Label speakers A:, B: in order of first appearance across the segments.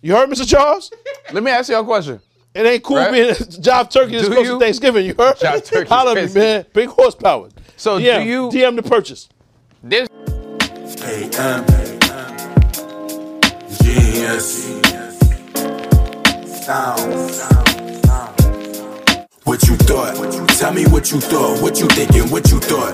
A: You heard, Mr. Charles?
B: Let me ask you a question.
A: It ain't cool
B: Right.
A: being job turkey this
B: Do
A: close to
B: you?
A: Thanksgiving. You heard?
B: Job turkey
A: Holla at me,
B: crazy.
A: man. Big horsepower.
B: So do
A: DM,
B: you-
A: DM the purchase?
B: This
C: AM. Yes. Sound. What you thought? Tell me what you thought. What you thinking? What you thought?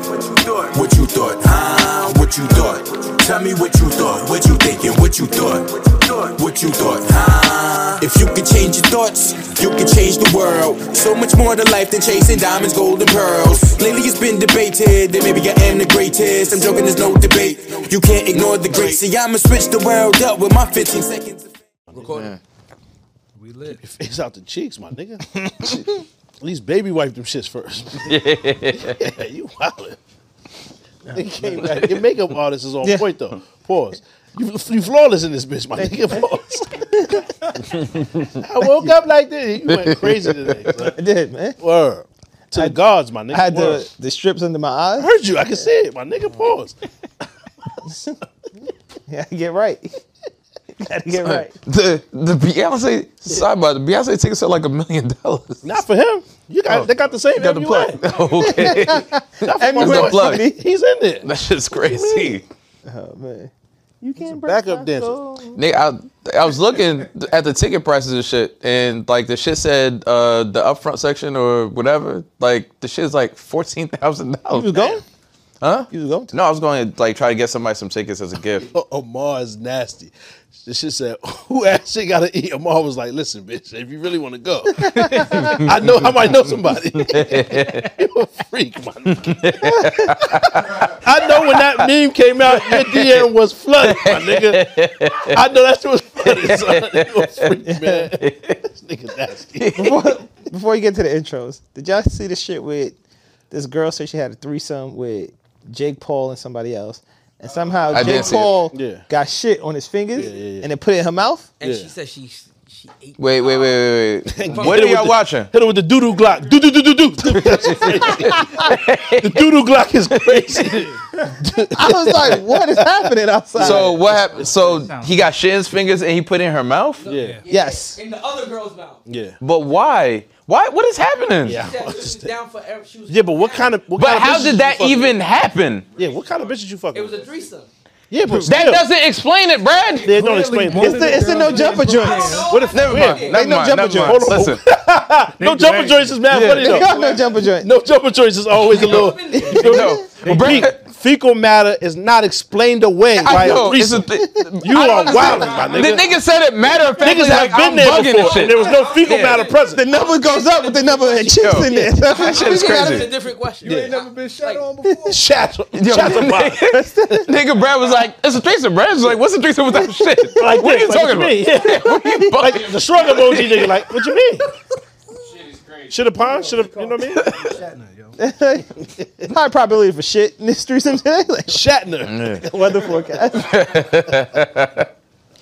C: What you thought? Ah, what you thought? Tell me what you thought. What you thinking? What you thought? What you thought? Ah. If you could change your thoughts, you could change the world. So much more to life than chasing diamonds, gold, and pearls. Lately it's been debated that maybe I am the greatest. I'm joking, there's no debate. You can't ignore the great. See, I'ma switch the world up with my 15 seconds.
B: man,
D: We lit.
A: Face out the cheeks, my nigga. At least baby wipe them shits first. yeah, you wildin'. They came back. Your makeup artist is on point though. Pause. You, you flawless in this bitch, my nigga. Pause. I woke up like this. You went crazy today. son.
E: I did, man.
A: Word to the gods, my nigga.
E: I had
A: Word.
E: the, the strips under my eyes.
A: I heard you. I can see it, my nigga. Pause.
E: Yeah, get right. Gotta get right.
B: the the Beyonce sidebar. The Beyonce tickets are like a million dollars.
A: Not for him. You got. They got the same.
B: Oh. Got the
A: MUA.
B: plug. Okay,
A: Not for my
B: the
A: boy.
B: plug.
A: He's in there.
B: that shit's crazy.
E: Oh man, you can't
A: Backup dancer.
B: Nigga, I, I was looking at the ticket prices and shit, and like the shit said uh, the upfront section or whatever. Like the shit's like fourteen thousand
E: You
B: dollars.
E: was going? Huh? You was going? To-
B: No, I was going to like try to get somebody some tickets as a gift.
A: Oh, Omar is nasty. This shit said, who actually got to eat? Omar was like, listen, bitch, if you really want to go, I know I might know somebody. you a freak, man. I know when that meme came out, your DM was flooded, my nigga. I know that shit was flooded, son. You a freak, man. This nigga nasty.
E: before, before you get to the intros, did y'all see the shit with this girl said she had a threesome with Jake Paul and somebody else, and somehow
B: I did
E: Jake
B: see it.
E: Paul
A: Yeah.
E: got shit on his fingers
A: yeah, yeah.
E: and then put it in her mouth.
D: And
A: Yeah.
D: she said she she ate.
B: Wait, wait, wait, wait, wait.
A: Hit
B: what
A: her
B: are
A: with
B: y'all
A: the-
B: watching?
A: Hit her with the doodoo Glock. Doo doo doo doo doo. The doodoo Glock is crazy.
E: I was like, what is happening outside?
B: So what happened? So he got shit in his fingers and he put it in her mouth.
A: Yeah.
E: yes,
D: In the other girl's mouth.
A: Yeah.
B: But why? Why? What is happening?
A: Yeah.
D: She was down for ev- she was
A: Yeah, but what kind of? What
B: But
A: kind of
B: how
A: bitches
B: did
A: you
B: that
A: fucking-
B: even happen?
A: Yeah, what kind of bitches you fucking?
D: It was a
A: with?
D: threesome.
A: Yeah, but
B: That
A: still,
B: doesn't explain it, Brad.
A: They don't explain.
F: Literally,
A: It's
F: one
A: the,
F: of
E: it's the no jumper joints.
D: No,
A: what
D: I
A: if
D: never
A: never mind?
D: did.
B: Never
E: no
B: mind.
E: jumper
B: Never
E: joint.
B: mind.
A: Hold on.
B: Listen,
A: no jumper joints is mad funny
E: They
A: though.
E: got no jumper joint.
A: No jumper joints is always a little.
B: no. Well,
A: Fe-
B: Brad,
A: fecal matter is not explained away by
B: I
A: a
B: know. It's a
A: threesome.
B: thing.
A: You
B: I
A: are
B: don't understand.
A: wilding, my
B: The
A: nigga.
B: nigga said it matter of fact.
A: Niggas
B: like,
A: have
B: I'm
A: been there
B: bugging
A: before.
B: and shit.
A: and there was no fecal
B: Yeah.
A: matter
E: The
A: present.
E: number goes up, but the number of chicks in there.
B: That shit is
D: That's a
B: crazy.
D: different question.
F: Ain't never been shot on before.
A: Shots,
B: Yo,
A: shots are fired.
B: nigga Brad was like, it's a threesome, Brad. was like, what's a threesome with that shit?
A: Like
B: what are you
A: this, like, what
B: talking about?
A: you mean? Yeah.
B: What are you bugging?
A: Like the shrug emoji, nigga. Like, what you mean? Should have pawned. Should have. You know what I mean?
F: Shatner, yo.
E: High probability for shit in this threesome today. Like,
A: Shatner.
E: weather forecast.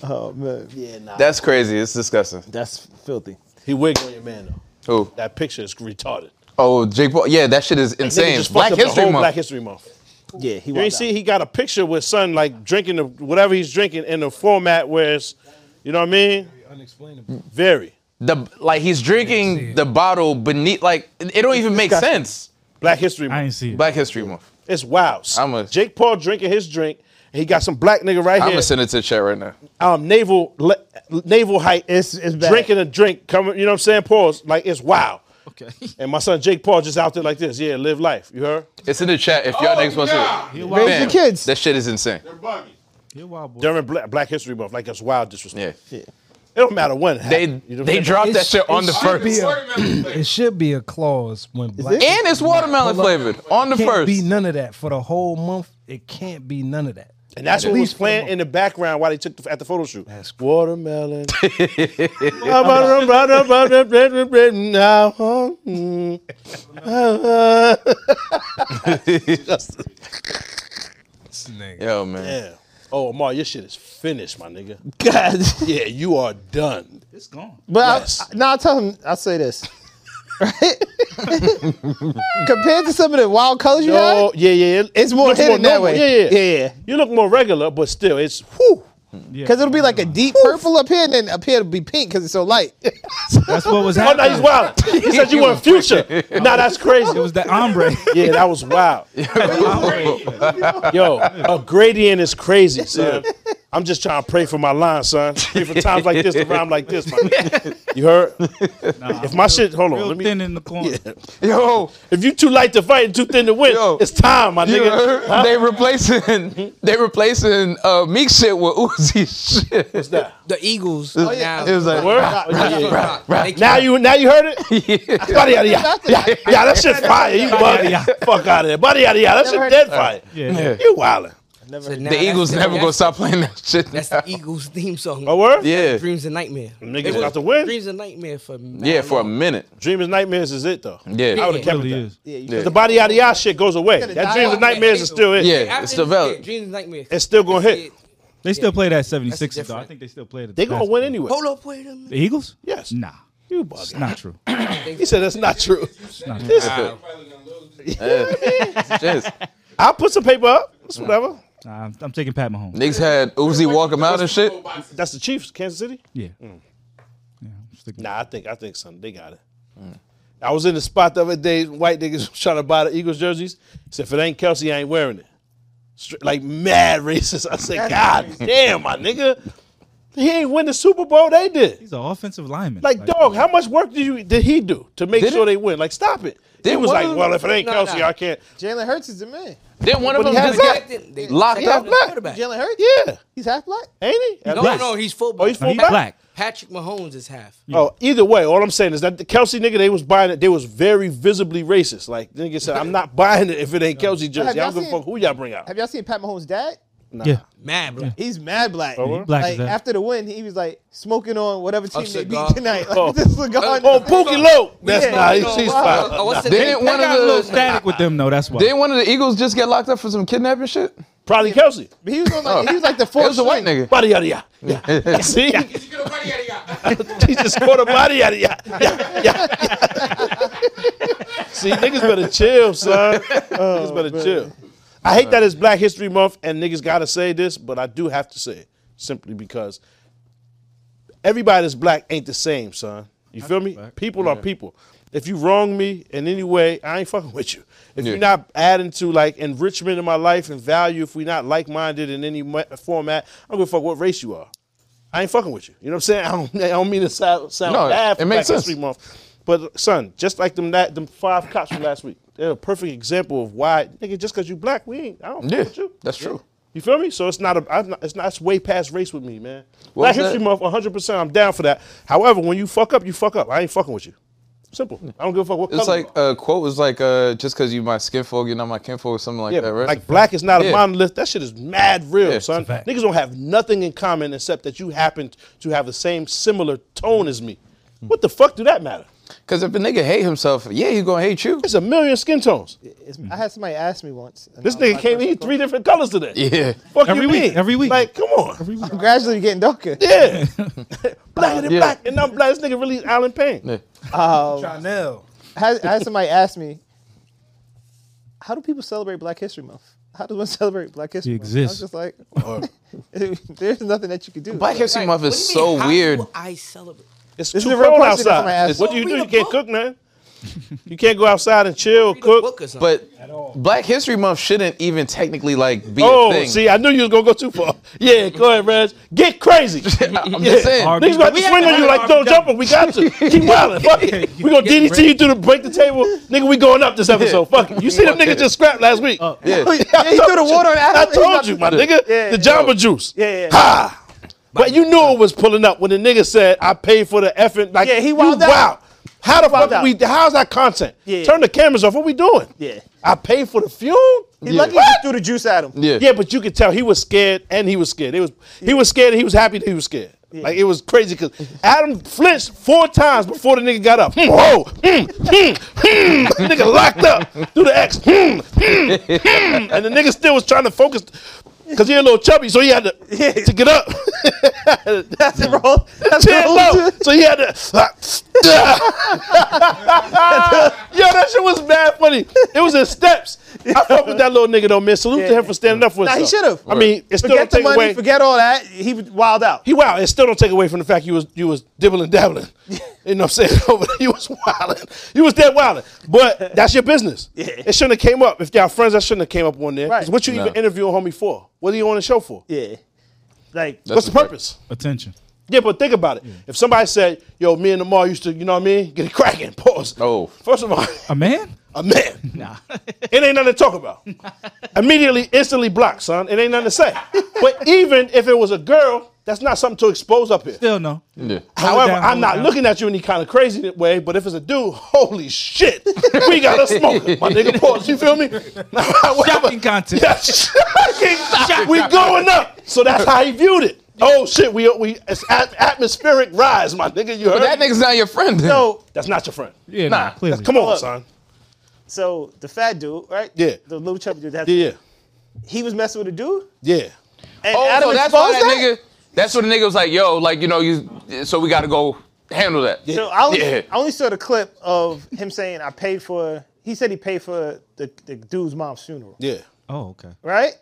E: oh man, yeah, nah.
B: That's crazy. It's disgusting.
E: that's filthy.
A: He wigged on your man though.
B: Oh,
A: That picture is retarded.
B: oh, Jake Paul. Yeah, that shit is
A: Nigga
B: insane.
A: just fucked
B: Black
A: up the
B: History
A: whole
B: Month.
A: Black History Month.
E: Yeah, he.
A: You ain't see he got a picture with son like drinking the, whatever he's drinking in the format where it's, you know what I mean?
F: Unexplainable.
A: Very
B: the like he's
F: see
B: drinking
F: it.
B: the bottle beneath. Like it don't even make
E: disgusting.
B: sense.
A: Black History
F: I
A: Month.
F: ain't see it.
B: Black History Month.
A: It's wild.
B: I'm a-
A: Jake Paul drinking his drink. And he got some black nigga right
B: I'm
A: here,
B: gonna send it to the chat right now.
A: um, naval le, naval height,
E: It's it's bad.
A: drinking a drink. Coming, you know what I'm saying? Pause. Like it's wild.
D: Okay.
A: And my son Jake Paul just out there like this. Yeah, live life. You heard?
B: It's in the chat if y'all niggas want to.
F: He a
E: Raise
F: wild,
E: the kids.
B: That shit is insane.
F: he a wild boy.
A: During Black, black History Month, like it's wild disrespect.
B: Yeah.
A: It don't matter when. it
B: They
A: happened, you know what
B: they
A: I'm saying?
B: dropped that
F: It's-
B: shit on the
F: it should
B: first.
F: be a- it should be a clause when black
E: it?
B: And it's watermelon flavored on the
F: can't
B: first.
F: be none of that for the whole month. It can't be none of that.
A: And that's what
F: At
A: was
F: least
A: playing
F: for-
A: in the background while they took the, at the photo shoot.
F: That's crazy.
A: Watermelon. Now, huh? Mm. Ah, ah.
B: Yo man.
A: Yeah. Oh, Amar, your shit is finished, my nigga.
E: God.
A: Yeah, you are done.
D: It's gone.
E: But
A: Yes.
E: I, now I tell him. I say this. Right? Compared to some of the wild colors you
A: Oh,
E: had,
A: yeah, yeah.
E: it's more
A: Looks
E: hidden that
A: normal.
E: way.
A: Yeah, yeah,
E: yeah, yeah.
A: You look more regular, but still, it's whew.
F: Yeah.
E: Because it'll be like a deep purple up here, and then up here it'll be pink because it's so light.
F: That's what was
A: Oh, no,
F: happening.
A: he's wild. He said you were future. nah, that's crazy.
F: It was that ombre.
A: Yeah, that was wild. Yo, a gradient is crazy, son. I'm just trying to pray for my line, son. Pray for times like this to rhyme like this, my nigga. You heard? if my shit, hold on,
F: Real
A: let me.
F: thin in the corner.
B: Yo,
A: If you too light to fight and too thin to win,
B: Yo.
A: it's time, my
B: you
A: nigga.
B: heard?
A: Huh?
B: they replacing they replacing uh, Meek shit with Uzi shit.
A: What's that?
D: The Eagles.
B: Oh, It
D: now,
B: was like,
A: Word?
D: They-
A: Now you, now you heard it. Buddy, yada, yada, yeah, yeah, that shit's fire. You buddy, fuck out of there. Buddy, yada, yada, that shit dead fire.
F: Yeah.
A: You wildin'.
D: so now
B: the
D: that's
B: Eagles
D: the-
B: never gonna
D: that's-
B: stop playing that shit.
D: That's
B: now.
D: the Eagles theme song.
A: A word?
B: yeah,
D: Dreams and nightmare.
A: Niggas
D: It was
A: about to win.
D: Dreams and nightmare for mad
B: yeah, for a
D: long.
B: minute.
A: Dreamers, nightmares is it though.
B: Yeah,
A: I would have
D: Yeah.
A: kept it.
F: Really
A: that.
F: is.
E: yeah, you
B: Yeah.
A: The body out of y'all shit goes away. That dreams and nightmares is still it.
B: Yeah.
D: After
B: it's
D: this
B: developed.
D: shit, Dreams and nightmares.
A: It's still gonna hit.
F: They still play that 76 though.
D: different.
F: I think they still play it.
A: They gonna win anyway.
D: Hold up, wait a minute.
F: The Eagles?
A: Yes.
F: Nah.
A: You bugging.
F: Not true.
A: He said that's not true.
B: just
A: I'll put some paper up. It's whatever.
F: Nah, I'm, I'm taking Pat Mahomes.
B: niggas had Uzi walk him out and shit.
A: That's the Chiefs, Kansas City.
F: Yeah. Yeah, I'm sticking-
A: Nah, I think I think something. They got it. I was in the spot the other day. White niggas was trying to buy the Eagles jerseys. Said if it ain't Kelsey, I ain't wearing it. Stri- like mad racist. I said, God damn, my nigga, he ain't win the Super Bowl. They did.
F: He's an offensive lineman.
A: Like, dog, how much work did you did he do to make
B: Did
A: sure
B: it-
A: they win? Like, stop it. he
B: Did
A: was
B: one
A: like,
B: of them-
A: well, if it ain't
D: No,
A: Kelsey,
D: no.
A: I can't.
E: Jalen Hurts is the man.
B: Then one of
A: But he
B: them
A: has black.
B: just got
D: They-
B: locked
D: they-
B: up.
D: they-
A: black.
D: quarterback.
E: Jalen Hurts?
A: Yeah,
E: He's half black.
A: ain't he?
D: No,
A: Black.
D: no, he's full
A: Oh, he's
F: No,
A: full
F: he's
A: black.
F: black.
D: Patrick Mahomes is half.
A: Oh, either way, all I'm saying is that the Kelsey nigga they was buying it, they was very visibly racist. Like the nigga said, I'm not buying it if it ain't Kelsey
E: Have
A: jersey. I
E: y'all
A: don't give a
E: seen-
A: fuck who y'all bring out.
E: Have y'all seen Pat Mahomes' dad?
F: Yeah.
D: Mad black.
E: He's mad black.
A: Oh,
F: Black as
E: like
F: hell.
E: after the win, he was like smoking on whatever team they beat
D: cigar.
E: tonight. Like
A: Oh.
E: this cigar.
A: Oh, Pookie Low. That's
E: Yeah.
A: not.
E: Oh,
A: she's
E: wow.
A: fine.
D: Oh, what's the
B: They
D: name?
B: didn't want
F: I got a little
B: to.
F: static with them though. That's why.
B: Didn't one of the Eagles just get locked up for some kidnapping shit?
A: Probably Kelsey.
E: But he was on like he was like the
B: It
E: fourth.
B: was a white
E: string.
B: nigga.
A: Body yada yada. Yeah. See, he just scored a body yada yada. Yeah, yeah, yeah. See, niggas better chill, son. niggas better chill. I hate that it's Black History Month and niggas gotta say this, but I do have to say it simply because everybody that's black ain't the same, son. You feel me? People are people. If you wrong me in any way, I ain't fucking with you. If
B: Yeah.
A: you're not adding to like enrichment in my life and value, if we not like minded in any ma- format, I don't give a fuck what race you are. I ain't fucking with you. You know what I'm saying? I don't, I don't mean to sound, sound
B: No,
A: bad
B: it
A: for Black
B: makes sense.
A: History Month, but son, just like them that them five cops from last week, they're a perfect example of why nigga. Just because you black, we ain't. I don't fuck
B: Yeah,
A: with you.
B: that's true.
A: You feel me? So it's not a, I'm not, it's not, it's way past race with me, man.
B: What
A: Black
B: was
A: History
B: that?
A: Month, 100%, I'm down for that. However, when you fuck up, you fuck up. I ain't fucking with you. Simple. I don't give a fuck what
B: It's
A: color you
B: like
A: are.
B: a uh, quote was like, uh, "Just because you my skin folk, you're not my kin folk," or something like
A: yeah,
B: that, right?
A: like black is not a
B: Yeah.
A: monolith. That shit is mad real,
B: Yeah, it's
A: son.
B: a fact.
A: Niggas don't have nothing in common except that you happen to have the same similar tone as me. What the fuck do that matter?
B: Because if a nigga hate himself, yeah, he gonna hate you.
A: It's a million skin tones.
E: It's- I had somebody ask me once. and
A: This
E: I was
A: nigga
E: like,
A: came in three different colors today.
B: Yeah,
A: Fuck
F: Every
A: you
F: week,
A: mean?
F: every week.
A: Like, come on.
E: I'm gradually getting darker.
A: yeah. blacker than
B: Yeah.
A: black. And I'm black. This nigga really is Alan Payne.
B: yeah.
F: Chanel.
E: I had, I had somebody ask me, how do people celebrate Black History Month? How does one celebrate Black History
F: It
E: Month?
F: exists.
E: I was just like, there's nothing that you can do.
B: Black History Month is so weird.
D: I celebrate.
A: It's
E: This
A: too
E: is the real
A: cold
E: question that's on my
A: outside.
E: ass.
A: What do you
D: Read
A: do?
D: a
A: You can't
D: book.
A: cook, man. You can't go outside and chill, cook.
B: But Black History Month shouldn't even technically like be a
A: Oh,
B: thing.
A: see, I knew you was gonna go too far. Yeah, go ahead, Reg. Get crazy.
B: I'm
A: Yeah.
B: just saying.
F: Hard-
A: Niggas about to swing on you like Joe Jumper. We got you. Keep wildin'. Fuck it. We gonna DDT you through the break the table. Nigga, we going up this episode. Fuck it. You see them niggas just scrapped last week.
B: Yeah.
A: I
E: Yeah, he
A: told
E: threw the
A: you.
E: water on
A: I
E: Adam.
A: told you, my nigga.
E: Yeah,
A: The
E: yeah.
A: Jamba juice.
E: Yeah, yeah.
A: Ha! But you knew it was pulling up when the nigga said, I paid for the effing. Like,
E: Yeah, he
A: you
E: wilded out.
A: wild. How the fuck
E: wilded
A: do
E: out.
A: we, how's that content?
E: Yeah.
A: Turn the cameras off. What we doing?
E: Yeah.
A: I paid for the fuel?
E: He lucky he
A: What?
E: just threw the juice at him.
B: Yeah.
A: Yeah, but you could tell he was scared and he was scared. He was he was scared and he was happy that he was scared. Like it was crazy because Adam flinched four times before the nigga got up. Hmm, whoa, hmm, hmm, hmm. nigga locked up through the X. Hmm, hmm, hmm. And the nigga still was trying to focus because he a little chubby, so he had to, to get up.
E: That's the wrong. That's the
A: Chin
E: wrong.
A: low, so he had to. Yo, that shit was bad funny. It was in steps. I fuck with that little nigga though, man. Salute to
E: Yeah.
A: him for standing up for
E: Nah, he
A: himself.
E: should've.
A: I mean, it still
E: Forget
A: don't
E: the
A: take
E: money,
A: away.
E: forget all that. He was wild out.
A: He wow. It still don't take away from the fact you was you was dibbling dabbling. You know what I'm saying? Over there, you was wilding. You was dead wilding. But that's your business.
E: Yeah.
A: It shouldn't have came up. If y'all friends, that shouldn't have came up on there. 'Cause
E: Right.
A: What you even interviewing homie for? What are you on the show for?
E: Yeah. Like,
A: What's the
B: That's
A: purpose?
G: Attention.
A: Yeah, but think about it. If somebody said, "Yo, me and Lamar used to," you know what I mean? Get it cracking. Pause.
B: Oh.
A: First of all,
G: A man?
A: a man. Nah. it ain't nothing to talk about. Immediately, instantly blocked, son. It ain't nothing to say. but even if it was a girl, that's not something to expose up here.
G: Still no.
B: Yeah.
A: However,
G: down,
A: I'm
G: hold
A: not
G: down.
A: looking at you any kind of crazy way, but if it's a dude, holy shit, we got a smoker. My nigga, pause. You feel me? However-
G: Shocking content.
A: Yeah, shocking. we going up. So that's how he viewed it. Oh shit, we we it's at, atmospheric rise, my nigga. You heard?
B: That
A: me?
B: nigga's not your friend. Then.
E: so,
A: that's not your friend.
G: Yeah, nah, clearly.
A: Come on,
E: Look.
A: son.
E: so the fat dude, right?
A: Yeah.
E: The little chubby dude. That's,
A: Yeah,
E: He was messing with a dude?
A: yeah.
E: And
B: Oh,
E: Adam
B: so that's why
E: exposed
B: that nigga. That's what the nigga was like, yo, like you know, you. So we got to go handle that.
E: So I only,
B: Yeah.
E: I only saw the clip of him saying, I paid for, he said he paid for the, the dude's mom's funeral,
A: Yeah.
G: Oh, okay.
E: right?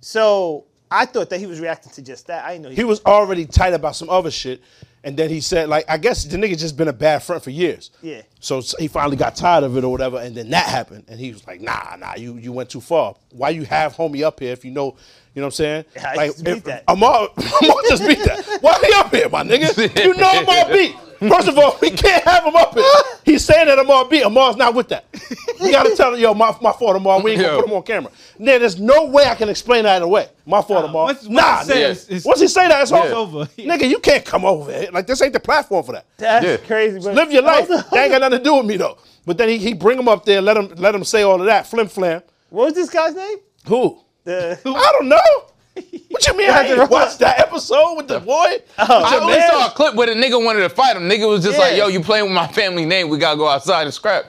E: So I thought that he was reacting to just that. I didn't know
A: He was already tight about some other shit, and then he said, like, I guess the nigga just been a bad friend for years.
E: Yeah.
A: So s- he finally got tired of it or whatever, and then that happened, and he was like, Nah, nah, you you went too far. Why you have homie up here if you know, you know what I'm saying?
E: Yeah, I
A: like,
E: just beat
A: if-
E: that.
A: Amar, Amar just beat that. Why he up here, my nigga? You know Amar beat. First of all, we can't have him up here. He's saying that Amar beat. Amar's not with that. You gotta tell him, yo, my, my fault, Amar. We ain't gonna
B: Yo.
A: put him on camera. Then there's no way I can explain that away. My fault, Amar.
G: once- once
A: nah,
G: he says
A: nigga.
G: it's- it's-
A: once he say that, it's
G: It's
A: over.
G: over.
A: Nigga, you can't come over here. Like this ain't the platform for that.
E: That's
B: Yeah.
E: crazy. But
A: Live your life.
E: Also,
A: That ain't got nothing to do with me though. But then he, he bring him up there, let him let him say all of that flim flam.
E: what was this guy's name?
A: Who?
E: The
A: I don't know. What you mean? I
E: Dr.
A: ain't watched that episode with the boy.
B: I only
A: man.
B: saw a clip where the nigga wanted to fight him. Nigga was just like,
E: Yeah.
B: yo, you playing with my family name. We got to go outside and scrap.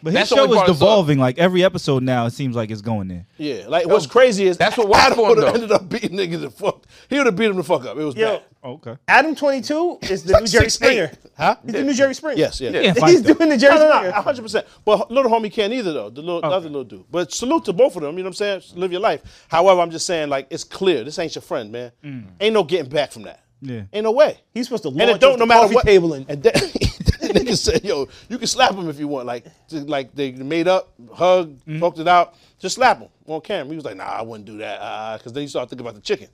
G: But
B: That's
G: his
B: the
G: show
B: only
G: is
B: part I saw.
G: devolving. Like every episode now, it seems like it's going there.
A: Yeah, like what's crazy is
B: that's what
A: Adam
B: Watts for him,
A: would have
B: though.
A: ended up beating niggas the fuck. He would have beat him the fuck up. It was
E: yo,
A: bad.
B: Oh,
G: Okay.
E: Adam twenty two is the New Jerry
A: 6'8".
E: Springer.
A: Huh?
E: He's the New Jerry Springer.
A: Yes, yeah.
G: Yeah,
E: He's doing the Jerry
A: No, no,
E: Springer.
A: no, hundred percent. But little homie can't either though. The little the other little dude. But salute to both of them. You know what I'm saying? Live your life. However, I'm just saying like it's clear this ain't your friend, man. Ain't no getting back from that.
G: Mm. Yeah.
A: Ain't no way.
E: He's supposed to
A: and
E: launch
A: it don't
E: off
A: no
E: the
A: matter
E: coffee
A: what
E: table and-
A: then nigga said, "Yo, you can slap him if you want. Like, just like they made up, hug,
G: Mm-hmm.
A: talked it out. Just slap him on camera." He was like, "Nah, I wouldn't do that," because then you start thinking about the chicken.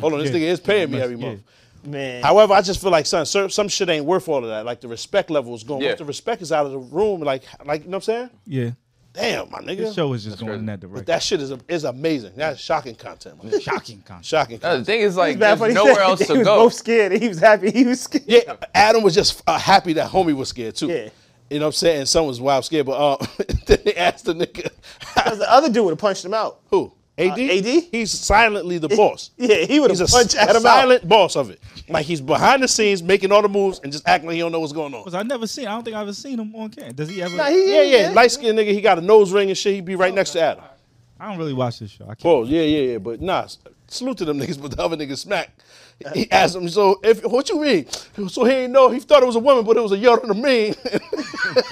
A: Hold on, this nigga is paying me every
G: Yeah.
A: month.
E: Man.
A: However, I just feel like son, cer- some shit ain't worth all of that. Like the respect level is going.
B: Yeah.
A: Once the respect is out of the room, like, like you know what I'm saying?
G: Yeah.
A: Damn, my nigga,
G: This show is just going in that direction.
A: that shit is is amazing. That's shocking content. Man.
G: shocking concept.
A: Shocking.
B: Uh,
A: Content.
B: The thing is, like, there's
E: Bad Bunny
B: nowhere
E: said
B: else
E: He
B: to
E: was
B: go.
E: both scared. He was happy. He was scared.
A: Yeah, Adam was just uh, happy that homie was scared too.
E: Yeah.
A: You know what I'm saying? Someone was wild scared, but uh, then they asked the nigga,
E: The other dude would have punched him out.
A: who? AD?
E: AD?
A: He's silently the boss.
E: Yeah, he would
A: He's a,
E: have
A: s-
E: punched
A: a
E: Adam out.
A: silent boss of it. Like he's behind the scenes making all the moves and just acting like he don't know what's going on.
G: Cause I never seen. I don't think I've ever seen him on camera. Does he ever?
E: Nah, he-
A: Yeah, yeah. Light skinned nigga, he got a nose ring and shit. He be right next to Adam.
G: I don't really watch this show. I can't.
A: Bro, yeah, yeah, yeah. But nah, s- salute to them niggas, but the other niggas smack. He asked him, so if what you mean? So he ain't know. He thought it was a woman, but it was a yo to me.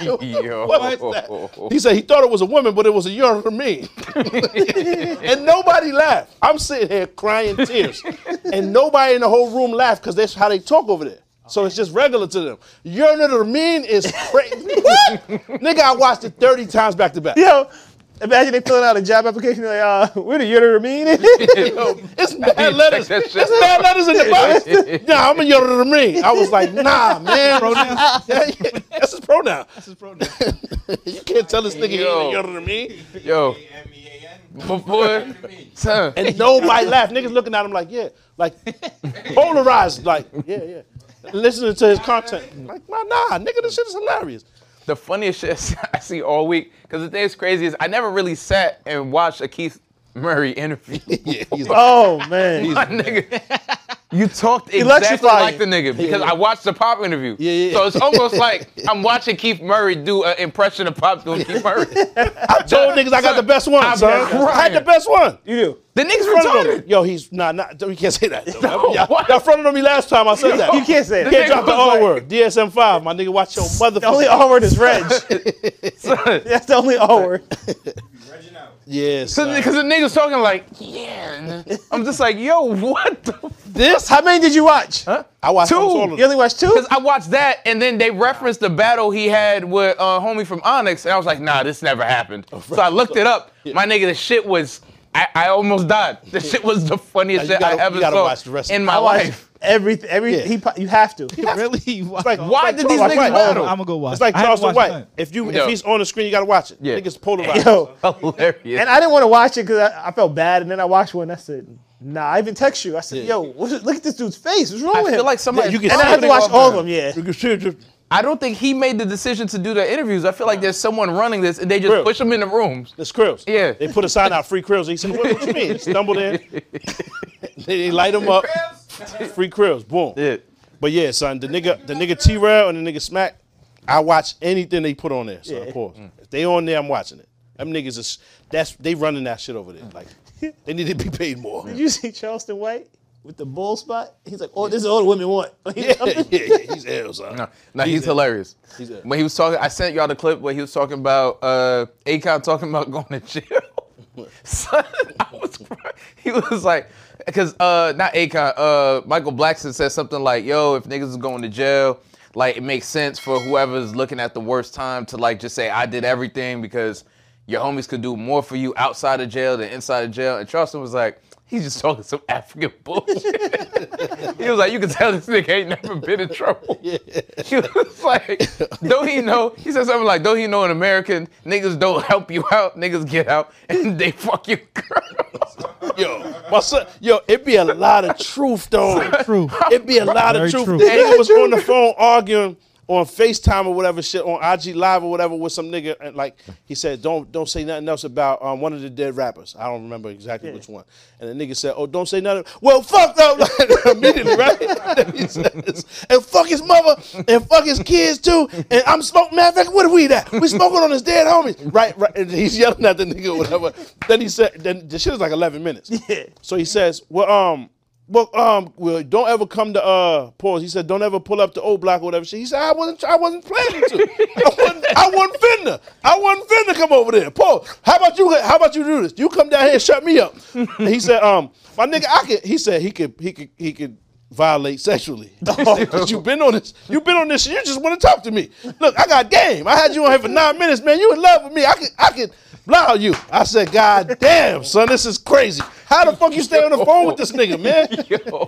B: Yo.
A: What was that? He said he thought it was a woman, but it was a yearn for me. and nobody laughed. I'm sitting here crying tears. and nobody in the whole room laughed because that's how they talk over there. So it's just regular to them. Yearn or mean is crazy. what? Nigga, I watched it 30 times back to back.
E: Yo, imagine they filling out a job application. Like, uh, where the Yoder mean?
A: Yo, it's mad letters.
B: that
A: It's
B: shit
A: mad letters in the box. nah, I'm a yearn or mean. I was like, nah, man.
G: Pronoun?
A: That's his pronoun.
G: His pronoun.
A: You can't tell this nigga
B: Yo.
A: he ain't a yearn or mean.
B: Yo.
A: E
B: Before. Son.
A: and nobody laughed. Niggas looking at him like, yeah, like polarized, like, yeah, yeah. Listening to his content, like, my nah, nigga, this shit is hilarious.
B: the funniest shit I see all week. Because the thing that's crazy is I never really sat and watched a Keith Murray interview.
A: Yeah, he's
E: oh man,
B: My nigga, you talked exactly
E: Electrifying.
B: like the nigga because I watched the pop interview.
A: Yeah, yeah, yeah.
B: So it's almost like I'm watching Keith Murray do an impression of pop doing Keith Murray.
A: I told niggas I got the best one,
B: I'm
A: son. I had the
B: crying.
A: best one.
E: you do.
B: The nigga's
A: In front of him.
B: retarded.
A: Yo, he's nah, not. We can't say that. though.
B: No,
A: y'all,
B: what?
A: y'all fronted on me last time I said that.
E: You can't say that.
A: Can't drop the
B: Nigga was
A: R
B: like-
A: word. DSM five, my nigga. Watch your motherfucker.
E: The only R word is Reg. That's the only R word.
A: Yeah, son.
B: Because the niggas talking like, yeah. and I'm just like, yo, what the? Because
E: This? How many did you watch?
B: Huh?
A: I watched
B: Two.
A: almost all of
E: You
A: them.
E: only watched two?
B: I watched that, and then they referenced the battle he had with uh, homie from Onyx, and I was like, nah, this never happened. So I looked it up. My nigga, the shit was. I, I almost died. The shit was the funniest
A: Now, you
B: shit I
A: gotta-
B: ever
A: you gotta
B: saw
A: watch the rest of
B: in
A: it.
B: my
A: I
E: watched
B: life.
E: Every, every,
A: Yeah.
E: he, pro- you have to.
G: really? Wow.
A: Like,
B: Why
A: like
B: did these
A: Charles
B: niggas
A: White.
B: battle?
G: I'm gonna go watch.
A: It's like
G: I haven't
A: Charleston
G: watched
A: White.
G: none.
A: If you
B: No.
A: if he's on the screen, you gotta watch it.
B: Yeah.
A: Niggas polarized.
E: Yo,
B: Hilarious.
E: and I didn't want to watch it because I, I felt bad. And then I watched one. I said, Nah. I even text you. I said,
A: Yeah.
E: Yo, what's- look at this dude's face. What's wrong
B: I
E: with
B: feel
E: him?
B: like somebody.
A: Yeah, you can
E: and I had to watch all of them. Yeah.
A: You can see it just-
B: I don't think he made the decision to do the interviews. I feel like there's someone running this, and they just
A: Real.
B: push him in the rooms.
A: It's Krills.
B: Yeah.
A: They put a sign out, free Krills. He said, what, what you mean? Stumbled in. they, they light him up. Free Krills. Boom. But yeah, son, the nigga, the nigga T Rail and the nigga Smack, I watch anything they put on there. Son,
E: Yeah.
A: pause. If they on there, I'm watching it. Them niggas is that's they running that shit over there. Like they need to be paid more.
E: Did you see Charleston White with the bull spot? He's like, Oh, this is all the women want.
A: yeah, yeah, yeah, he's ill, son.
B: No, no, he's, hilarious.
A: He's ill.
B: when he was talking, I sent y'all the clip where he was talking about uh, Akon talking about going to jail. Son, I was crying. He was like, because uh, not Akon, uh, Michael Blackson said something like, "Yo, if niggas is going to jail." Like it makes sense for whoever's looking at the worst time to like just say I did everything because your homies could do more for you outside of jail than inside of jail. And Charleston was like, he's just talking some African bullshit. He was like, you can tell this nigga ain't never been in trouble. He was like, don't he know? He said something like, don't he know an American niggas don't help you out, niggas get out, and they fuck your girl.
A: Yo, my son, yo, it be a lot of truth though.
G: True.
A: It be a lot of
G: Very
A: truth.
G: true.
A: That nigga was on the phone arguing on FaceTime or whatever shit on IG Live or whatever with some nigga and like he said, Don't don't say nothing else about um, one of the dead rappers. I don't remember exactly which one. And the nigga said, Oh, don't say nothing. Well fuck though immediately, right? He says, and fuck his mother and fuck his kids too. And I'm smoking matter of fact, what are we that? We smoking on his dead homies. Right, right. And he's yelling at the nigga or whatever. Then he said then the shit was like eleven minutes.
E: Yeah.
A: So he says, well, um, well, um, well, don't ever come to uh pause. He said, don't ever pull up to O Block or whatever. shit. He said, I wasn't, I wasn't planning to. I wasn't, I wasn't finna. I wasn't finna come over there. Paul, how about you? How about you do this? You come down here and shut me up. And he said, um, my nigga, I could. He said he could, he could, he could violate sexually. Oh, But you've been on this. You've been on this. shit. You just want to talk to me. Look, I got game. I had you on here for nine minutes, man. You in love with me. I could, I could blah you. I said, God damn, son, this is crazy. How the fuck you stay on the phone with this nigga, man?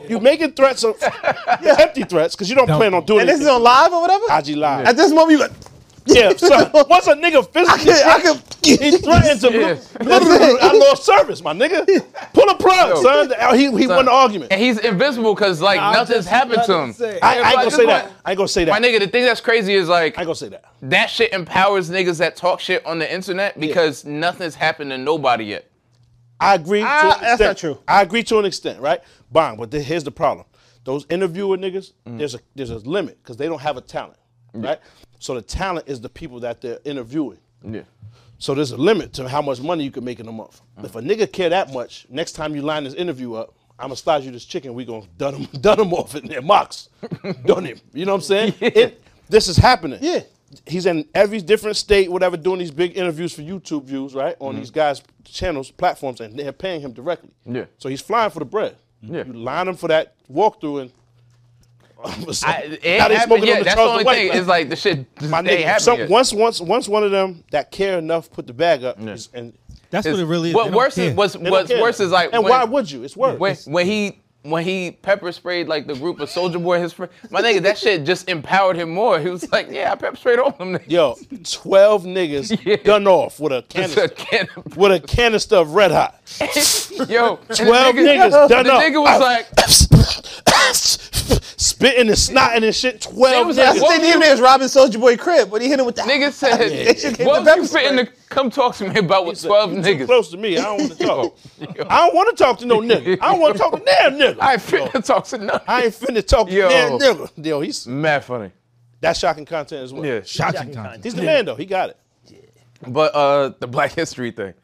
A: You making threats of yeah, empty threats because you don't, plan on doing
E: And
A: it.
E: this is on live or whatever?
A: IG live.
E: At this moment, you like,
A: Yeah, son. Once a nigga physically
E: I could, I
A: he
E: could.
A: threatens to
B: Yeah.
A: literally, I lost service, my nigga. Pull a plug,
B: Yo.
A: son. He, he won the argument.
B: And he's invincible because like nothing's happened to him.
A: I, I ain't gonna
B: Everybody-
A: say that. I ain't gonna say that.
B: My nigga, the thing that's crazy is like
A: I ain't gonna say that.
B: that shit empowers niggas that talk shit on the internet because nothing's happened to nobody yet.
A: I agree. to
E: Ah,
A: an
E: that's not
A: extent.
E: true.
A: I agree to an extent, right? Bond, but the- here's the problem: those interviewer niggas,
E: Mm.
A: there's a there's a limit because they don't have a talent, right? So the talent is the people that they're interviewing.
B: Yeah.
A: So there's a limit to how much money you can make in a month.
B: Mm.
A: If a nigga care that much, next time you line this interview up, I'ma slice you this chicken. We gonna dun him, dun him off in there, Mox, dun him. You know what I'm saying? It, this is happening.
E: Yeah.
A: He's in every different state, whatever, doing these big interviews for YouTube views, right? On
B: Mm-hmm.
A: these guys' channels, platforms, and they're paying him directly.
B: Yeah.
A: So he's flying for the bread.
B: Yeah.
A: You line him for that walkthrough and.
B: I, it ain't happened yet. That's the only thing. It's like the shit just
A: my
B: ain't
A: nigga,
B: happened
A: some,
B: yet.
A: once once once one of them that care enough put the bag up is- and
G: That's what
B: It's-
G: it really is. They
B: What
G: don't
B: worse is
G: care.
B: what's,
A: they don't
B: what's
A: care.
B: worse is like
A: and
B: when-
A: why would you? It's worse.
B: when, when he when he pepper sprayed like the group of Soldier Boy and his friend, my nigga, that shit just empowered him more. He was like, "Yeah, I pepper sprayed all them niggas."
A: Yo, twelve niggas
B: Yeah.
A: done off with a
B: It's
A: canister
B: a can
A: with a canister of red hot.
B: of- Yo, and the
A: 12
B: nigga-
A: niggas done
B: The
A: up.
B: nigga was like,
A: Spitting and snotting and shit.
B: They
A: Twelve
B: was like,
A: niggas.
E: That's the
B: What
E: thing
B: would
E: even is Robin Soldier Boy crib when he hit him with the
B: nigga said,
E: get
B: "What
E: the
B: was you
E: pepper
B: fitting to come talk to me about with twelve
A: You too
B: niggas?"
A: close to me. I don't want to talk. I don't want to talk to no nigga. I don't want to talk to damn nigga.
B: I ain't fit to talk to none.
A: I ain't finna talk to
B: Yo.
A: damn nigga. Yo, he's
B: Mad funny.
A: that's shocking content as well.
B: Yeah.
G: shocking content.
A: He's the man though. He got it.
B: But uh, the Black History thing.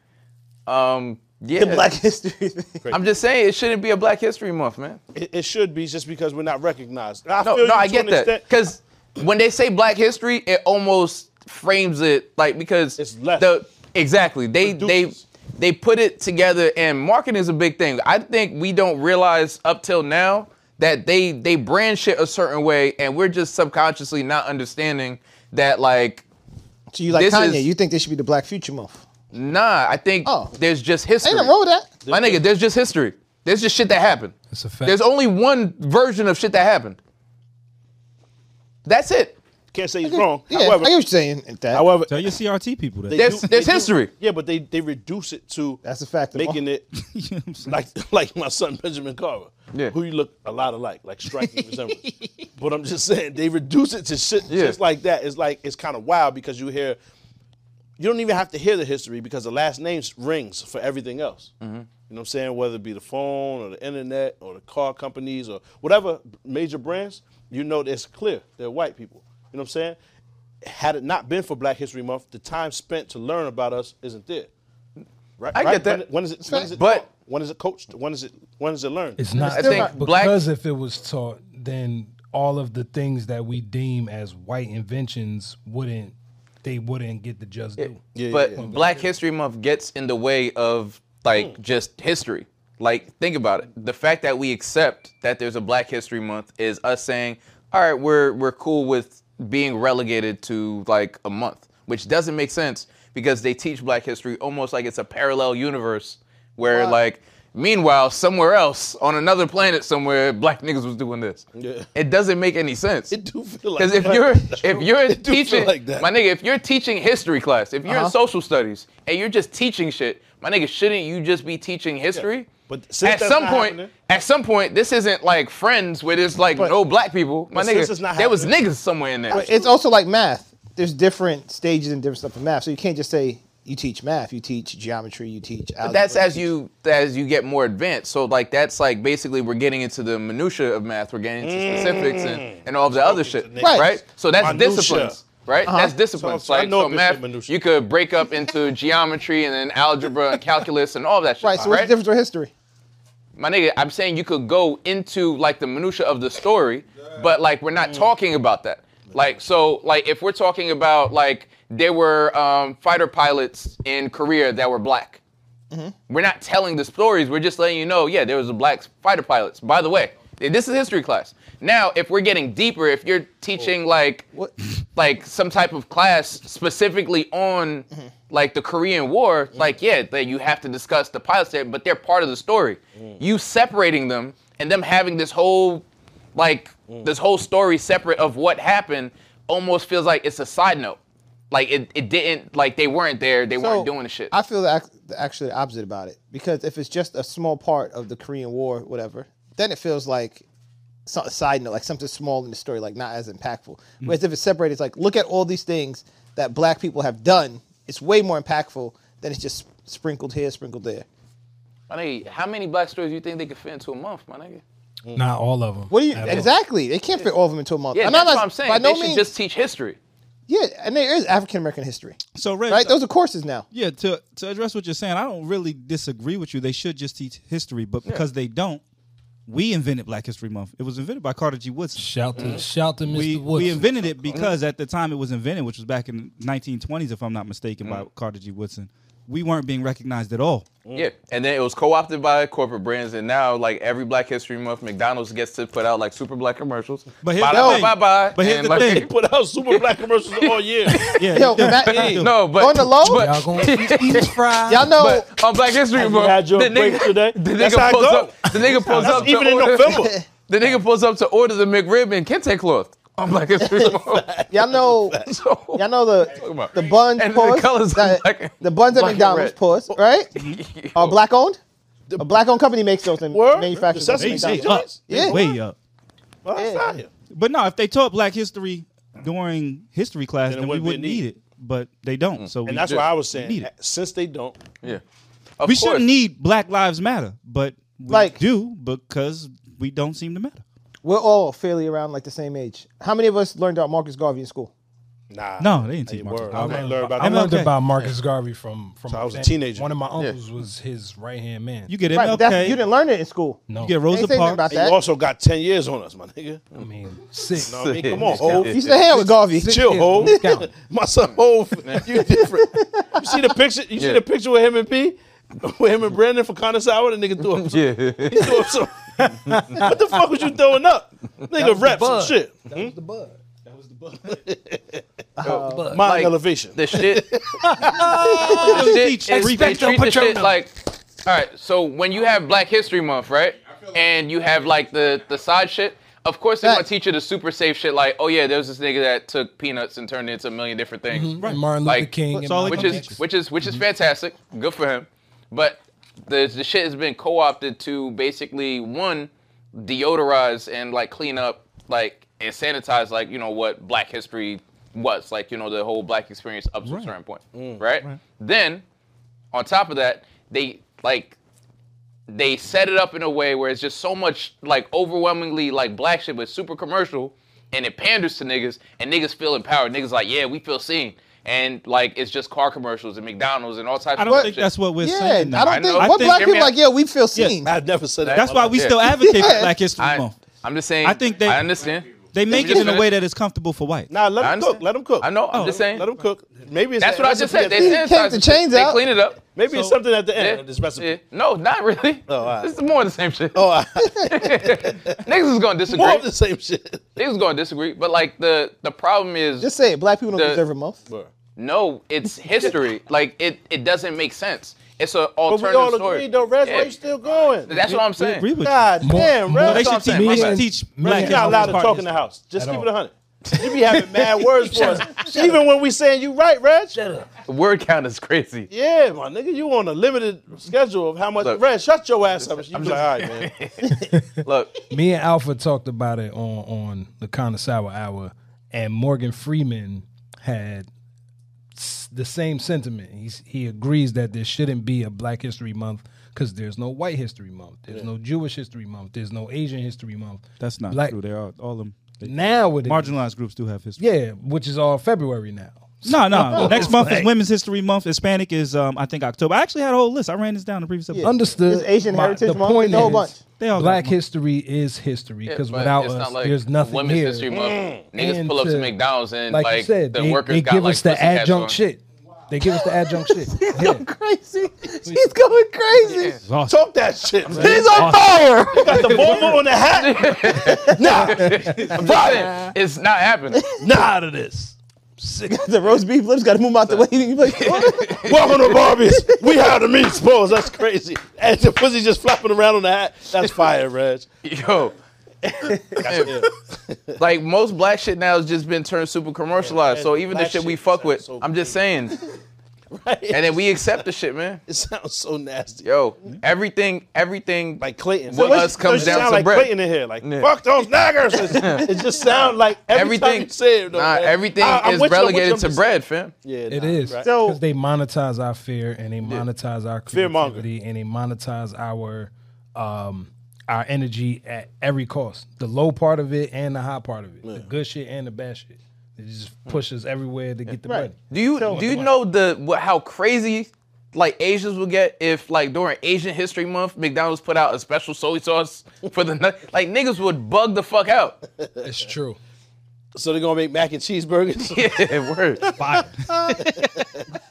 B: Um, yeah.
E: the Black History thing.
B: I'm just saying it shouldn't be a Black History Month, man.
A: It, it should be just because we're not recognized. I
B: No,
A: feel
B: no,
A: you
B: I
A: to
B: get
A: an
B: that.
A: extent.
B: Because when they say Black History, it almost frames it like because
A: It's less.
B: the exactly they they
A: Reduces.
B: they put it together and marketing is a big thing. I think we don't realize up till now that they they brand shit a certain way and we're just subconsciously not understanding that like
E: So you like
B: This
E: Kanye?
B: is-
E: you think this should be the Black Future Month?
B: nah, I think
E: Oh.
B: there's just history.
E: Ain't nothing wrong with that.
B: My nigga, there's just history. There's just shit that happened.
F: It's a fact.
B: There's only one version of shit that happened. That's it.
A: Can't say he's
B: Mm-hmm.
A: wrong.
E: Yeah,
A: however,
E: I get what you're saying. That.
A: however,
G: Tell your CRT people that.
A: they
B: There's-
A: do-
B: there's
A: they do-
B: history.
A: yeah, but they they reduce it to
E: That's a fact.
A: making it
G: You know what I'm saying?
A: like like my son Benjamin Carver,
B: Yeah.
A: who you look a lot alike, like striking resemblance. But I'm just saying they reduce it to shit
B: Yeah.
A: just like that. It's like it's kind of wild because you hear, you don't even have to hear the history because the last name rings for everything else.
B: Mm-hmm.
A: You know what I'm saying? Whether it be the phone or the internet or the car companies or whatever major brands, you know it's clear they're white people. You know what I'm saying? Had it not been for Black History Month, the time spent to learn about us isn't there. Right?
B: I get
A: right?
B: that.
A: When- when is it? When is it
B: But-
A: taught? when is it coached? When is it? When is it learned?
F: It's not.
B: I think black-
F: because if it was taught, then all of the things that we deem as white inventions wouldn't they wouldn't get the just due.
B: but Black History Month gets in the way of like just history. Like, think about it. The fact that we accept that there's a Black History Month is us saying, all right, we're we're cool with being relegated to like a month, which doesn't make sense because they teach Black history almost like it's a parallel universe where like meanwhile somewhere else on another planet somewhere black niggas was doing this.
A: Yeah.
B: It doesn't make any sense.
A: It do feel like
B: Because if
A: that.
B: you're if you're
A: It do feel
B: teaching
A: like that. Uh-huh.
B: my nigga, if you're teaching history class, if you're in social studies and you're just teaching shit, my nigga, shouldn't you just be teaching history?
A: But since
B: at
A: that's
B: some
A: not
B: point,
A: happening-
B: at some point, this isn't like friends where there's like
A: But-
B: no black people. My
A: but since
B: nigga,
A: it's not
B: there was
A: happening-
B: niggas somewhere in there.
E: But it's also like math. There's different stages and different stuff in math, so you can't just say you teach math. You teach geometry. You teach. Algebra.
B: that's as you as you get more advanced. So like that's like basically we're getting into the minutia of math. We're getting into specifics and,
E: Mm.
B: and all of the other shit, right.
E: Right.
B: So that's
A: Minutia.
B: disciplines, right?
E: Uh-huh.
B: That's disciplines.
A: So- so I
B: like
A: know
B: so
A: a bit
B: math,
A: of minutia.
B: you could break up into geometry and then algebra and calculus and all of that shit,
E: right. So what's the difference with history?
B: My nigga, I'm saying you could go into like the minutia of the story, but like we're
E: Mm.
B: not talking about that. Like so, like if we're talking about like there were um, fighter pilots in Korea that were black, we're not telling the stories. We're just letting you know, yeah, there was a black fighter pilots. By the way, this is history class. Now, if we're getting deeper, if you're teaching like like some type of class specifically on like the Korean War, like yeah, that you have to discuss the pilots there, but they're part of the story. You separating them and them having this whole like this whole story separate of what happened almost feels like it's a side note. Like it, it didn't like they weren't there, they
E: So,
B: weren't doing the shit.
E: I feel the, ac- the- actually the opposite about it because if it's just a small part of the Korean War, whatever, then it feels like so- a side note, like something small in the story, like not as impactful.
B: Hmm.
E: Whereas if it's separated, it's like look at all these things that Black people have done. It's way more impactful than it's just sprinkled here, sprinkled there.
B: My nigga, how many black stories do you think they could fit into a month, my nigga?
F: Not all of them.
E: What do you
F: At all.
E: exactly? They can't fit all of them into a month.
B: Yeah,
E: And
B: that's
E: not-
B: what I'm saying.
E: By no
B: they should
E: means,
B: just teach history.
E: yeah, and there is African American history,
G: so Red,
E: right? Those are courses now.
G: yeah. To to address what you're saying, I don't really disagree with you. They should just teach history, but because they don't, we invented Black History Month. It was invented by Carter G. Woodson.
F: Shout to shout to Mr.
G: we,
F: Woodson.
G: we invented it because at the time it was invented, which was back in 1920s, if I'm not mistaken, by
A: Mm.
G: Carter G. Woodson. We weren't being recognized at all.
B: Yeah, and then it was co-opted by corporate brands, and now like every Black History Month, McDonald's gets to put out like super black commercials.
G: But here's
B: bye,
G: the
B: bye,
G: thing.
B: Bye bye.
G: But here's
B: and,
G: the
B: like,
G: thing.
A: put out super black commercials all year.
G: Yeah,
E: Yo,
G: yeah,
E: Matt-
G: yeah, yeah.
B: No, but
E: On the low, y'all,
F: Y'all gonna eat these fries?
E: know.
B: Ah. But on Black History
A: you
B: Month,
A: had your
B: the
A: break
B: nigga,
A: today?
B: The
A: That's
B: nigga
A: how it
B: pulls
A: go.
B: up. The nigga pulls
A: That's
B: up.
A: even
B: to
A: in
B: order,
A: November.
B: The nigga pulls up to order the McRib and kente cloth on Black History Month.
E: y'all know.
B: So,
E: Y'all know the
B: about.
E: the buns
B: And the
E: pause.
B: colours are
E: that-
B: black and-
E: the buns at
B: black and
E: McDonald's
B: red.
E: pause, right? Are black owned? A black owned company makes those and
A: Word?
E: manufactures them.
A: Sesame
G: They
A: Street
G: way up.
A: joints?
G: They
E: Yeah.
G: way up.
A: Well, that's
E: Yeah.
A: fire.
G: But no, if they taught Black History during history class,
A: Then it
G: then, we
A: wouldn't be
G: wouldn't need
A: needed. Mm.
G: it. But they don't. So we,
A: And that's
G: just-
A: why I was
G: need
A: saying,
G: it.
A: since they don't,
B: yeah. Of
G: we
B: course.
G: shouldn't need Black Lives Matter, but we
E: Like-
G: do because we don't seem to matter.
E: We're all fairly around like the same age. How many of us learned about Marcus Garvey in school?
A: nah.
G: No, they didn't teach
A: Hey,
G: Marcus
A: word. I
G: Garvey.
A: learned about
F: I
A: that.
F: learned
G: MLK.
F: about Marcus Garvey from from.
A: So I was a
F: family.
A: teenager.
F: One of my uncles was his right hand man.
G: You get MLK,
E: Right, but that's, you didn't learn it in school.
F: no,
G: you get
E: They
G: Rosa
E: ain't say nothing
G: Parks.
E: about
A: And
E: that.
A: you also got 10 years on us, my nigga.
F: I mean six.
A: I mean, come on, ho.
E: You should have hang out with Garvey.
A: Chill,
F: Yeah,
A: ho.
F: let's count.
A: My son, ho, you different. You see the picture? You see
B: Yeah.
A: the picture with him and P? With him and Brandon for Connoisseur, the nigga threw up. some-
B: Yeah.
A: He threw up some. what the fuck was you throwing up? Nigga, rep some shit.
D: That was the bud. That was the bud.
A: Mind
B: Like,
A: elevation.
B: the shit. the shit is,
G: Teach,
B: they
G: respect
B: treat
G: your
B: the shit
G: patrona.
B: like. All right, so when you have Black History Month, right, and you have like the the side shit, of course they're gonna
E: Facts.
B: teach you the super safe shit. Like, oh yeah, there was this nigga that took peanuts and turned it into a million different things,
G: Mm-hmm.
F: Martin Luther
B: Like,
F: King.
G: it's
F: And
G: all
F: all
G: like-
B: which is which is which is fantastic. Good for him, but the the shit has been co opted to basically one deodorize and like clean up like and sanitize like you know what Black History was like you know the whole Black experience up to a certain point, right? Then on top of that, they like they set it up in a way where it's just so much like overwhelmingly like black shit, but it's super commercial, and it panders to niggas, and niggas feel empowered. Niggas like, yeah, we feel seen, and like it's just car commercials and McDonald's and all types.
G: I
B: of
G: don't
B: other
G: think
B: shit.
G: that's what we're
E: Yeah, I
G: saying. now.
E: don't think
B: know. I
E: what
G: think-
E: black
B: hear
E: people
B: me out.
E: like. Yeah, we feel seen.
A: I've never said that. in
G: That's
A: my
G: why we
A: life.
G: still advocate for
E: Yeah.
G: Black History
B: I,
G: Month.
B: I'm just saying.
G: I think they-
B: I understand.
G: They
B: Let
G: make
B: me
G: it
B: just
G: in a
B: finish.
G: way that is comfortable for white.
A: Nah, let
B: I
A: them cook.
B: understand.
A: Let them cook.
B: I know.
G: Oh,
B: I'm just saying.
A: Let them cook. Maybe it's
B: That's
A: that
B: what I just
A: recipe
B: said. They
A: at the end.
E: He kicked
B: sanitize the
E: the
B: shit.
E: chains
B: They
E: out.
B: clean it up.
A: Maybe it's something at the end
B: Yeah,
A: of this recipe.
B: yeah. No, not really. Oh,
A: alright.
B: This is more of the same shit.
A: Oh, I-
B: Niggas is gonna disagree.
A: more of the same shit.
B: Niggas gonna disagree. But like the the problem is
E: Just say it. Black people don't
B: The-
E: deserve a month.
B: No, it's history. like it, it doesn't make sense. It's an
A: But
B: alternative
A: we all
B: story.
A: agreed though. Rez, why
B: Yeah.
A: you still going?
B: That's what I'm
G: We
B: saying.
G: agree with you.
A: God damn,
F: more-
A: Rez.
G: They
A: That's
G: should
A: what
G: teach.
A: I'm
G: They
F: Me
A: saying.
G: should
F: and-
G: teach
F: me
G: black
F: and
A: You're not allowed to
G: partners.
A: talk in the house. Just
F: At
A: keep it
F: all.
A: 100. You be having mad words for us. Even when we saying you right, Reg.
B: Word count is crazy.
A: Yeah, my nigga, you on a limited schedule of how much.
B: Look.
A: Reg, shut your ass up. You be like, all right, man.
B: Look,
F: Me and Alpha talked about it on on the Connoisseur Hour, and Morgan Freeman had s- the same sentiment. He's, he agrees that there shouldn't be a Black History Month because there's no White History Month, there's no Jewish History Month, there's no Asian History Month.
G: That's not
F: Black-
G: true. They are all them. they-
F: Now with it,
G: marginalized groups do have history.
F: yeah, which is all February now.
G: No, no. Next month is Women's History Month. Hispanic is, um, I think, October. I actually had a whole list. I ran this down in the previous episode.
F: Understood.
E: It's Asian
F: My-
E: Heritage
F: the
E: Month,
F: point
E: it's a whole
F: is,
E: bunch.
G: They all got
F: Black
G: money.
F: history is history because
B: but
F: without
B: it's
F: us,
B: not like
F: there's nothing
B: Women's
F: here.
B: History Month. Niggas
F: And
B: pull up to
F: to-
B: McDonald's and
F: like,
B: like,
F: you said,
B: the
F: they,
B: workers
F: they
B: got
F: give
B: like
F: us the
B: pussy hats
F: adjunct
B: on.
F: shit. They give us the adjunct shit. Yeah.
E: Crazy. She's going crazy.
A: Talk that shit, man.
E: He's on fire.
A: Got the Volvo on the hat.
B: I'm just saying, it's not happening.
A: Nah, out of this.
E: the roast beef lips got to move out the way. You like,
A: Welcome to Barbie's. We have the meat balls. That's crazy. And the pussy just flopping around on the hat. That's fire, Reg.
B: Yo. like most black shit now has just been turned super commercialized. so even the
A: black
B: shit we
A: shit
B: fuck
A: sounds
B: with,
A: so
B: I'm just saying. And then we accept the shit, man.
A: It sounds so nasty.
B: Yo, everything, everything
A: Like Clayton.
B: What
A: It
B: us comes
A: sound
B: down to
A: like
B: bread.
A: Clayton in here. Like, fuck those naggers. It's- It just sounds like every time
B: everything
A: you say it, though,
B: nah,
A: man.
B: everything
A: I- I'm
B: is
A: with you, I'm with you,
B: relegated
A: I'm
B: to
A: just-
B: bread, fam.
A: Yeah,
F: It
A: nah,
F: is
A: right.
F: because
E: So-
F: they monetize our fear and they monetize our
A: Fear-monger.
F: creativity and they monetize our um, our energy at every cost. The low part of it and the high part of it. The good shit and the bad shit. It just pushes everywhere to get the money.
B: Do you do you know the what, how crazy like Asians will get if like during Asian History Month McDonald's put out a special soy sauce for the nut- like niggas would bug the fuck out.
F: It's true.
A: So they're going to make mac and cheeseburgers.
B: yeah, word.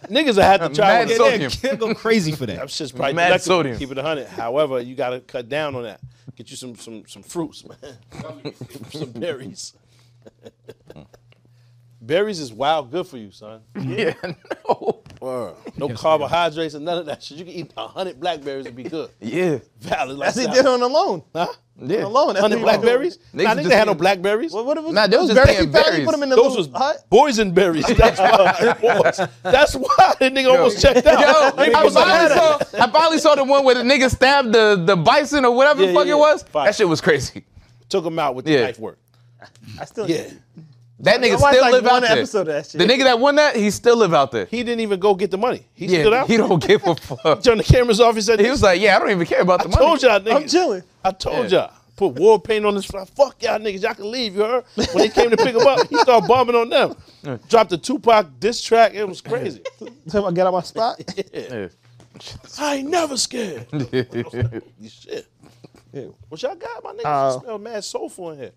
A: Niggas will have to try
B: Mad
A: to get in.
B: sodium.
G: They'll go crazy for that.
A: That shit's probably
B: Mad
A: delectable.
B: sodium.
A: Keep it 100. However, you got to cut down on that. Get you some some some fruits, man. some berries. berries is wild good for you, son.
B: Yeah, no.
A: No carbohydrates and none of that shit. You can eat 100 blackberries and be good.
B: Yeah.
A: Valid. That's
E: he did on alone.
A: Huh?
B: Yeah.
E: Alone. That's what
A: 100
E: he was
A: blackberries? Nah,
B: Niggas
A: I think
B: just
A: they had no
B: eat-
A: blackberries.
E: doing. What, what was
B: Nah, they was
E: those
B: just
E: berries
B: being
E: he found? He
B: berries.
E: put them in the
A: Those was
E: little hut.
A: boysenberries. That's why. Boys. That's why the nigga almost checked
B: Yo,
A: out. They
B: I
A: was like,
B: finally, saw, I finally saw the one where the nigga stabbed the, the bison or whatever
A: Yeah,
B: the fuck
A: yeah,
B: it
A: yeah.
B: was.
A: Fire.
B: That shit was crazy.
A: took him out with the
B: Yeah.
A: knife work.
E: I still
A: Yeah.
B: That nigga
E: I watched
B: still
E: like
B: live out
E: one
B: there.
E: episode of that shit.
B: The nigga that won that, he still live out there.
A: He didn't even go get the money. He stood
B: yeah,
A: out.
B: he don't give a fuck.
A: turned the cameras off. He said,
B: He was like, yeah, I don't even care about the
A: I
B: money.
A: told y'all niggas.
E: I'm chilling.
A: I told y'all. Put war paint on this fly. Fuck y'all niggas. Y'all can leave, you heard? When they came to pick him up, he started bombing on them. Dropped the Tupac diss track. It was crazy.
E: So I got out my spot.
A: I ain't never scared. Shit.
E: Ew.
A: What y'all got? My niggas
E: Uh,
A: smell mad soulful in here.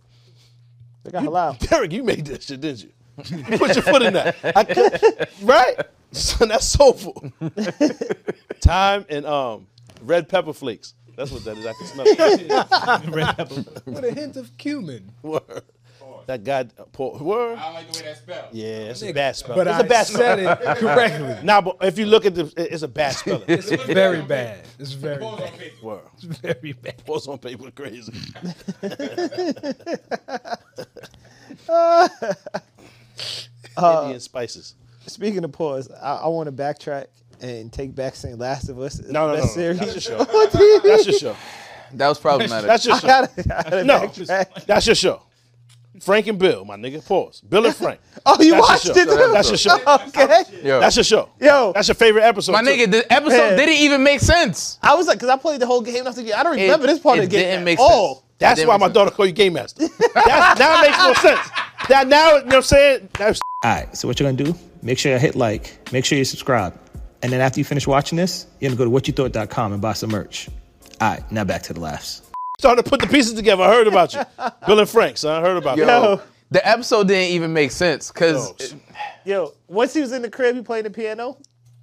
E: They got halal.
A: Derek, you made that shit, didn't you? You Put your foot in that. I could, right? Son, that's soulful. Thyme and um, red pepper flakes. That's what that is. I can smell it.
F: With a hint of cumin.
A: Word. That guy, Paul, word.
B: I like the way that spelled.
A: Yeah, it's a bad spell.
F: But
A: it's
F: I
A: a bad spell.
F: said it correctly.
A: Nah, but if you look at the, it- it's a bad spelling.
F: It's very bad. It's very bad.
A: Word.
F: It's very bad.
A: What's on paper crazy?
E: Uh,
A: Indian spices.
E: Speaking of pause, I, I want to backtrack and take back saying Last of Us. Is
A: No,
E: the
A: no, no,
E: best
A: no.
E: series.
A: That's your show. That's your show.
B: That was problematic.
A: That's your
E: I
A: show.
E: gotta, gotta
A: No.
E: backtrack.
A: That's your show. Frank and Bill, my nigga. Pause. Bill and Frank.
E: Oh,
A: That's
E: you
A: your
E: watched
A: show.
E: it? Too?
A: That's your show.
E: okay.
B: Yo,
A: That's your show.
E: Yo.
A: that's your favorite episode.
B: my
A: too.
B: nigga. The episode
E: Man.
B: didn't even make sense.
E: I was like, because I played the whole game. And I was like, I don't
B: It-
E: remember this part
B: it
E: of the game.
B: didn't
E: at
B: make
E: all.
B: sense.
A: That's
B: It
A: why
B: didn't
A: my
B: make
A: daughter call you Game Master. That's, now it makes more sense. That now, you know what I'm saying? That's
H: All right, so what you're gonna do, make sure you hit like, make sure you subscribe. And then after you finish watching this, you're gonna go to whatyoutthought.com and buy some merch. All right, now back to the laughs.
A: starting to put the pieces together. I heard about you. Bill and Frank, son. I heard about
B: Yo,
A: you.
B: the episode didn't even make sense because
A: Yo,
E: Yo, once he was in the crib, he played the piano.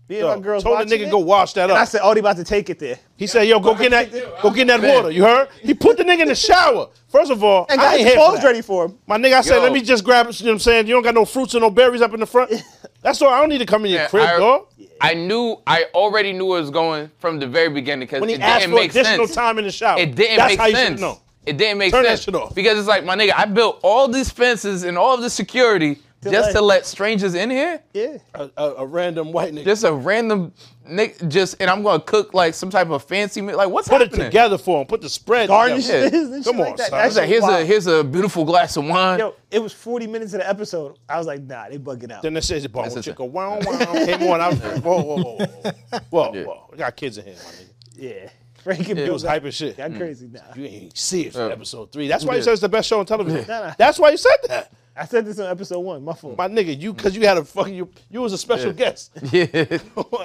E: Me and
A: Yo,
E: my girls
A: told the
E: watching
A: nigga
E: it,
A: go wash that
E: And
A: up.
E: I said, oh, they about to take it there.
A: He said, "Yo, go get that, go get that
B: Man.
A: water." You heard? He put the nigga in the shower. First of all,
E: And
A: I
E: got
A: ain't
E: his
A: here for
E: clothes
A: that.
E: ready for him.
A: My nigga, I said,
B: Yo.
A: "Let me just grab." it," You know what I'm saying? You don't got no fruits and no berries up in the front. That's all. I don't need to come in your
B: Yeah,
A: crib,
B: I-
A: dog.
B: I knew I already knew it was going from the very beginning because
A: When he
B: it
A: asked
B: didn't
A: for
B: make
A: additional
B: sense.
A: time in the shower,
B: It didn't
A: That's
B: make
A: how you should
B: sense.
A: know.
B: It didn't make
A: Turn that
B: sense
A: shit off.
B: because it's like my nigga, I built all these fences and all of this security just
E: let-
B: to let strangers in here.
E: Yeah.
A: A, a, a random white nigga
B: Just a random nigga, just and I'm gonna cook like some type of fancy meal. Like what's
A: put it
B: happening?
A: together for him. Put the spread.
E: Garnish
A: together.
E: this and
A: Come
E: shit
A: on,
E: like that.
A: son.
E: That
B: It's like
E: shit
B: here's a
E: wild.
B: here's a beautiful glass of wine.
E: Yo, it was 40 minutes of the episode. I was like, nah, they bugging out.
A: Then it says, "Bone
B: That's it.
A: chicka, wow, wow." Came on, I was like, "Whoa, whoa, whoa, whoa, whoa, whoa!" We got kids in here, my nigga.
E: yeah. Frank and
A: It
E: Bill
A: was Mm. hype as shit.
E: That crazy. Nah.
A: You ain't see it from
B: Yeah.
A: episode three. That's why you
B: Yeah.
A: said it's the best show on television.
E: nah.
A: That's why you said that.
E: I said this on episode one. My fault.
A: My nigga, you because you had a fucking you, you was a special guest.
B: Yeah.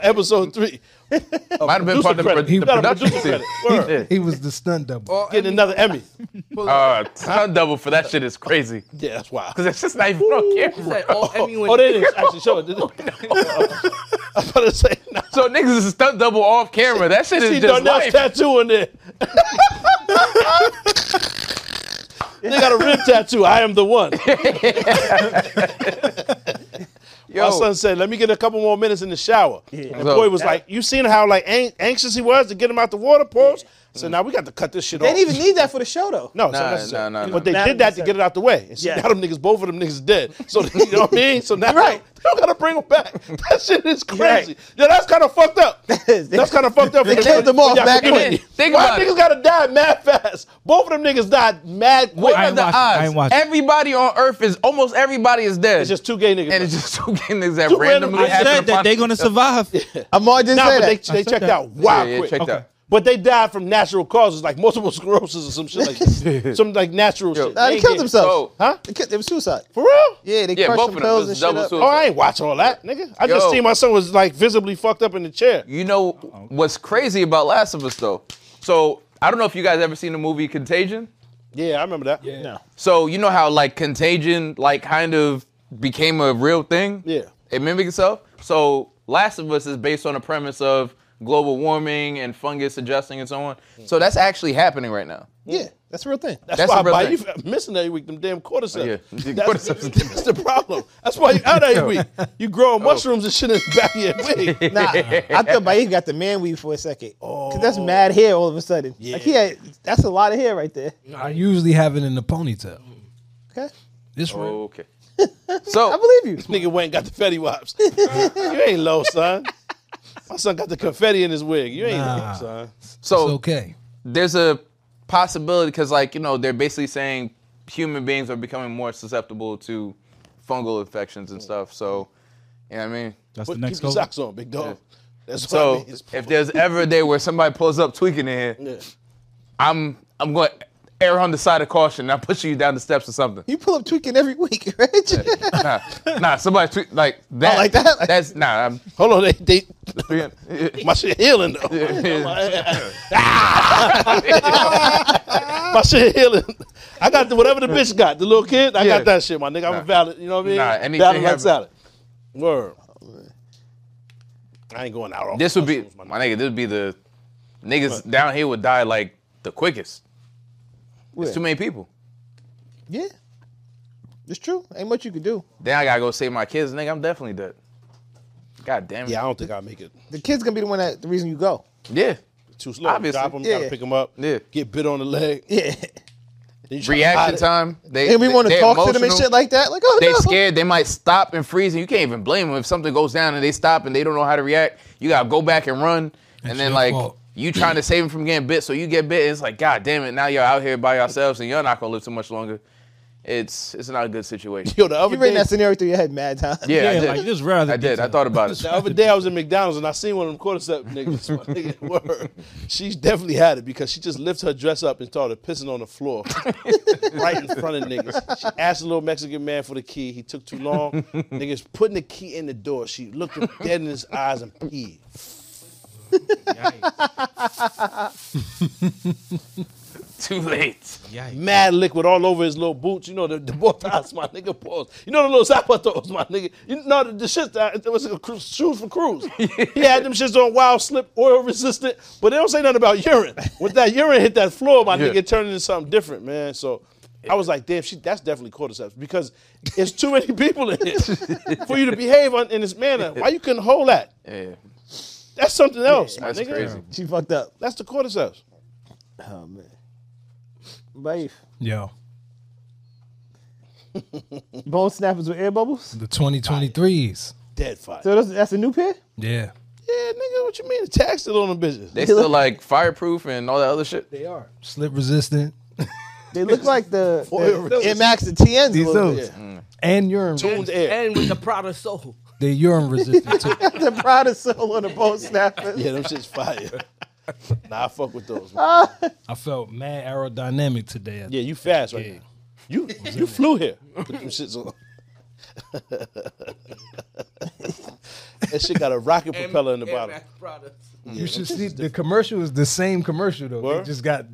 A: Episode three.
B: Might have been
A: uh, Producer
B: part of the,
A: credit.
B: pro-
A: You
B: the
A: got a
B: production
A: producer
B: team.
A: credit. Word.
F: He was the stunt double.
A: Getting another Emmy.
B: Uh, time double for that shit is crazy.
A: Yeah, that's why.
B: Cause it's just not even on camera.
A: Oh, they didn't actually show it. did they? I was about to say, nah.
B: So niggas is a stunt double off camera. That shit
A: see
B: is just
A: Darnell's
B: life.
A: tattoo in there. they got a rib tattoo. I am the one.
B: Yo,
A: My son said, "Let me get a couple more minutes in the shower." And the
B: So-
A: boy was like, "You seen how like an- anxious he was to get him out the water pause?" So now we got to cut this shit
E: They
A: off.
E: didn't even need that for the show, though.
A: no, it's
B: Nah,
A: unnecessary.
B: nah, nah, nah.
A: But they
E: Nah,
A: did that to get it out the way. And see,
E: Yeah.
A: now them niggas, both of them niggas dead. So you know what I mean? So now
E: Right.
A: they don't gotta bring them back. That shit is
E: Right.
A: crazy. Yeah, that's kind of fucked up.
E: is.
A: That's kind of fucked up.
E: They killed them off
A: Yeah,
E: back
A: forgive
E: when-
A: me.
B: Think
A: Why
B: about
A: niggas
B: it.
A: gotta die mad fast? Both of them niggas died mad quick.
B: what
G: I
B: are
G: ain't
B: the
G: watching. I ain't
B: odds?
G: watching.
B: Everybody on Earth is almost everybody is dead.
A: It's just two gay niggas.
B: and it's just two game niggas that
A: Two random-
B: randomly
A: I
G: I
B: happen
G: said
B: to
G: that
B: find-
G: they're gonna survive.
E: Amar didn't
A: nah,
E: say
A: but
E: that.
A: they, they
G: said
A: checked
G: that.
A: out wow
B: Yeah, yeah,
A: quick.
B: checked out.
A: But they died from natural causes, like multiple sclerosis or some shit like that. some like natural shit.
E: Nah, they
A: ain't
E: killed
A: get-
E: themselves.
A: Huh?
E: They killed, it was suicide.
A: For real?
E: Yeah, they
B: Yeah,
E: crushed
B: both
E: them
B: of them.
E: pills
B: It
E: and
B: was
E: shit
B: double
E: up.
A: Oh, I ain't watch all that, nigga. I just
B: Yo.
A: seen my son was like visibly fucked up in the chair.
B: You know what's crazy about Last of Us though? So I don't know if you guys ever seen the movie Contagion.
A: Yeah, I remember that. Yeah.
E: No.
B: So you know how like Contagion like kind of became a real thing?
A: Yeah.
B: It mimics itself. So Last of Us is based on the premise of global warming and fungus adjusting and so on. So that's actually happening right now.
E: Yeah, that's a real thing.
A: That's,
B: That's
A: why
B: the
A: I
B: real
A: buy
B: thing. Oh,
A: you missing every week them damn cordyceps.
B: yeah. The
A: That's,
B: cordyceps.
A: that's the problem. That's why you out every week. You
B: Oh.
A: growing mushrooms and shit in the back of your wig.
E: Nah, I thought Baye got the man weave for a second.
A: Oh.
E: Cause that's mad hair all of a sudden. Like he had, that's a lot of hair right there.
F: I usually have it in the ponytail.
E: Okay,
F: This
A: Oh.
F: one.
B: Okay. So
E: I believe you.
A: Nigga went and got the Fetty Wops. you ain't low, son. My son got the confetti in his wig. You ain't
F: Nah.
A: low, son.
B: so
F: It's okay.
B: there's a possibility because like you know they're basically saying human beings are becoming more susceptible to fungal infections and stuff. So you know what I mean.
G: That's
A: Put,
G: the
A: keep
G: next
A: your
G: goal.
A: socks on, big dog. That's what I
B: So
A: mean. It's-
B: if there's ever a day where somebody pulls up tweaking in here,
A: Yeah.
B: I'm I'm going to err on the side of caution. I'm pushing you down the steps or something.
E: You pull up tweaking every week, right?
B: nah, nah, somebody tweak like that.
E: like that? Like-
B: that's nah. I'm
A: Hold on, they, they
B: yeah,
A: my shit healing though. My shit healing. I got the, whatever the bitch got. The little kid, I
B: Yeah.
A: got that shit, my nigga. I'm
B: Nah.
A: valid. You know what I mean?
B: Nah, anything
A: valid like
B: happen-
A: salad. Word. I ain't going out. off
B: This would be
A: hustles,
B: my nigga. This would be the niggas down here would die like the quickest. It's
E: Yeah.
B: too many people.
E: Yeah. It's true. Ain't much you could do.
B: Then I gotta go save my kids. Nigga, I'm definitely dead. God damn it.
A: Yeah, I don't think I make it.
E: The kid's gonna be the one that the reason you go.
B: Yeah.
A: Too slow.
B: Obviously.
A: Drop him.
E: Yeah.
A: Gotta pick him up.
B: Yeah.
A: Get bit on the leg.
E: Yeah.
A: then you try to hide
B: Reaction
A: it.
B: time. They
E: And we want to
B: they're
E: talk to them and
B: emotional.
E: shit like that. Like, oh
B: They
E: no.
B: scared. They might stop and freeze, and you can't even blame them if something goes down and they stop and they don't know how to react. You gotta go back and run, and then
F: your
B: like
F: fault.
B: you trying to save them from getting bit, so you get bit. And it's like God damn it! Now you're out here by yourselves, and you're not gonna live too much longer. It's it's not a good situation.
A: Yo, the other
E: You ran
A: day,
E: that scenario through your head mad time.
B: Yeah, I
G: Yeah,
B: did.
G: like, this rather
B: I did. I thought about it.
A: the other day I was in McDonald's and I seen one of them quarterceps niggas. My nigga, word. She's definitely had it because she just lifted her dress up and started pissing on the floor right in front of niggas. She asked the little Mexican man for the key. He took too long. niggas putting the key in the door. She looked him dead in his eyes and peed.
B: Too late.
A: Mad liquid all over his little boots. You know the, the botas, my nigga. Paws. You know the little zapatos, my nigga. You know the, the shit that it was a cru- shoes for crews. he had them shits on wild slip, oil resistant, but they don't say nothing about urine. When that urine hit that floor, my
B: Yeah.
A: nigga, it turned into something different, man. So. I was like, damn, she, that's definitely cordyceps because it's too many people in here for you to behave on, in this manner. Why you couldn't hold that?
B: Yeah,
A: That's something else, my
B: that's
A: nigga.
B: crazy.
E: She fucked up.
A: That's the cordyceps.
E: Oh man. Babe.
F: Yo,
E: Bone snappers with air bubbles.
F: the 2023s.
A: Dead fire.
E: So that's, that's a new pair?
F: Yeah.
A: Yeah, nigga, what you mean? Tax it on them bitches.
B: They still like fireproof and all that other shit.
F: They are. Slip resistant.
E: They look like the,
A: Foil
E: the
A: resist-
E: Air Max and TNs. a
F: These
E: little
F: those.
E: bit.
A: Mm.
F: And urine.
A: Tuned air.
I: And with the Prada soul.
F: They're urine resistant too.
E: the Prada sole on the bone snappers.
A: Yeah, them shit's fire. nah, I fuck with those.
F: I felt mad aerodynamic today.
A: Yeah, you fast right now. You you flew here. Put them shits on. that shit got a rocket propeller in the bottom.
F: You should see the commercial is the same commercial though.
A: Word?
F: They just got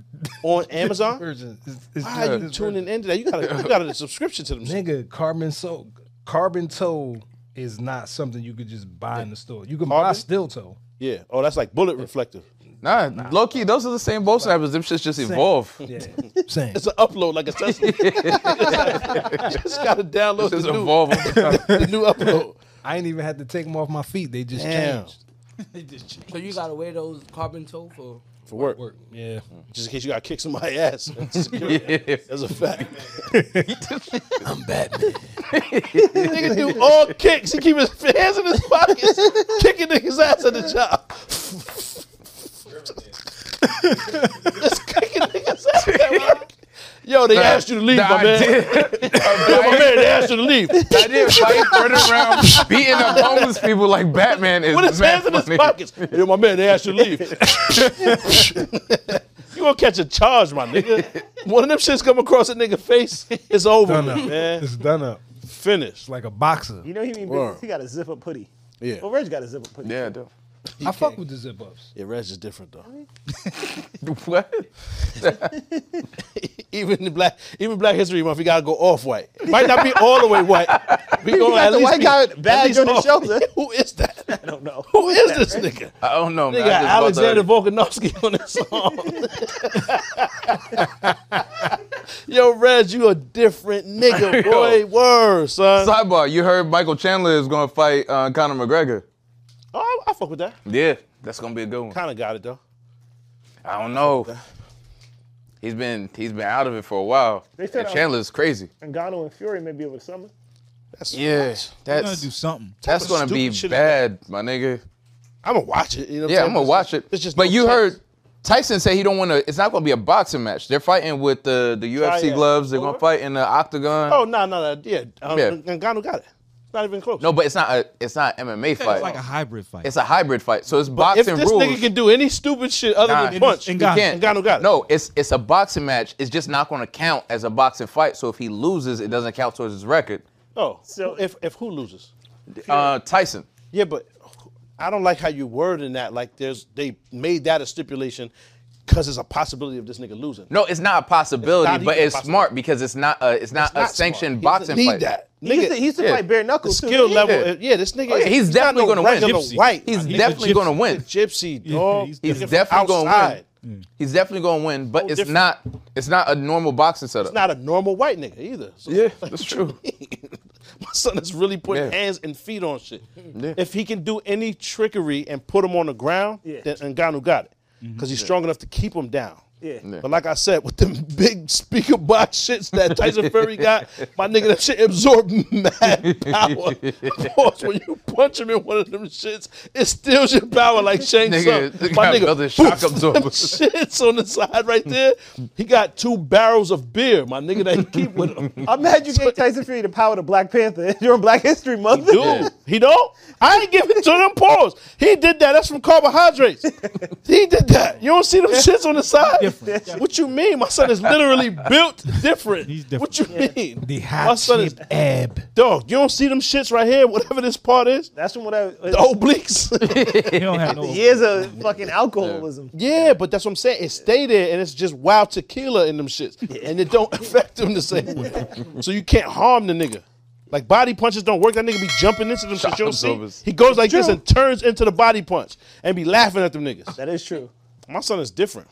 A: On Amazon?
F: version. It's, it's
A: Why are you
F: it's-
A: tuning into that? You got a, you got a subscription to them. shit.
F: Nigga, carbon so carbon toe is not something you could just buy in the store. You can buy
A: Carbon?
F: steel toe.
A: Yeah. Oh, that's like bullet reflective.
B: Nah, low key, those are the same boat snappers. Them shits just evolve.
F: Yeah. Same.
A: It's an upload like a Tesla. just gotta download
B: Just
A: the new,
B: evolve over time.
A: the new upload.
F: I ain't even had to take them off my feet. They just
A: Damn.
F: changed.
I: So you gotta wear those carbon toe for.
A: For work.
F: Yeah.
A: Just in case you gotta kick somebody's ass. That's a fact.
F: I'm Batman.
A: Nigga do all kicks. He keep his hands in his pockets, kicking niggas ass at the job. Just kicking niggas ass at work. Yo, they asked you to leave,
B: The
A: my man.
B: idea-
A: Yo, my man, they asked you to leave.
B: I did fight running around beating up homeless people like Batman is
A: With his
B: mad
A: hands in his
B: funny.
A: pockets. Yo, my man, they asked you to leave. you gonna catch a charge, my nigga. One of them shits come across a nigga face, it's over,
F: Done up.
A: man.
F: It's done up.
A: Finished.
F: Like a boxer.
E: You know he mean
A: Word.
E: business. He got a zip up putty.
A: Yeah.
E: Well, Reg got a zip up putty.
B: Yeah, I do.
F: I fuck with the zip ups.
A: Yeah, Reg is different though.
B: What?
A: even the black, even Black History Month, we gotta go off white. Might not be all the way white. We
E: You
A: gonna
E: got
A: at
E: the
A: least
E: white
A: be,
E: guy
A: at
E: badge
A: least
E: on his
A: off.
E: shoulder.
A: Who is that?
E: I don't know.
A: Who is this nigga?
B: I don't know,
A: They
B: man. I
A: got
B: just bought
A: Alexander
B: the-
A: Volkanovsky on this song. Yo, Reg, you a different nigga,
B: Yo.
A: boy. Word, son.
B: Sidebar, you heard Michael Chandler is going to fight uh, Conor McGregor.
A: Oh, I, I fuck with that.
B: Yeah, that's going to be a good one.
A: Kind of got it though.
B: I don't know. He's been he's been out of it for a while.
E: They said
B: And
E: I-
B: Chandler's crazy.
E: Ngannou and Fury maybe over the summer.
A: That's
B: Yeah,
G: We're gonna do
B: that's
G: something.
B: that's going to be
A: Stupid shit is
B: bad, my nigga.
A: I'm gonna watch it. You know what
B: Yeah,
A: saying?
B: I'm gonna
A: It's
B: watch it.
A: just- It's just
B: but
A: no
B: you
A: text.
B: heard Tyson say he don't want to. It's not gonna be a boxing match. They're fighting with the the UFC
A: yeah.
B: gloves. They're gonna
A: Over?
B: fight in the octagon.
A: Oh no, no, no. Yeah, um,
B: Yeah.
A: Ngannou got it. Not even close.
B: No, but it's not a it's not MMA fight.
G: It's like a hybrid fight.
B: It's a hybrid fight. So it's
A: if
B: boxing
A: this
B: rules.
A: nigga can do any stupid shit other
B: Nah.
A: than punch,
G: And
B: You
G: Ngannou.
B: can't.
A: Ngannou got it.
B: No, it's it's a boxing match. It's just not going to count as a boxing fight. So if he loses, it doesn't count towards his record.
A: Oh,
E: So-
A: so if if who loses?
B: Uh, Tyson.
A: Yeah, but I don't like how you word in that. Like there's they made that a stipulation because there's a possibility of this nigga losing.
B: No, it's not a possibility,
A: It's not
B: but
A: even
B: it's
A: possible.
B: smart because it's not a it's not
A: It's not
B: a sanctioned
A: smart. He doesn't
B: boxing
A: need
B: fight.
A: that.
E: He used to, he used to
B: yeah.
E: fight bare knuckles. too.
A: skill
E: Yeah.
A: level. Yeah. this nigga.
B: Oh, yeah,
A: is-
B: he's
A: not
B: definitely
A: no
B: gonna win.
A: regular
G: Gypsy.
A: White.
B: He's
A: He's
B: definitely
G: gypsy.
B: going to win.
A: gypsy
G: Yeah,
A: dog.
G: he's
B: He's
A: from
B: definitely going to
A: outside.
B: win. He's definitely going to win, but it's
A: Oh, different.
B: not it's not a normal boxing setup.
A: It's not a normal white nigga either. So
B: yeah, that's true.
A: my son is really putting
B: Yeah.
A: hands and feet on shit. If he can do any trickery and put him on the ground, then Ngannou got it.
B: Mm-hmm.
A: Because he's strong enough to keep him down. Yeah. But like I said, with them big speaker box shits that Tyson Fury got, my nigga, that shit absorbed mad power. Of course, when you punch him in one of them shits, it steals your power like Shane Sub.
B: Nigga, they got another shock
A: boom,
B: absorber.
A: them shits on the side right there. He got two barrels of beer, my nigga, that he keep with him.
E: I'm mad you gave Tyson Fury the power to Black Panther during Black History Month.
A: Dude, he don't. I ain't giving it to them pause. He did that. That's from carbohydrates. he did that. You don't see them shits on the side. What you mean? My son is literally built different.
G: He's different.
A: What you mean?
F: The
A: My
F: hot
A: son is
F: chip ab.
A: dog. You don't see them shits right here. Whatever this part is,
E: That's from what I.
A: the obliques.
G: He don't have no.
E: Years of fucking alcoholism.
A: yeah, but that's what I'm saying. It stay there, and it's just wild tequila in them shits, and it don't affect them the same way. so you can't harm the nigga. Like body punches don't work. That nigga be jumping into them shit. You don't
B: absorbers.
A: see. He goes like this and turns into the body punch and be laughing at them niggas.
E: That is true.
A: My son is different.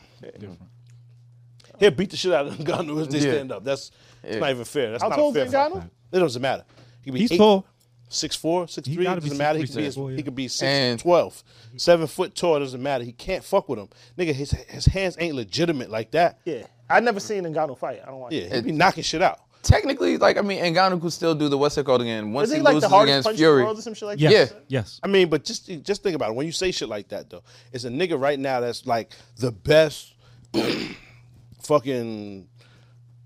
A: He'll beat the shit out of Ngannou if they
B: Yeah.
A: stand up. That's, that's not even fair. That's
E: How
A: not
E: tall
A: a fair
E: is
A: fight.
E: Ngannou?
A: It doesn't matter. He could be
G: He's
A: eight,
G: tall.
A: six four, six three.
G: gotta
A: Doesn't
G: be
A: matter. He
G: 6'3",
A: could be as,
G: 6'4",, yeah.
A: he could be six
B: And-
A: twelve, seven foot tall. Doesn't matter. He can't fuck with him, nigga. His his hands ain't legitimate like that.
E: Yeah. I never seen Ngannou fight. I don't watch.
A: Yeah,
E: it.
A: he be knocking shit out.
B: Technically, like I mean, Ngannou could still do the what's it called again? Once
E: Is he
B: he
E: like the
B: loses
E: hardest
B: against
E: puncher in the
B: Fury,
E: world or some shit like
B: Yeah.
E: that?
G: Yes. Yes.
A: I mean, but just just think about it. When you say shit like that, though, it's a nigga right now that's like the best fucking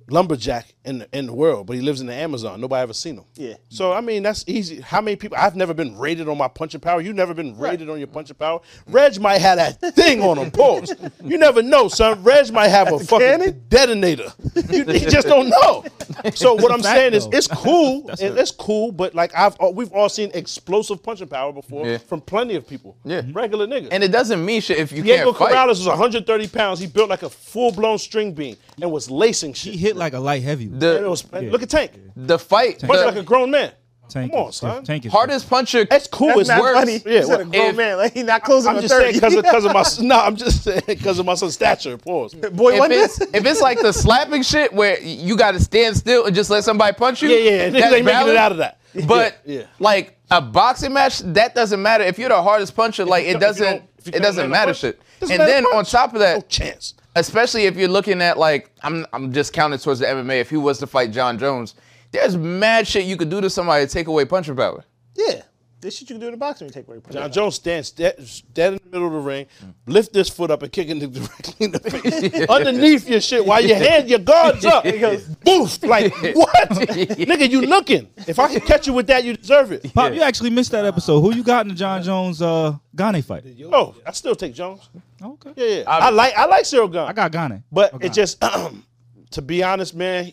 A: lumberjack in the, in the world, but he lives in the Amazon. Nobody ever seen him.
E: Yeah.
A: So I mean, that's easy. How many people? I've never been rated on my punching power. You've never been rated on your punching power. Reg might have that thing on him. Pause. You never know, son. Reg might have a fucking
E: cannon?
A: detonator. You, you just don't know. So what I'm
G: fact,
A: saying is,
G: though.
A: it's cool. It- it's cool, but like I've all- we've all seen explosive punching power before
B: Yeah.
A: from plenty of people.
B: Yeah.
A: Mm-hmm. Regular niggas.
B: and it doesn't mean shit if you
A: Diego
B: can't fight.
A: Corrales was 130 pounds. He built like a full blown string bean and was lacing shit.
G: He hit like a light heavyweight.
A: And it
B: The
A: was- Look at Tank.
B: the fight,
A: Punch
B: the
A: like a grown man.
G: Tank
A: Come on,
G: is
A: son.
G: different. Tank is
B: hardest puncher.
A: That's cool.
E: That's
A: it's
E: not
A: worse.
E: funny.
A: Yeah,
E: He's a
A: well,
E: grown
B: if-
E: man. Like he not closing
A: I'm
E: on
A: just saying
E: thirty.
A: because of, 'cause of my no. I'm just saying because of my son's stature. Pause.
E: Boy,
B: If
E: what
B: it's,
E: this?
B: if it's like the slapping shit where you got to stand still and just let somebody punch you,
A: Yeah, yeah. Niggas
B: that's
A: ain't making
B: valid.
A: it out of that.
B: But
A: Yeah, yeah.
B: like a boxing match, that doesn't matter. If you're the hardest puncher, like
A: If
B: it
A: you don't-
B: doesn't
A: if you
B: it
A: can't
B: doesn't
A: land a
B: matter
A: punch,
B: shit.
A: doesn't
B: And
A: matter
B: then
A: punch. Oh.
B: on top of that,
A: no chance.
B: especially if you're looking at like I'm I'm just counting towards the MMA. If he was to fight John Jones, there's mad shit you could do to somebody to take away punching power.
E: Yeah. This shit you can do in the boxing. You take away.
A: John Jones stands dead, dead in the middle of the ring, lift this foot up and kick it directly in the face. Underneath your shit while your hand, your guard's up. He goes, boof. Like, what? Nigga, you looking. If I can catch you with that, you deserve it.
G: Pop, you actually missed that episode. Who you got in the John Jones uh Ghana fight?
A: Oh, I still take Jones.
G: Okay.
A: Yeah, yeah. I like I Oh, like Cyril Gunn.
G: I got Ghana.
A: But
G: Okay.
A: it just, to be honest, man,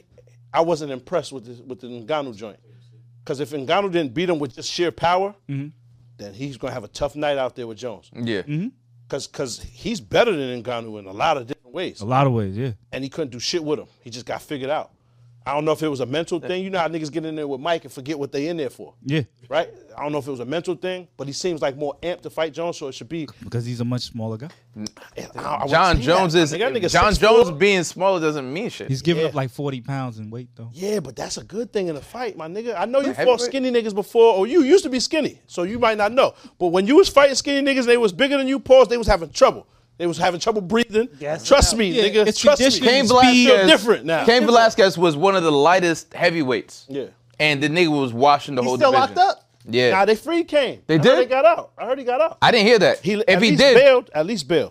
A: I wasn't impressed with this, with the Ngannou joint. Because if Ngannou didn't beat him with just sheer power, then he's gonna have a tough night out there with Jones.
B: Yeah.
A: Because he's better than Ngannou in a lot of different ways,
G: a lot of ways, yeah.
A: and he couldn't do shit with him. He just got figured out. I don't know if it was a mental thing. You know how niggas get in there with Mike and forget what they in there for,
G: Yeah.
A: right? I don't know if it was a mental thing, but he seems like more amped to fight Jones, so it should be.
G: Because he's a much smaller guy.
A: I- I wanna
B: John
A: see
B: Jones
A: that.
B: is
A: Nigga, that nigga
B: John
A: 6'4".
B: Jones being smaller doesn't mean shit.
G: He's giving up like 40 pounds in weight though.
A: Yeah, but that's a good thing in a fight, my nigga. I know you fought
B: heavyweight.
A: skinny niggas before, or you used to be skinny, so you might not know. But when you was fighting skinny niggas, they was bigger than you. Pause. They was having trouble. They was having trouble breathing. Trust me,
G: Yeah,
A: nigga.
G: it's
A: Trust
G: conditioning.
A: me.
B: Cain
G: Speed
A: is
B: Velasquez
A: different now.
B: Cain Velasquez was one of the lightest heavyweights.
A: Yeah.
B: And the nigga was washing the
E: He's
B: whole
E: still
B: division.
E: locked up.
B: Yeah.
A: Now they free came.
B: They
A: I heard
B: did?
A: They got out. I heard he got out.
B: I didn't hear that.
A: at
B: if he
A: least
B: did,
A: bailed, at least bail.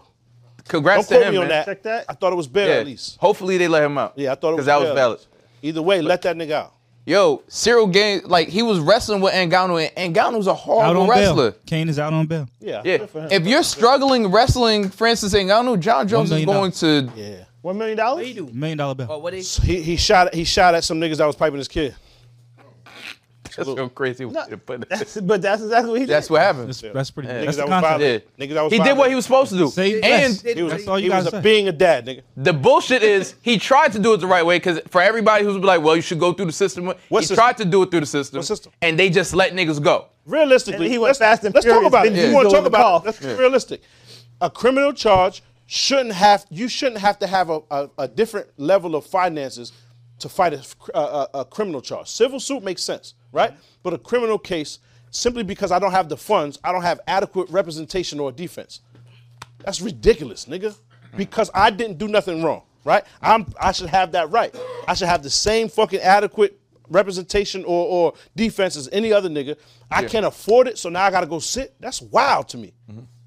A: Don't
B: congrats
A: quote
B: to him,
A: me on
B: man.
A: that.
E: Check that.
A: I thought it was bail
B: Yeah.
A: at least.
B: Hopefully they let him out.
A: Yeah, I thought it was
B: because that was
A: bail.
B: valid.
A: Either way, let that nigga out.
B: Yo, Cyril Gain, like he was wrestling with Ngannou, and Ngannou's a
G: Out
B: horrible
G: on
B: wrestler.
G: bail. Kane is out on bail.
A: Yeah.
B: Yeah.
A: good for him.
B: If you're struggling wrestling Francis Ngannou, John Jones is
G: million
B: going to.
A: yeah.
E: One million dollars.
G: Million dollar bail.
I: But what they
A: He he shot he shot at some niggas that was piping his kid.
B: That's
A: Salute.
B: a crazy way to put it.
E: That's, but that's exactly what he did.
B: That's what happened.
G: That's, that's pretty.
B: Yeah.
G: That's
A: Niggas,
G: the
A: I was
G: concept.
A: violent.
B: Yeah.
A: Niggas, I was
B: He did
A: violent.
B: what he was supposed to do.
G: Say
B: and
G: less.
A: He was,
G: That's all you
A: he was
G: gotta
A: a
G: say.
A: being a dad, nigga.
B: the bullshit is he tried to do it the right way because for everybody who's like, well, you should go through the system.
A: What
B: he
A: system?
B: tried to do it through the system.
A: What system?
B: And they just let niggas go.
A: Realistically,
E: And he
A: let's,
E: went fast and
A: let's
E: furious,
A: talk about it.
E: then
A: You
E: you
A: want
E: go
A: to
E: in
A: talk
E: the
A: about
E: call.
A: it? Let's be realistic. A criminal charge shouldn't have. You shouldn't have to have a, a, a different level of finances to fight a, a, a criminal charge. Civil suit makes sense, right? But a criminal case, simply because I don't have the funds, I don't have adequate representation or defense. That's ridiculous, nigga. Because I didn't do nothing wrong, right? I'm I should have that right. I should have the same fucking adequate representation or, or defense as any other nigga. I can't afford it, so now I gotta go sit. That's wild to me.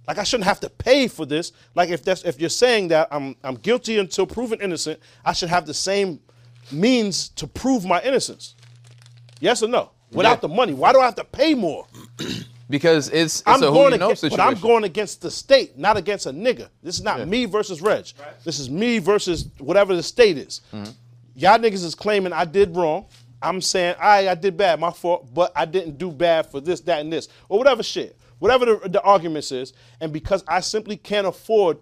A: Like I shouldn't have to pay for this. Like if that's if you're saying that I'm I'm guilty until proven innocent, I should have the same means to prove my innocence. Yes or no? Without
B: Yeah.
A: the money, why do I have to pay more?
B: Because it's, it's
A: I'm
B: a who
A: going
B: you know
A: against,
B: situation.
A: but I'm going against the state, not against a nigga. This is not me versus Reg. This is me versus whatever the state is.
B: Mm-hmm.
A: Y'all niggas is claiming I did wrong. I'm saying I I did bad, my fault, but I didn't do bad for this, that, and this, or whatever shit, whatever the, the arguments is. And because I simply can't afford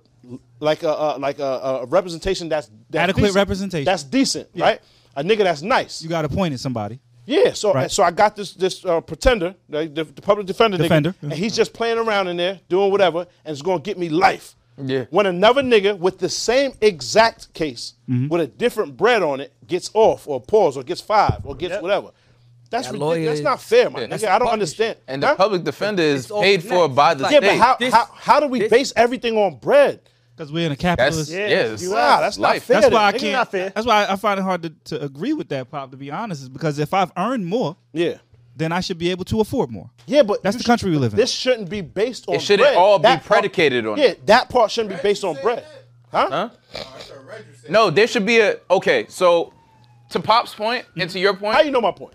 A: like a, a like a, a representation that's, that's
G: Adequate
A: decent-
G: representation.
A: that's decent, right? A nigga that's nice.
G: You got to point at somebody.
A: Yeah, so
G: Right.
A: so I got this this uh, pretender, the, the, the public defender, nigga,
G: Defender.
A: and he's just playing around in there doing whatever, and it's gonna get me life.
B: Yeah.
A: When another nigga with the same exact case
G: Mm-hmm.
A: with a different bread on it gets off or pause or gets five or gets whatever, that's
I: That
A: ridiculous.
I: lawyer
A: that's
I: is-
A: not fair, my
B: that's
A: nigga. I don't
I: public-
A: understand.
B: and the
A: Huh?
B: public defender is
I: It's all
B: paid for
I: connected.
B: by the
I: It's
A: yeah,
I: like-
B: state.
A: but how,
I: this-
A: how how do we
I: this-
A: base everything on bread?
G: Because we're in a
B: that's
G: capitalist.
B: yeah, it's-
A: wow, that's not
B: life.
A: fair.
G: That's why I
A: nigga.
G: can't.
E: not fair.
G: That's why I find it hard to, to agree with that pop. To be honest, is because if I've earned more,
A: Yeah,
G: then I should be able to afford more.
A: yeah, but
G: That's
A: you
G: the
A: should-
G: country we live in.
A: This shouldn't be based on.
B: shouldn't
A: bread.
B: all be
A: That part-
B: predicated on
A: Yeah,
B: it.
A: that part shouldn't be based on bread, huh?
B: No, there should be a okay. So to Pop's point and to your point,
A: How you know my point?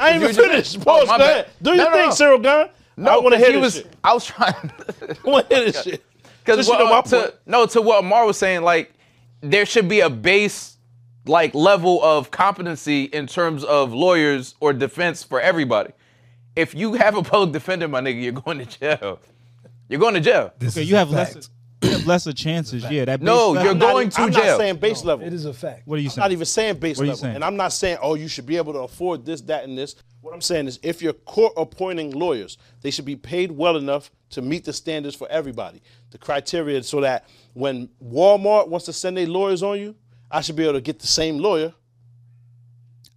A: I ain't even
B: You just-
A: finished.
B: Oh,
A: Pause, man.
B: my bad.
A: Do your
B: No, no,
A: thing,
B: no.
A: Cyril Gunn.
B: no,
A: I want to
B: 'cause
A: hear
B: he
A: this
B: was.
A: shit.
B: I was trying.
A: I want to hear this shit.
B: Because
A: Just you know my point.
B: to, no, to what Amar was saying, like there should be a base like level of competency in terms of lawyers or defense for everybody. If you have a public defender, my nigga, you're going to jail. You're going to jail.
F: This
G: Okay,
F: is
G: you
F: a
G: have
F: fact.
G: lesser, you have lesser chances. Yeah, that
B: No,
G: base-
B: you're
A: I'm not-
B: going to
A: I'm
B: jail.
A: not saying base level.
F: It is a fact.
G: What are you
A: I'm not
G: saying?
A: even saying base
G: What are you
A: level.
G: saying?
A: And I'm not saying, oh, you should be able to afford this, that, and this. What I'm saying is if you're court appointing lawyers, they should be paid well enough to meet the standards for everybody, the criteria, so that when Walmart wants to send their lawyers on you, I should be able to get the same lawyer.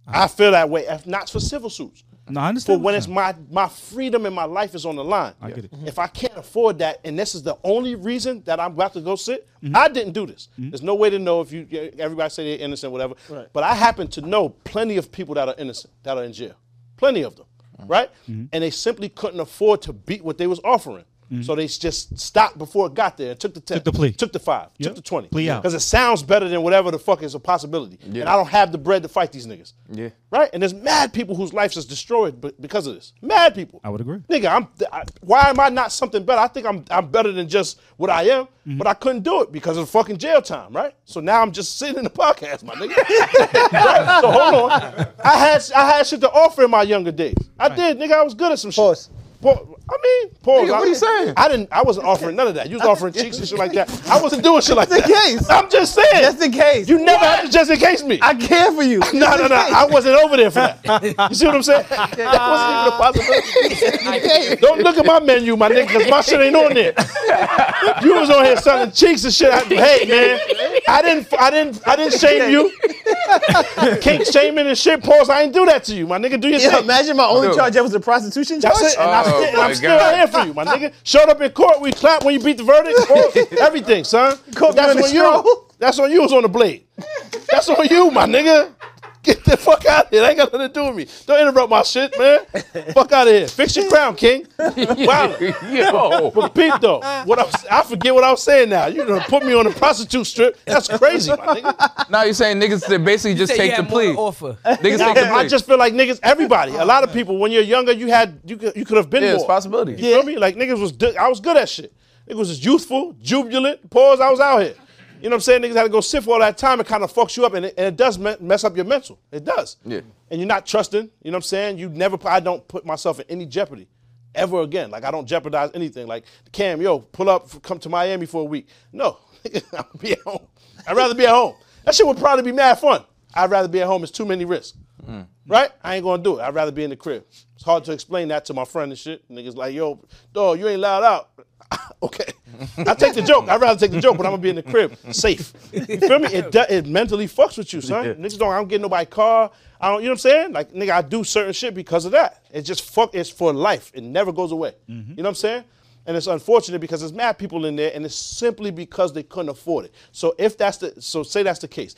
A: I feel that way, if not for civil suits.
G: No, I understand.
A: But when
G: what
A: it's
G: you're
A: my my freedom and my life is on the line,
G: get it.
A: if I can't afford that, and this is the only reason that I'm about to go sit,
G: Mm-hmm.
A: I didn't do this. There's no way to know if you. Everybody say they're innocent, whatever. But I happen to know plenty of people that are innocent that are in jail, plenty of them, right?
G: Mm-hmm.
A: And they simply couldn't afford to beat what they was offering. So they just stopped before it got there and took the 10,
G: the plea.
A: took the five, took
G: Yep.
A: the twenty,
G: Plea out.
A: because it sounds better than whatever the fuck is a possibility. And I don't have the bread to fight these niggas.
B: Yeah.
A: Right? And there's mad people whose lives is destroyed be- because of this. Mad people.
G: I would agree.
A: Nigga, I'm. I, why am I not something better? I think I'm. I'm better than just what I am, but I couldn't do it because of the fucking jail time, right? So now I'm just sitting in the podcast, my nigga. Right? So hold on. I had I had shit to offer in my younger days. I did, nigga. I was good at some shit.
E: Pause.
A: Pa- I mean, pause.
B: Nigga, what
A: I-
B: are you saying?
A: I didn't. I wasn't offering none of that. You was offering cheeks and shit like that. I wasn't doing shit like
E: Just in
A: that.
E: case.
A: I'm just saying.
E: Just in case.
A: You never had to just in case me.
E: I care for you.
A: No, no, no. I wasn't over there for that. You see what I'm saying? That wasn't even a possibility. Don't look at my menu, my nigga, because my shit ain't on there. You was on here selling cheeks and shit. I, hey, man, I didn't, I didn't, I didn't shame you. Kink shaming and shit. Pause. I ain't do that to you, my nigga. Do your
E: Yeah,
A: thing.
E: imagine my only
B: Dude.
E: charge ever was a prostitution charge.
A: That's it. Uh, And,
B: Oh,
A: I, and
B: my
A: I'm still
B: God.
A: here for you, my nigga. Showed up in court, we clapped when you beat the verdict, pause, everything, son.
E: Caught me
A: That's
E: on the
A: when you.
E: stroll.
A: That's when you was on the blade. That's on you, my nigga. Get the fuck out of here. That ain't got nothing to do with me. Don't interrupt my shit, man. fuck out of here. Fix your crown, King. Wow.
B: Yo.
A: But peep though, what I, was, I forget what I was saying now. You done put me on the prostitute strip. That's crazy, my nigga.
B: now you're saying niggas they basically just
I: Say you
B: take the
I: had more to
B: plea.
I: offer.
B: Niggas take the plea.
A: I just feel like niggas, everybody, a lot of people, when you're younger, you had you could, you could have been
B: yeah,
A: more.
B: it's a possibility.
A: You feel me? Like niggas was, du- I was good at shit. Niggas was youthful, jubilant. Pause. I was out here. You You know what I'm saying? Niggas had to go sit for all that time. It kind of fucks you up, and it, and it does me- mess up your mental. It does.
B: Yeah.
A: And you're not trusting. You know what I'm saying? You never. I don't put myself in any jeopardy ever again. Like I don't jeopardize anything. Like Cam, yo, pull up, f- come to Miami for a week. No, I'll be at home. I'd rather be at home. That shit would probably be mad fun. I'd rather be at home. It's too many risks. Right? I ain't gonna do it. I'd rather be in the crib. It's hard to explain that to my friend and shit. Niggas like, yo, dog, you ain't loud out. okay. I take the joke. I'd rather take the joke, but I'm gonna be in the crib, safe. You feel me? It, do- it mentally fucks with you, son. Niggas don't. I don't get nobody car. I don't. You know what I'm saying? Like, nigga, I do certain shit because of that. It just fuck. It's for life. It never goes away. You know what I'm saying? And it's unfortunate because there's mad people in there, and it's simply because they couldn't afford it. So if that's the, so say that's the case,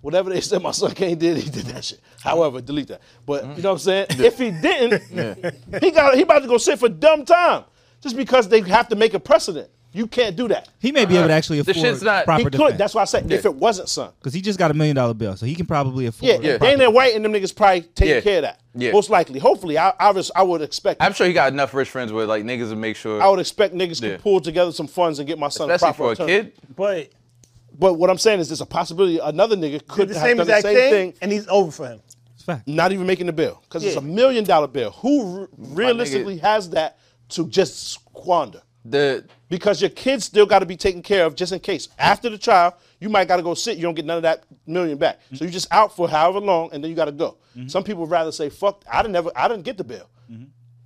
A: whatever they said my son Kane did, he did that shit. However, delete that. But you know what I'm saying? If he didn't, he got he about to go sit for dumb time just because they have to make a precedent. You can't do that.
G: He may be able to actually
B: This
G: afford
B: shit's not-
A: He
G: proper
A: could. That's
G: defense
A: why I said if it wasn't son.
G: because he just got a million dollar bill, so he can probably afford.
A: Yeah,
G: it.
A: yeah. Dana White and them niggas probably taking
B: Yeah.
A: care of that.
B: Yeah.
A: Most likely. Hopefully, I I, was, I would expect.
B: I'm sure he got enough rich friends with like niggas to make sure.
A: I would expect niggas
B: Yeah.
A: could pull together some funds and get my son
B: especially
A: a proper
B: for a
A: attorney.
B: kid.
E: But
A: But what I'm saying is, there's a possibility another nigga could
E: the
A: have
E: same
A: done
E: exact
A: the same thing,
E: thing, and he's over for him.
A: not even making the bill because it's
E: Yeah.
A: a million dollar bill. Who r- realistically has that to just squander?
B: The
A: Because your kids still got to be taken care of just in case. After the trial, you might got to go sit. You don't get none of that million back. So you just out for however long, and then you got to go. Some people would rather say, "Fuck, I didn't never, I didn't get the bill.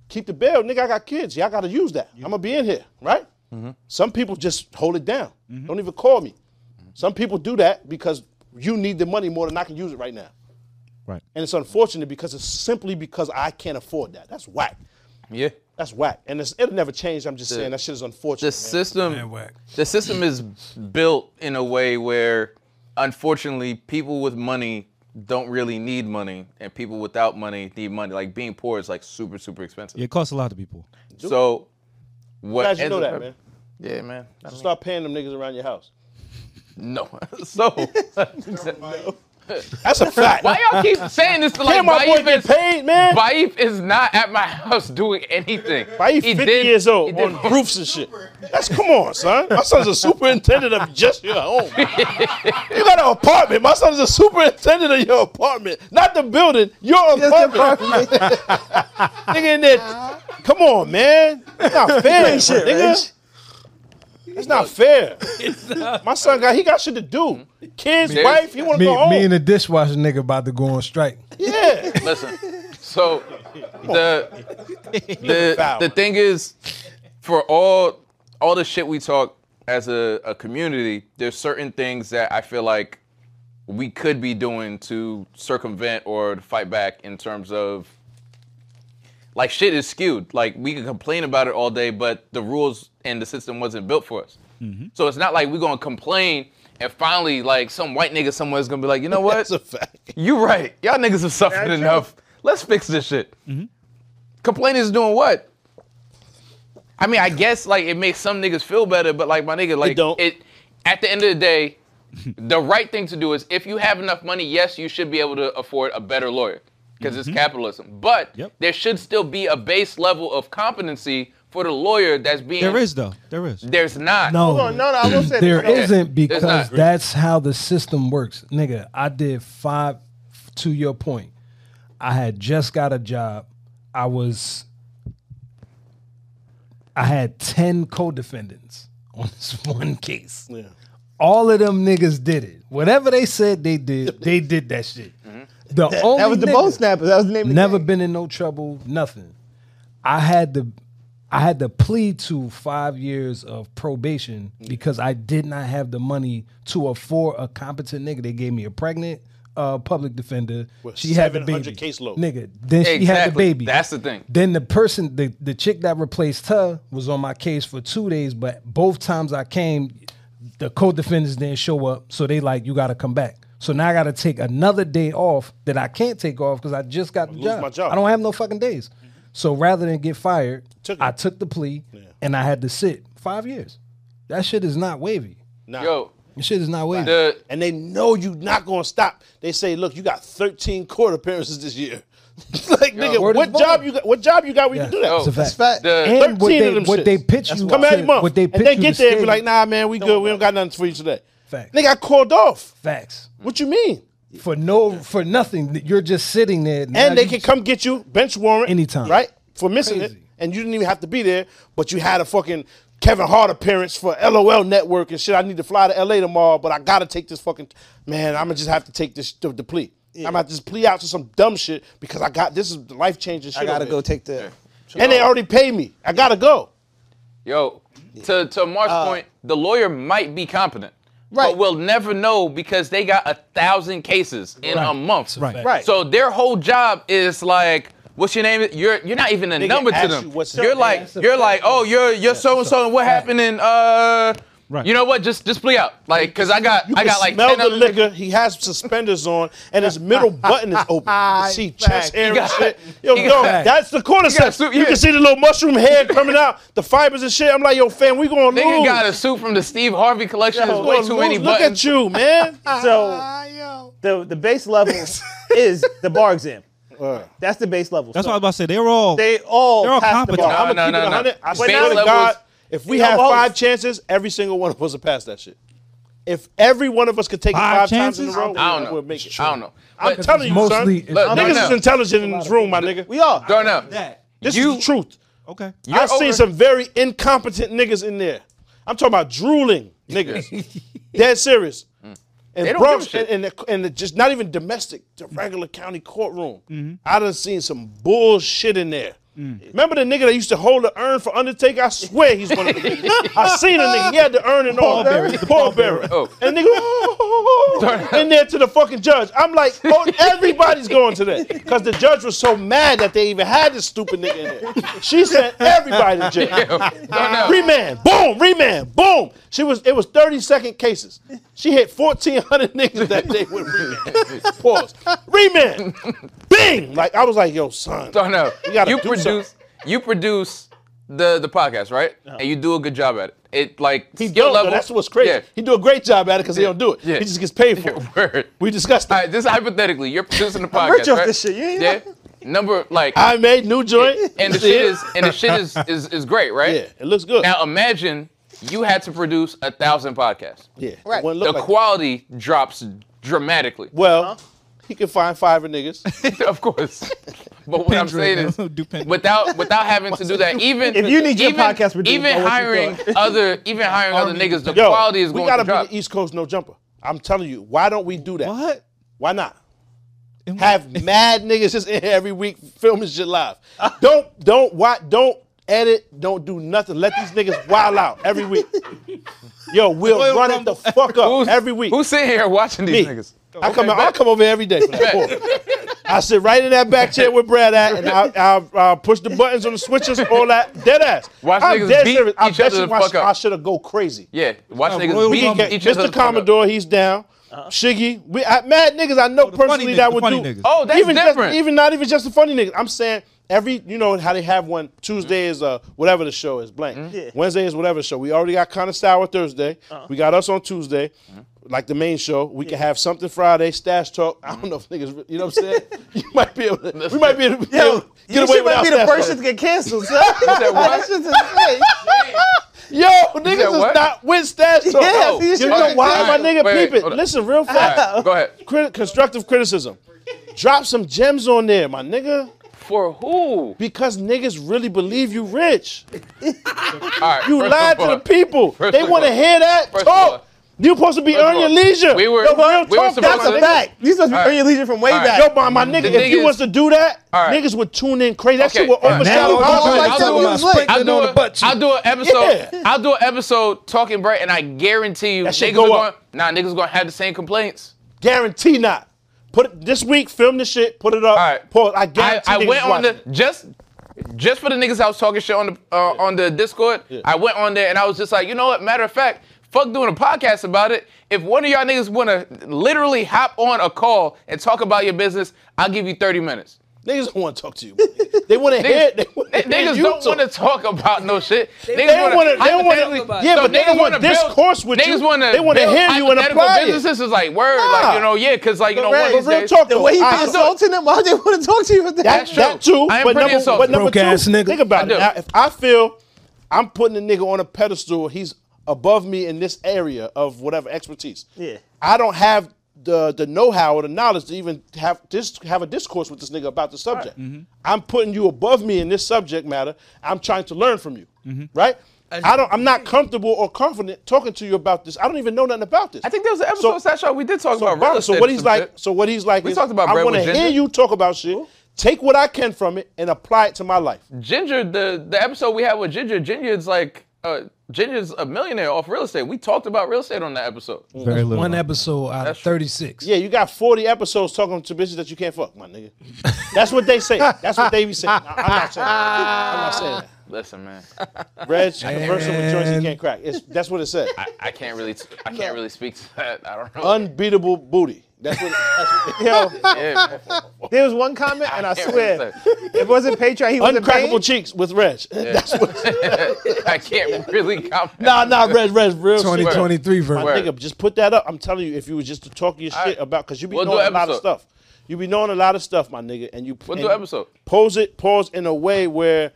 A: Keep the bill, nigga. I got kids. Y'all got to use that. I'm gonna be in here, right?
B: Mm-hmm.
A: Some people just hold it down. Don't even call me. Some people do that because you need the money more than I can use it right now.
G: Right.
A: And it's unfortunate because it's simply because I can't afford that. That's whack.
B: yeah,
A: That's whack. And it's, it'll never change. I'm just saying that shit is
B: the
A: unfortunate.
F: Man,
B: system,
F: whack.
B: the system is built in a way where, unfortunately, people with money don't really need money, and people without money need money. Like being poor is like super super expensive.
G: It costs a lot to be poor.
B: So, what?
A: Glad you
B: ends
A: know
B: up
A: that,
B: happening-
A: man.
B: Yeah, man. I mean,
A: Start paying them niggas around your house.
B: No. so,
A: That's a fact.
B: why y'all keep saying this to like
A: Can't my boy
B: Baif
A: get
B: is,
A: paid, man?
B: Baif is not at my house doing anything.
A: Why he 50 years
B: he
A: old
B: did-
A: on roofs and shit? That's come on, son. My son's a superintendent of just your home. you got an apartment. My son's a superintendent of your apartment, not the building. Your apartment. nigga in there. Come on, man. It's not fair, nigga. It's not fair. My son got he got shit to do. Kids, wife, he want to
F: Me,
A: go home.
F: me and the dishwasher nigga about to go on strike.
A: yeah.
B: Listen, so the the
A: Foul.
B: the thing is, for all all the shit we talk as a, a community, there's certain things that I feel like we could be doing to circumvent or to fight back in terms of like shit is skewed. Like we can complain about it all day, but the rules and the system wasn't built for us. So it's not like we're gonna complain and finally like some white nigga somewhere's gonna be like, you know what?
A: That's a fact.
B: You right. Y'all niggas have suffered enough. Let's fix this shit.
G: Mm-hmm.
B: Complaining is doing what? I mean, I guess like it makes some niggas feel better, but like my nigga, like
A: don't.
B: it at the end of the day, the right thing to do is if you have enough money, yes, you should be able to afford a better lawyer. Because it's capitalism. But
G: Mm-hmm. Yep.
B: there should still be a base level of competency for the lawyer that's being
G: There is though. There is.
B: There's not.
F: No,
E: No, no, I will say
F: There
E: this.
F: not
B: There's not.
F: because that's how the system works. Nigga, I did five to your point. I had just got a job. I was I had 10 co-defendants on this one case. All of them niggas did it. Whatever they said they did, they did that shit. The only
E: Mm-hmm. That was the
F: nigga-
E: bone snapper. That was the name. Of the
F: Never
E: game.
F: been in no trouble, nothing. I had to I had to plead to five years of probation
E: Mm.
F: because I did not have the money to afford a competent nigga. They gave me a pregnant uh, public defender. she had the baby.
A: 700 caseload.
F: Nigga. Then she had the
B: Exactly.
F: baby.
B: That's the thing.
F: Then the person, the, the chick that replaced her was on my case for two days, but both times I came, the co-defendants didn't show up. So they like, you gotta come back. So now I gotta take another day off that I can't take off because I just got the
A: lose
F: job.
A: my job.
F: I don't have no fucking days. So rather than get fired,
A: Took it.
F: I took the plea and I had to sit five years. That shit is not wavy.
A: Nah.
B: Yo,
F: That shit is not wavy.
B: the
A: and they know you not gonna stop. They say, look, you got 13 court appearances this year. like, nigga,
F: word
A: what
F: is
A: job
F: bond.
A: you got? What job you got where
F: Yeah,
A: you can do that?
F: it's a fact.
E: fact.
B: the
F: And
A: 13
F: what they
A: of them
F: what they
A: shits.
F: pitch you
A: Come
F: to-
A: every month.
F: what they pitch
A: and they
F: you
A: get
F: to
A: there and be
F: stay-
A: like, nah, man, we good. We don't got nothing for you today.
F: Facts.
A: They got called off.
F: Facts.
A: What you mean?
F: For no, for nothing. You're just sitting there. Now
A: And they
F: you
A: can come get you bench warrant
F: Anytime.
A: right? For missing it,
F: Crazy.
A: and you didn't even have to be there, but you had a fucking Kevin Hart appearance for LOL Network and shit. I need to fly to LA tomorrow, but I gotta take this fucking man. I'm gonna just have to take this the, the plea. I'm gonna have to just plea out to some dumb shit because I got this is life changing shit.
E: I gotta
A: over
E: go
A: here.
E: take the.
A: and they already pay me. I gotta go.
B: Yo, to to Mark's
A: Uh,
B: point, the lawyer might be competent.
E: Right.
B: But we'll never know because they got a thousand cases in a month.
F: Right.
A: Right.
B: So their whole job is like, what's your name? You're you're not even a
A: Nigga,
B: number to
A: ask
B: them.
A: you what's
B: you're
A: up.
B: like
F: That's a
B: you're
F: fact.
B: like, oh, you're you're so and so, and what happened? And uh,
G: Right.
B: you know what? Just just plea out, like, cause I got I
A: can
B: got like
A: smell
B: 10
A: the
B: other
A: liquor. He has suspenders on, and his middle button is open. You can see chest hair and
B: got-
A: shit. Yo,
B: he
A: yo,
B: got-
A: that's the corner
B: got
A: section.
B: soup,
A: You
B: yeah.
A: can see the little mushroom head coming out, the fibers and shit. I'm like, yo, fam, we gonna
B: Nigga
A: lose.
B: got a suit from the Steve Harvey collection.
A: Yo,
B: There's way
A: gonna
B: too many
A: lose. Look
B: buttons.
A: at you, man.
G: Ah,
E: So the the base level is the bar exam. That's the base level.
G: That's
E: So
G: what I was about to say. They were all.
E: they all
G: They're all
E: pass the
G: competent.
E: bar.
A: I'm gonna
B: no,
A: keep
B: no,
A: it
B: no.
A: 100. I
B: But
A: swear
B: now-
A: to God, if we had
E: Yo,
A: five
E: O's.
A: chances, every single one of us would pass that shit. If every one of us could take
G: Five
A: it five times
G: chances?
A: in a row,
B: I don't
A: we
B: know.
A: would make it.
B: I don't know.
A: I'm
B: But
A: telling you,
F: mostly-
A: son.
F: it's-
B: no,
A: Niggas
B: no.
A: is intelligent in this room, my nigga.
E: we are.
B: Darnell,
G: that.
A: This
B: You-
A: is the truth.
G: Okay.
B: You're
A: I've seen
B: over-
A: some very incompetent niggas in there. I'm talking about drooling niggas. Dead serious. And
B: They don't
A: Bronx,
B: give a shit.
A: and, and, and the- just not even domestic, the regular county courtroom.
B: Mm-hmm.
A: I done seen some bullshit in there.
B: Mm.
A: Remember the nigga that used to hold the urn for Undertaker? I swear he's one of the niggas. I seen a nigga. He had the urn and all.
G: Pallbearer.
A: The pallbearer.
B: Oh.
A: And the nigga, "Oh," in there to the fucking judge. I'm like, oh, everybody's going to that. Because the judge was so mad that they even had this stupid nigga in there. She sent everybody to jail.
B: Darnell.
A: Remand, boom, remand, boom. She was it was 30 second cases. She hit 1,400 niggas that day with remand. Pause. Remand, bing. Like I was like, yo, son.
B: don't know.
A: We gotta
B: you
A: do
B: produce
A: something.
B: you produce the the podcast, right? And you do a good job at it. It like
A: He
B: skill
A: don't, though.
B: level.
A: That's what's crazy.
B: Yeah.
A: He do a great job at it because he don't do it.
B: Yeah.
A: He just gets paid for it.
B: Word.
A: We discussed
B: All
A: that.
B: right, this is hypothetically, you're producing the podcast,
E: rich off
B: right?
E: this shit, you ain't
B: yeah. Number like
A: I made new joint.
B: and the
A: See
B: shit
A: it?
B: is and the shit is is, is great, right?
A: Yeah, it looks good.
B: Now imagine you had to produce a thousand podcasts.
A: yeah, it
E: Right.
A: wouldn't
B: The
A: look like that.
B: quality drops dramatically.
A: Well, he can find five of niggas.
B: of course. But what I'm saying
G: Pendrive,
B: is,
G: bro. Do pendrive.
B: without without having to do that, even
E: If you need your
B: even,
E: podcast produced,
B: even
E: I want you
B: hiring
E: to-
B: other even hiring other niggas, the
A: Yo,
B: quality is
A: we
B: going
A: gotta
B: to drop.
A: be the East Coast no jumper. I'm telling you, why don't we do that?
G: What?
A: Why not?
G: And-
A: Have mad niggas just in here every week filming shit live. Don't don't why don't edit, don't do nothing. Let these niggas wild out every week. Yo, we'll
G: Royal
A: run it the fuck up
B: Who's-
A: every week.
B: Who's sitting here watching
A: Me.
B: these niggas?
A: I come
B: Okay,
A: I
B: bet.
A: come over every day for that. Boy. I sit right in that back chair with Brad at, and I, I, I push the buttons on the switches, all that dead ass.
B: Watch
A: I'm
B: niggas
A: dead
B: beat
A: serious. I
B: each
A: bet
B: other
A: you
B: the
A: watch-
B: fuck up.
A: I should have go crazy.
B: Yeah, watch niggas
G: Royal Rumble.
B: beat
A: Okay,
B: each other. the
A: Mr.
B: fuck up.
A: Commodore, he's down.
B: Uh-huh.
A: Shiggy, we I, mad niggas I know
G: the funny
A: personally
G: niggas,
A: that
G: the
A: would
G: funny
A: do.
G: niggas.
B: Oh, that's
A: even just-
B: different.
A: even not even just the funny niggas. I'm saying every you know how they have one
B: Mm-hmm.
A: Tuesday is uh whatever the show is blank. Wednesday is whatever show. We already got kind of sour Thursday. We got us on Tuesday.
B: Mm-hmm.
A: Like the main show, we can have something Friday, stash talk. I
B: Mm-hmm.
A: don't know if niggas, you know what I'm saying? you might be able, to, we might be able to be able to get
E: you
A: away
E: shit
A: with
E: might be the
A: stash
E: first
A: talk.
E: shit to get canceled. son. That shit's insane.
A: Yo, niggas is
B: what?
A: not with stash talk.
E: Yeah, see, you
A: you
E: should-
A: know
E: Okay,
A: why, my
B: alright,
A: nigga?
B: wait, wait,
A: Peep it.
B: hold on.
A: Listen, real
B: All
A: fast.
B: right, go ahead.
A: Criti- constructive criticism. Drop some gems on there, my nigga,
B: For who? All
A: because niggas really believe you rich.
B: right,
A: You
B: first
A: lied
B: of
A: to
B: all,
A: the people.
B: first
A: They
B: of
A: want to
B: all-
A: hear that
B: first of all-
A: talk. You supposed to be
B: first of
A: earning your
B: all,
A: leisure.
B: we were-
A: Yo, real
B: we were
A: talk,
B: supposed
A: that's
E: That's
B: to-
A: a
E: a
A: fact.
E: fact. You supposed to
B: Alright.
E: earn your leisure from way
B: Alright.
A: Yo,
E: back.
A: my, my nigga, if you
B: niggas-
A: was to do that,
B: Alright.
A: niggas would tune in crazy. That shit would
B: Okay,
A: overshadow
E: now
A: all
E: we're
A: like
E: doing-
A: that.
E: I'll do it.
B: I'll do,
F: on the butt
B: a, I'll do an episode.
A: Yeah.
B: I'll do an episode talking bright, and I guarantee you,
A: That
B: niggas
A: shit go
B: are
A: up.
B: going. Nah, niggas gonna have the same complaints.
A: Guarantee not. Put it this week, film the shit, put it up.
B: All right.
A: Pause. I
B: I,
A: guarantee
B: I
A: niggas
B: went on
A: watching.
B: the just just for the niggas I was talking shit on the uh, on the Discord. I went on there and I was just like, you know what? Matter of fact, fuck doing a podcast about it. If one of y'all niggas wanna literally hop on a call and talk about your business, I'll give you 30 minutes.
A: Niggas don't want to talk to you. They want to hear.
B: Niggas,
A: They, wanna
B: n-
A: hear
B: niggas
A: you
B: don't
A: talk.
B: want to talk about no shit. They
A: don't wanna- they don't wanna- yeah, but they don't want discourse with
B: niggas
A: you.
B: Wanna
A: They wanna
B: build
A: hear you and
B: hypothetical
A: apply it.
B: businesses is like word,
A: Nah.
B: like you know, yeah, because like you know, one of
A: But
B: these
A: real
B: days-
A: talk
E: The
A: though,
E: way he
A: I-
E: been insulting them, why they want to talk to you with that?
A: That,
B: That's
A: that
B: true.
A: too,
B: I
A: but
B: am pretty
A: number,
B: insulted.
A: but number
F: Broke ass
A: two,
F: nigga.
A: think about
B: I
A: it.
B: do.
A: Now, if I feel I'm putting a nigga on a pedestal, he's above me in this area of whatever expertise.
E: Yeah.
A: I don't have the the know how or the knowledge to even have this have a discourse with this nigga about the subject.
B: Mm-hmm.
A: I'm putting you above me in this subject matter. I'm trying to learn from you,
B: Mm-hmm.
A: right? I don't. I'm not comfortable or confident talking to you about this. I don't even know nothing about this.
B: I think there was an episode of Sat Show we did talk about
A: Bro,
B: real
A: so
B: estate
A: what
B: or
A: he's
B: some
A: like,
B: shit.
A: so what he's like,
B: We
A: is,
B: talked about
A: I
B: bread
A: want to
B: with
A: hear
B: ginger.
A: you talk about shit, take what I can from it, and apply it to my life.
B: Ginger, the the episode we had with Ginger, Ginger's like uh, Ginger's a millionaire off real estate. We talked about real estate on that episode.
G: Very little.
F: One episode out of 36.
A: Yeah, you got 40 episodes talking to bitches that you can't fuck, my nigga. That's what they say. That's what they be saying. I, am not saying. That. I'm not saying that.
B: Listen, man,
A: Reg, conversing with joints he
F: Man.
A: can't crack. It's, that's what it said.
B: I, I can't really t- I can't really speak to that. I don't know.
A: Unbeatable booty. That's what. That's what
E: Yo,
B: Yeah, man.
E: there was one comment, and I,
B: can't
E: swear,
B: really
E: it wasn't Patreon. He wasn't
A: uncrackable
E: paying.
A: cheeks with Reg. That's what.
B: I can't really comment.
A: Nah, nah, Reg, Reg, real shit.
F: 2023
A: My
F: version.
A: nigga, just put that up. I'm telling you, if you was just to talk your shit
B: Alright.
A: about, because you be
B: We'll do
A: knowing a
B: an
A: lot of
B: episode.
A: stuff. You be knowing a lot of stuff, my nigga, and you.
B: We'll
A: and
B: do an episode.
A: Pose it, pause in a way where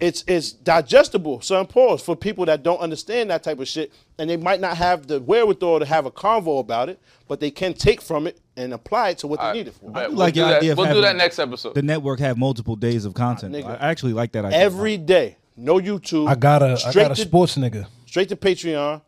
A: it's it's digestible. Some pause for people that don't understand that type of shit, and they might not have the wherewithal to have a convo about it, but they can take from it and apply it to what they need it for.
B: All right, we'll
G: like
B: do
G: your
B: that.
G: idea of
B: We'll do
G: having
B: that next episode.
G: The network have multiple days of content.
A: Nigga.
G: I actually like that idea.
A: Every day, no YouTube.
F: I got a, I got a
A: to-
F: sports nigga.
A: straight to Patreon.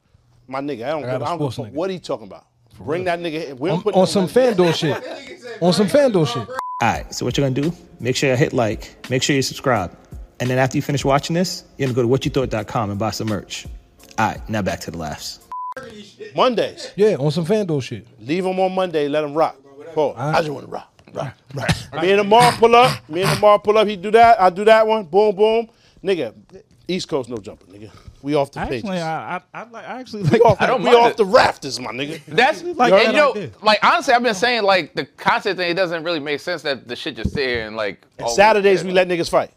A: My nigga, I don't,
F: got
A: give,
F: a
A: I don't give a
F: sports
A: fuck
F: nigga.
A: what he talking about. Bring that nigga. in. We don't
F: On,
A: put
F: on
A: no
F: some
A: money.
F: FanDuel shit. On some FanDuel shit.
H: All right, so what you're gonna do, make sure you hit like, make sure you subscribe. And then after you finish watching this, you're gonna go to whatyoutthought.com and buy some merch. All right, now back to the laughs.
A: Mondays.
F: Yeah, on some FanDuel shit.
A: Leave them on Monday. Let them rock. Paul, I just want to rock. Rock, rock. Me and Amar pull up. Me and Amar pull up. He do that. I do that one. Boom, boom. Nigga, East Coast no jumper, nigga. We off the pages.
G: Actually, I, I, I, like, I actually
A: we
G: like.
A: off,
B: I
A: the,
B: don't
A: we
B: mind
A: off
B: it.
A: the rafters, my nigga.
B: That's like
G: like
B: and,
G: that
B: you know,
G: idea.
B: like honestly, I've been saying like the concept thing. It doesn't really make sense that the shit just sit here and like. always-
A: Saturdays we let niggas fight.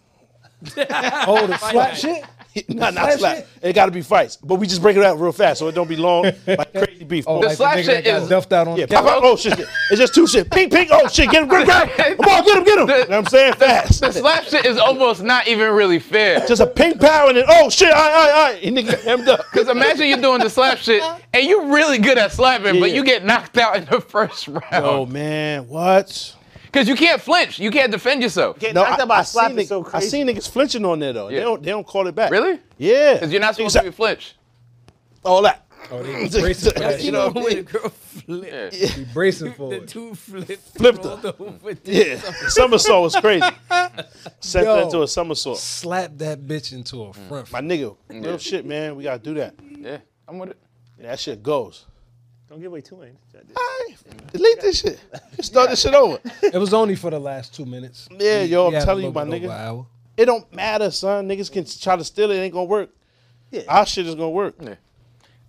F: Oh, the slap shit?
A: not not slap. It got to be fights, but we just break it out real fast so it don't be long like crazy beef.
F: Oh,
A: Boom.
B: The
F: like
B: slap
F: nigga
B: shit
F: that
B: is-
F: got duffed out on
A: Yeah,
F: the couch.
A: pop out. Oh shit, shit. It's just two shit. Ping, ping. Oh shit, get him, grip, grab. Come on, get him, get him. You know what I'm saying fast.
B: The slap shit is almost not even really fair.
A: Just a ping pow and then oh shit, all right, all right, all right. And nigga hemmed up.
B: Because imagine you're doing the slap shit and you're really good at slapping, but
A: Yeah.
B: you get knocked out in the first
A: Oh
B: round.
A: man, what?
B: Because you can't flinch. You can't defend yourself.
E: Getting knocked out by a slap
A: seen
E: is
A: nigg-
E: so crazy.
A: I seen niggas flinching on there though. They
B: Yeah.
A: don't they don't call it back.
B: Really?
A: Yeah.
B: Because you're not supposed to be flinch.
A: all that.
F: Oh, bracing for that
A: you know what I
I: The
A: mean?
I: girl flip.
F: Be bracing for
I: The
F: it.
I: two flip.
A: Flipped
I: rolled over.
A: Yeah. somersault was crazy. Sent
F: Yo.
A: that into a somersault.
F: Slap that bitch into a front.
A: My nigga, real shit, man. We gotta do that.
B: Yeah, I'm with it.
A: That shit goes.
E: Don't give away too many.
A: Alright, Delete this shit. Start this shit over.
F: It was only for the last two minutes.
A: Yeah, yo, I'm
F: We had a
A: telling you, my
F: little bit
A: nigga.
F: over an hour.
A: It don't matter, son. Niggas can try to steal it. It ain't gonna work.
E: Yeah.
A: Our shit is gonna work.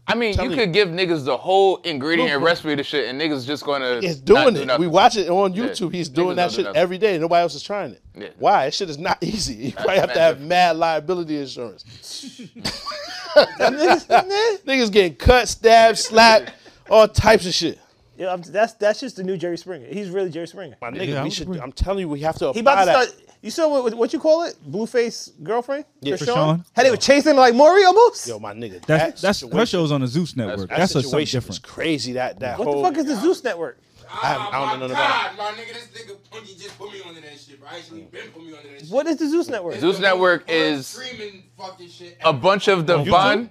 B: I mean, you
A: me.
B: could give niggas the whole ingredient and recipe to shit, and niggas just gonna.
A: It's
B: not
A: doing
B: do
A: it.
B: nothing.
A: we watch it on YouTube. He's
B: Niggas
A: doing
B: don't
A: that
B: do
A: shit
B: nothing.
A: every day. Nobody else is trying it.
B: Yeah.
A: Why? That shit is not easy. You probably have to
B: mad
A: have
B: different.
A: mad liability insurance. Niggas getting cut, stabbed, slapped, all types of shit.
E: Yo, I'm, that's that's just the new Jerry Springer. He's really Jerry Springer.
A: My nigga,
G: Yeah,
A: we
G: I'm
A: should.
G: agree.
A: I'm telling you, we have to apply
E: He about to
A: that.
E: start. You saw what, what you call it? Blueface girlfriend? Yeah,
G: Krishan.
E: How they were chasing like Maury almost?
A: Yo, my nigga, that
G: That's, that's her
A: situation-
G: show's on the Zeus Network.
A: That
G: That's, a something
A: situation was
G: different.
A: crazy. That that
E: what
A: whole.
E: the fuck is the Zeus Network?
A: I, I don't know nothing about. it.
C: my nigga, this nigga Punky just put me onto that shit, bro. I actually been put me onto that shit.
E: What is the Zeus Network?
B: Zeus Network is
C: Streaming fucking shit.
B: a bunch of the
G: Oh,
B: Von.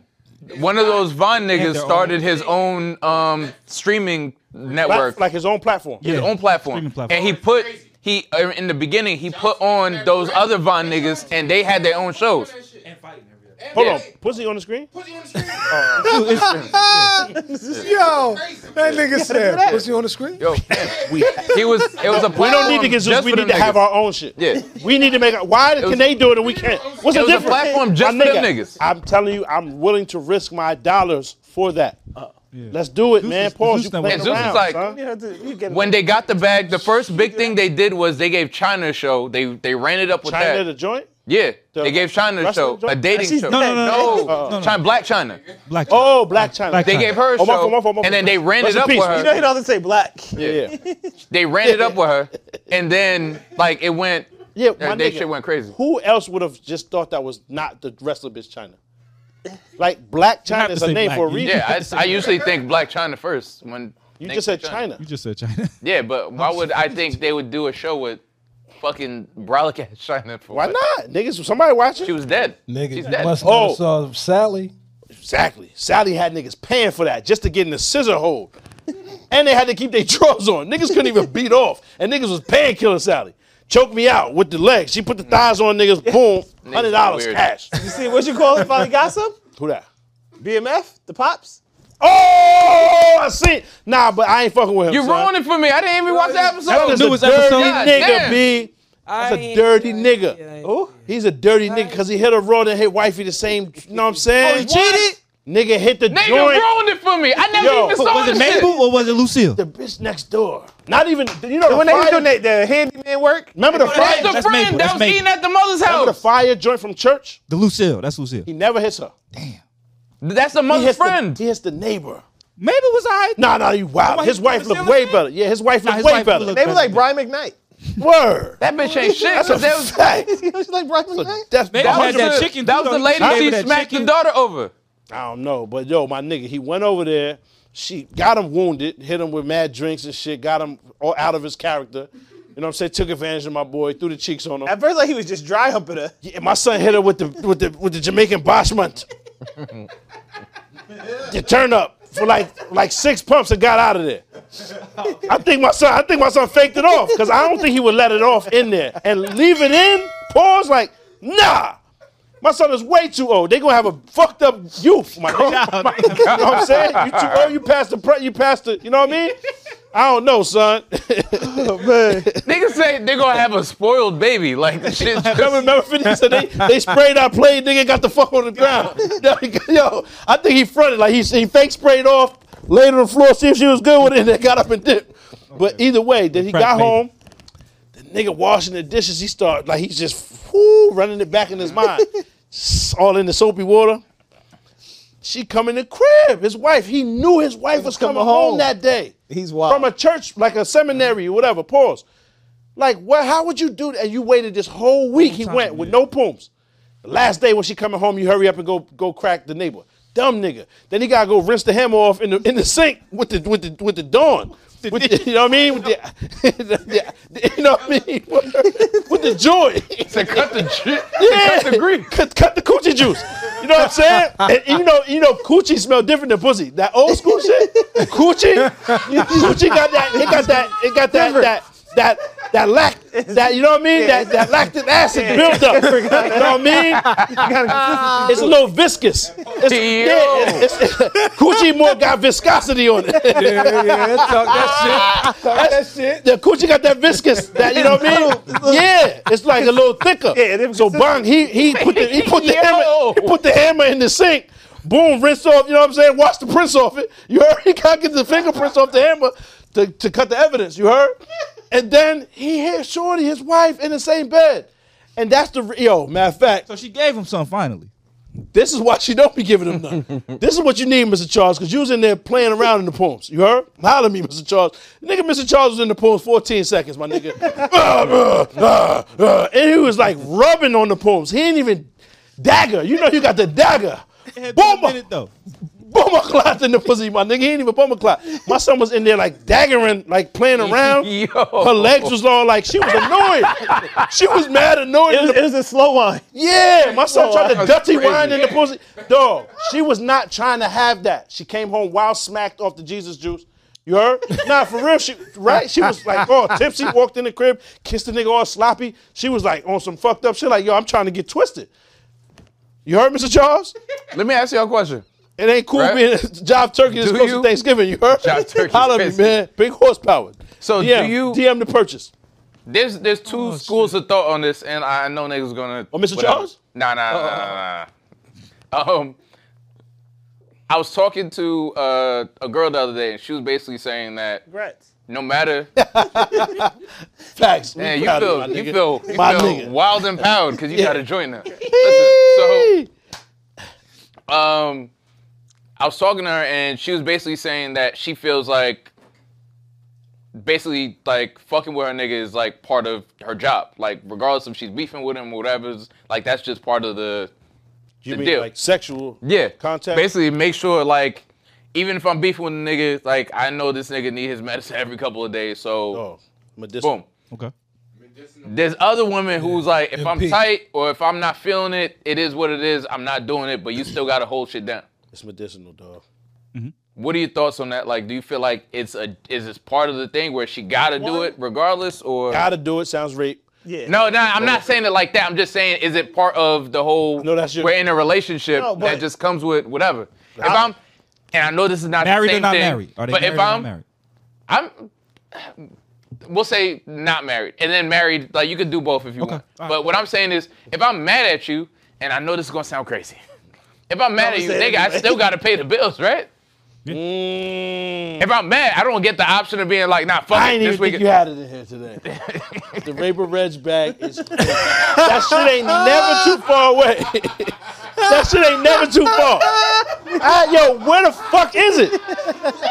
B: One of those Von niggas
G: their own-
B: started his own um, streaming network,
A: Like, like his own platform.
B: his own platform.
G: streaming platform.
B: and he put he uh, in the beginning he put on those other Von niggas, and they had their own shows.
C: And fighting every day.
A: Hold on, pussy on the screen.
C: Pussy on the screen.
F: Yo, that nigga said, "Was he on the screen?"
B: Yo, he was it was a
A: We don't
B: platform
A: need to get Zeus.
B: just
A: We
B: for
A: need
B: them
A: to have
B: niggas.
A: our own shit.
B: Yeah.
A: We need to make. a- Why can
B: was-
A: they do it and we can't? What's
B: It
A: the
B: was a
A: difference?
B: platform just
A: My
B: for them niggas.
A: I'm telling you, I'm willing to risk my dollars for that. Let's do it, man.
G: Uh, is-
A: Pause.
G: Zeus
A: You
G: that
A: playing
B: was- Zeus is
A: around,
B: like-
A: son.
E: You know, the- you get-
B: When they got the bag, the first big thing they did was they gave China a show. They they ran it up with
A: China
B: that.
A: the joint.
B: yeah, they gave China a show,
A: wrestling
B: a
A: joint?
B: dating
E: She's
B: show.
E: No, no,
G: no, no. Uh-uh. No, no.
B: China, Black China.
G: Black.
A: Oh, Black China.
G: Black
B: They
G: China.
B: gave her a
A: Oh, my fault, my
B: show,
A: fault, my
B: and then
A: fault.
B: they ran
A: Rest
B: it
A: in
B: up
A: peace.
B: with her.
E: you know he doesn't say black.
A: Yeah,
B: They ran it up with her, and then like it went.
A: yeah.
B: that
A: My
B: that
A: nigga.
B: shit went crazy.
A: Who else would have just thought that was not the wrestler bitch China? Like Black
G: have
A: China is
G: to
A: a
G: say
A: name
G: black.
A: for a
G: You-
A: reason.
B: Yeah, I, I usually think Black China first. When
A: you
B: think
A: just said
B: of
A: China.
G: You just said China.
B: Yeah, but why would I think they would do a show with fucking brolic ass China? For
A: Why
B: what?
A: not? Niggas, somebody watching?
B: She was dead. She's
F: Niggas
B: dead.
F: must
A: Oh.
F: oh. saw Sally.
A: Exactly. Sally had niggas paying for that just to get in the scissor hold. and they had to keep their drawers on. Niggas couldn't even beat off. And niggas was paying Killer Sally. Choke me out with the legs. She put the thighs on niggas, boom, hundred dollars
B: weird.
A: cash.
E: You see what you call it? Finally got some?
A: Who that?
E: BMF? The Pops?
A: Oh, I see. it. Nah, but I ain't fucking with him.
B: Oh, You
A: son.
B: ruined it for me. I didn't even watch the episode.
A: That was
G: Newest
A: a dirty
G: episode.
B: God
A: nigga,
B: damn.
A: B. That's a
I: ain't-
A: dirty
I: I ain't- I
A: nigga.
I: ain't-
A: Oh, he's a dirty nigga because he hit a road and hit wifey the same. You know what I'm saying?
B: he cheated?
A: Nigga hit the
B: Nigga
A: joint.
B: ruined it for me. I never
A: Yo,
B: even
A: but
B: saw
G: Was it
B: this shit.
G: Mabel or was it Lucille?
A: the bitch next door. Not even you know the
E: When they was
A: fire-
E: doing that, the handyman work?
A: Remember the
B: That's
A: fire?
B: the
G: That's
B: friend
G: Mabel.
B: that
G: That's
B: was
G: Mabel.
B: eating at the mother's
A: Remember the
B: house.
A: fire joint from church?
G: The Lucille. That's Lucille.
A: He never hits her.
B: That's the
A: He
B: mother's
A: hits
B: friend.
A: The, he hits the neighbor.
G: Mabel was alright.
A: Nah, nah, you wild.
G: Somebody
A: his
G: who
A: wife
G: was
A: looked
G: the
A: way
G: other
A: better. Yeah, his wife looked
G: his
A: way
G: wife
A: better.
G: looked
E: They was like Brian McKnight.
A: Word.
B: that bitch ain't shit.
A: That's
B: 'cause
A: a
B: that was,
A: fact.
E: she was like Brian McKnight.
A: That's
G: Mabel
A: that
G: had
A: was
B: that
A: the-
B: was, the-
G: that chicken,
B: that
G: too,
B: was
G: though.
B: the lady
G: She
B: she
G: gave her that
B: smacked the
G: chicken.
B: daughter over.
A: I don't know, but yo, my nigga, he went over there. She got him wounded, hit him with mad drinks and shit, got him all out of his character. You know what I'm saying? Took advantage of my boy, threw the cheeks on him.
E: At first, like he was just dry humping her.
A: Yeah, my son hit her with the with the with the Jamaican bashment. the turn up for like like six pumps and got out of there. I think my son, I think my son faked it off because I don't think he would let it off in there and leave it in. Pause like nah. My son is way too old. They gonna have a fucked up youth. My, nigga. My- you know what I'm saying? You too old. You passed the pre- you passed the. You know what I mean? I don't know, son.
B: Niggas say they're gonna have a spoiled baby. Like the shit.
A: Remember, remember Phineas said they, they sprayed our plane, nigga got the fuck on the ground. Yo, I think he fronted. Like he, he fake sprayed off, laid on the floor, see if she was good with it, and then got up and dipped. But either way, then he
G: Crack
A: got
G: baby.
A: home. The nigga washing the dishes, he start like he's just whoo, running it back in his mind. S- All in the soapy water. She come in the crib. His wife, he knew his wife was coming,
E: coming
A: home.
E: home.
A: that day.
E: He's wild.
A: From a church, like a seminary or whatever. Pause. Like, what? How would you do that? And you waited this whole week. He went with no pooms. The last day when she coming home, you hurry up and go go crack the neighbor. Dumb nigga. Then he gotta go rinse the hammer off in the in the sink with the with the with the dawn. With the- you know what I mean? With the, the- you know what I mean? With the joy.
B: to cut the shit.
A: Yeah.
B: Cut the green.
A: Cut, cut the coochie juice. You know what I'm saying? And you know, you know, coochie smell different than pussy. That old school shit, coochie, coochie got that. It got that. It got that. That. That that lac that you know what I mean that that lactic acid built up you know what I mean it's a little viscous it's, yeah, it's, coochie more got viscosity on it
F: Yeah, yeah, talk that shit. Talk that shit.
A: the coochie got that viscous, that you know what I mean? yeah, it's like a little thicker.
E: Yeah, them-
A: so bang, he he put the he put the
B: Yo.
A: hammer he put the hammer in the sink. Boom, rinse off. You know what I'm saying? Wash the prints off it. You heard? He got to get the fingerprints off the hammer to, to cut the evidence. You heard? And then he hit Shorty, his wife, in the same bed. And that's the re- yo. Matter of fact,
G: So she gave him some finally.
A: this is why she don't be giving him none. this is what you need, Mr. Charles, because you was in there playing around in the poems. You heard? Holler at me, Mr. Charles. Nigga, Mr. Charles was in the poems 14 seconds, my nigga. Ah, ah, ah, ah. and he was like rubbing on the poems. He ain't even dagger. You know you got the dagger.
G: It
A: Boom!
G: been a minute though.
A: Bomber clot in the pussy, my nigga. He ain't even bomber clot. My son was in there like daggering, like playing around.
B: Yo.
A: Her legs was all like she was annoyed. she was mad annoyed. in the
E: It was a slow one.
A: yeah, my son tried to
B: that's
A: dirty
B: crazy.
A: wine in the pussy. Dog, she was not trying to have that. She came home wild smacked off the Jesus juice. You heard? Nah, for real, she right? She was like, oh, tipsy, walked in the crib, kissed the nigga all sloppy. She was like on some fucked up shit, like, yo, I'm trying to get twisted. You heard, Mr. Charles?
B: Let me ask y'all a question.
A: It ain't cool
B: Right.
A: being job turkey this
B: Do
A: close to
B: you?
A: Thanksgiving. You heard?
B: Job turkey
A: Holla at me,
B: is-
A: man. Big horsepower.
B: So do
A: DM,
B: you-
A: DM the purchase?
B: There's there's two
G: Oh,
B: schools of thought on this, and I know niggas gonna.
A: Oh, Mr. Charles?
B: Nah, nah, nah, nah, nah, nah. Um, I was talking to uh, a girl the other day, and she was basically saying that no matter,
A: Facts. We
B: man, you
A: proud
B: feel
A: of my
B: you
A: nigga.
B: feel you
A: My
B: feel
A: nigga.
B: wild and proud because you
A: Yeah.
B: got to join them. Listen, so, um, I was talking to her, and she was basically saying that she feels like basically like fucking with her nigga is like part of her job. Like regardless if she's beefing with him or whatever's like that's just part of the
A: You
B: the
A: mean
B: deal.
A: like sexual
B: yeah,
A: contact?
B: Basically, make sure like even if I'm beefing with a nigga, like I know this nigga need his medicine every couple of days. So
A: Oh, medicinal.
B: boom.
G: Okay.
B: There's other women who's like, if
F: Yeah,
B: I'm
F: peace.
B: tight or if I'm not feeling it, it is what it is. I'm not doing it, but you still gotta hold shit down.
A: It's medicinal, dog.
B: What are your thoughts on that? Like, do you feel like it's a is this part of the thing where she gotta do it regardless, or
A: Gotta do it. Sounds rape.
E: Yeah.
B: no? No, I'm not saying it like that. I'm just saying, is it part of the whole?
A: No, that's your-
B: we're in a relationship
E: No, but-
B: that just comes with whatever. If I'm, and I know this is not
G: Married
B: the
G: or
B: same
G: not
B: thing,
G: married? Are they
B: but if
G: married or not
B: I'm,
G: married?
B: I'm, we'll say not married, and then married. Like you could do both if you want.
G: all right.
B: But what I'm saying is, if I'm mad at you, and I know this is gonna sound crazy, if I'm mad at you, nigga, I still gotta pay the bills, right? If I'm mad, I don't get the option of being like, nah, fuck
A: I
B: it,
A: ain't
B: Mm. this
A: even think
B: weekend.
A: you had it in here today. the Raper Reds bag is that shit ain't never too far away. that shit ain't never too far. Ah, yo, where the fuck is it?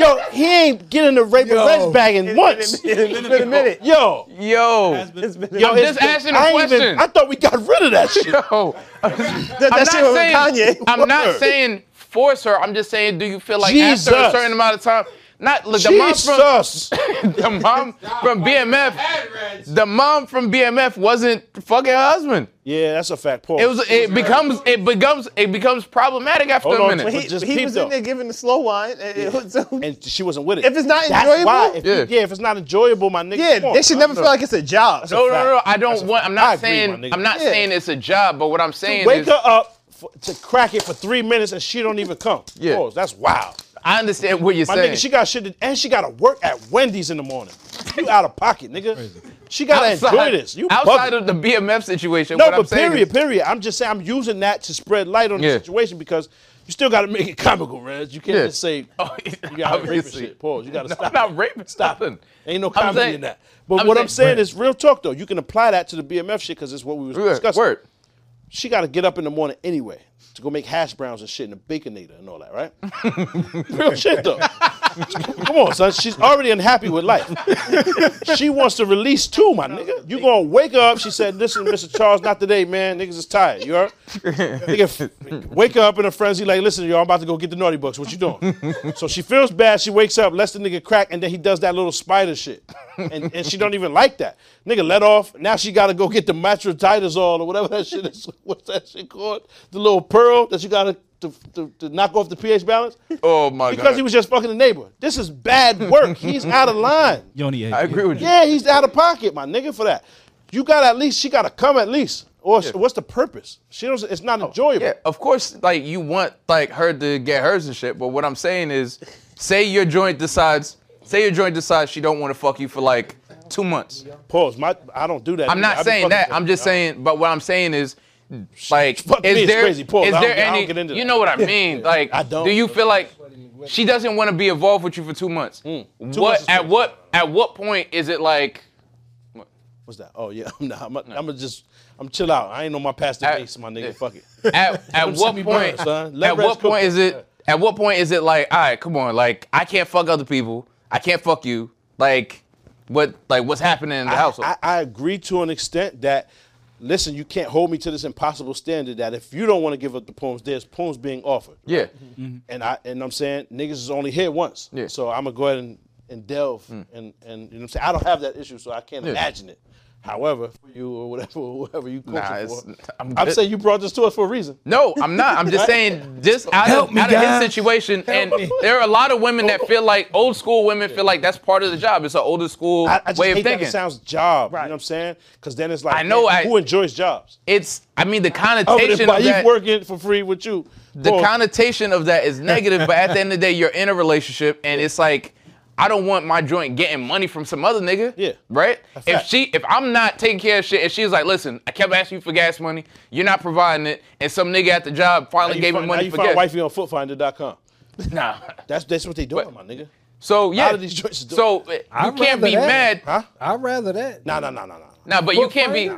A: Yo, he ain't getting the Raper Reds bag in once.
E: It's been a minute.
A: Yo,
B: Yo,
A: yo,
B: I'm
A: it's
B: just
A: been-
B: asking a
A: I ain't
B: question.
A: I thought we got rid of that shit.
B: yo,
E: That,
B: I'm
E: that shit
B: not
E: with
B: saying,
E: Kanye.
B: I'm not saying force her. I'm just saying, do you feel like after a
A: Jesus.
B: certain amount of time? Not look, the mom from
A: Jesus.
B: the mom from BMF. The mom from BMF wasn't fucking her husband.
A: Yeah, that's a fact. Paul.
B: It was. It becomes. It becomes. It becomes problematic after
A: Hold
B: a
A: on,
B: minute.
A: but
E: He,
A: just
E: he
A: peep,
E: was
A: though.
E: in there giving the slow wine. and it was-
A: and she wasn't with it.
E: If it's not
A: That's
E: enjoyable-
A: why. If, yeah.
B: Yeah.
A: if it's not enjoyable, my nigga.
E: yeah,
A: come on,
E: they should
A: son.
E: never feel like it's a job.
B: no, no, no, no. I
A: That's
B: don't
A: a
B: want. I'm
A: fact.
B: not
A: I agree,
B: saying.
A: my nigga.
B: I'm not
E: Yeah.
B: saying it's a job, but what I'm saying
A: wake
B: is,
A: her up for, to crack it for three minutes and she don't even come.
B: Yeah.
A: Pause. that's wild.
B: I understand what you're
A: My
B: saying.
A: nigga, she got shit to, and she got to work at Wendy's in the morning. You out of pocket, nigga. She gotta enjoy this. You
B: outside
A: bugging.
B: of the BMF situation.
A: no,
B: what I'm
A: but
B: saying
A: period,
B: is-
A: period. I'm just saying I'm using that to spread light on
B: Yeah.
A: the situation because you still gotta make it comical, Rez. You can't
B: Yeah.
A: just say
B: Oh,
A: you gotta rape
B: obviously.
A: shit. Pause. You gotta
B: No,
A: stop.
B: I'm not raping.
A: Stop
B: Nothing.
A: it. Ain't no
B: I'm
A: comedy
B: saying-
A: in that. But
B: I'm
A: what
B: saying-
A: I'm saying is real talk though. You can apply that to the BMF shit because it's what we was
B: Yeah,
A: discussing.
B: Word.
A: she got to get up in the morning anyway to go make hash browns and shit in the baconator and all that, right? Real shit though. Come on, son. She's already unhappy with life. she wants to release too, my nigga. You gonna wake her up? She said, "Listen, Mr. Charles, not today, man. Niggas is tired. You heard? Nigga, f- wake her up in a frenzy, like, listen, y'all, I'm about to go get the naughty books. What you doing? so she feels bad. She wakes up, lets the nigga crack, and then he does that little spider shit, and, and she don't even like that. Nigga, let off. Now she gotta go get the matroditazole or whatever that shit is. What's that shit called? The little pearl that you gotta to, to, to knock off the pH balance
B: Oh my
A: because
B: god.
A: he was just fucking the neighbor. This is bad work. He's out of line.
G: You only ate.
B: I agree with you.
A: Yeah, he's out of pocket, my nigga, for that. You got at least she got to come at least. Or
B: Yeah. Oh,
A: what's the purpose? She don't. It's not enjoyable.
B: Yeah, of course, like you want like her to get hers and shit. But what I'm saying is, say your joint decides, say your joint decides she don't want to fuck you for like two months.
A: Pause. My, I don't do that.
B: I'm
A: I
B: not
A: be
B: saying
A: fucking
B: that.
A: with
B: I'm just
A: y'all.
B: saying. But what I'm saying is, like,
A: Fuck me,
B: is
A: it's
B: there is
A: crazy. Pause. I don't
B: there
A: get- I don't
B: any?
A: get into
B: You
A: that.
B: know what I mean? Like,
A: I don't.
B: do you feel like she doesn't want to be involved with you for two months?
A: Mm. Two
B: what
A: months is
B: at
A: too-
B: what at what point is it like?
A: What's that? Oh yeah. I'm not. I'm, I'm gonna just. I'm chill out. I ain't on my past the
B: I-
A: base, my nigga.
B: yeah.
A: Fuck it.
B: At, at
A: Don't
B: what
A: see me
B: point?
A: burn, son. Let
B: At
A: Rez
B: what
A: cook
B: point
A: it.
B: is it? At what point is it like? All right, come on. Like I can't fuck other people. I can't fuck you. Like what? Like what's happening in the household?
A: I, I agree to an extent that, listen, you can't hold me to this impossible standard that if you don't want to give up the poems, there's poems being offered.
B: yeah.
A: And I and I'm saying niggas is only here once.
B: Mm-hmm. Yeah. Mm.
A: So I'm gonna go ahead and, and delve and, and you know what I'm saying I don't have that issue, so I can't
B: Yeah.
A: imagine it. However, for you or whatever whatever you coaching
B: Nah, it's-
A: for.
B: I'm
A: I'm,
B: good.
A: saying you brought this to us for a reason.
B: No, I'm not. I'm just saying this out
F: Help
B: of,
F: me,
B: out of his
F: guys.
B: situation, and there are a lot of women that feel like old school women feel like that's part of the job. It's an older school
A: I, I just
B: way of
A: hate that
B: thinking.
A: it sounds job. You
E: Right.
A: know what I'm saying? Because then it's like
B: I know
A: man,
B: I-
A: who enjoys jobs.
B: it's I mean the
A: Other than
B: connotation of
A: Baif
B: that.
A: working for free with you.
B: the
A: Pause.
B: connotation of that is negative, but at the end of the day, you're in a relationship, and it's like I don't want my joint getting money from some other nigga.
A: Yeah.
B: Right. If
A: fact.
B: she, if I'm not taking care of shit, and she's like, "Listen, I kept asking you for gas money, you're not providing it," and some nigga at the job
A: Now
B: finally
A: you
B: gave me
A: find-
B: money
A: now you
B: for
A: find
B: gas.
A: wifey on footfinder.com.
B: Nah.
A: That's that's what they doing,
B: But-
A: my nigga.
B: So yeah.
A: of these joints do-
B: so uh, you
F: I'd
B: can't
F: rather
B: be
F: that.
B: mad.
A: Huh?
F: I'd rather that.
A: Nah, nah, nah, nah, nah.
B: Nah, but you can't be.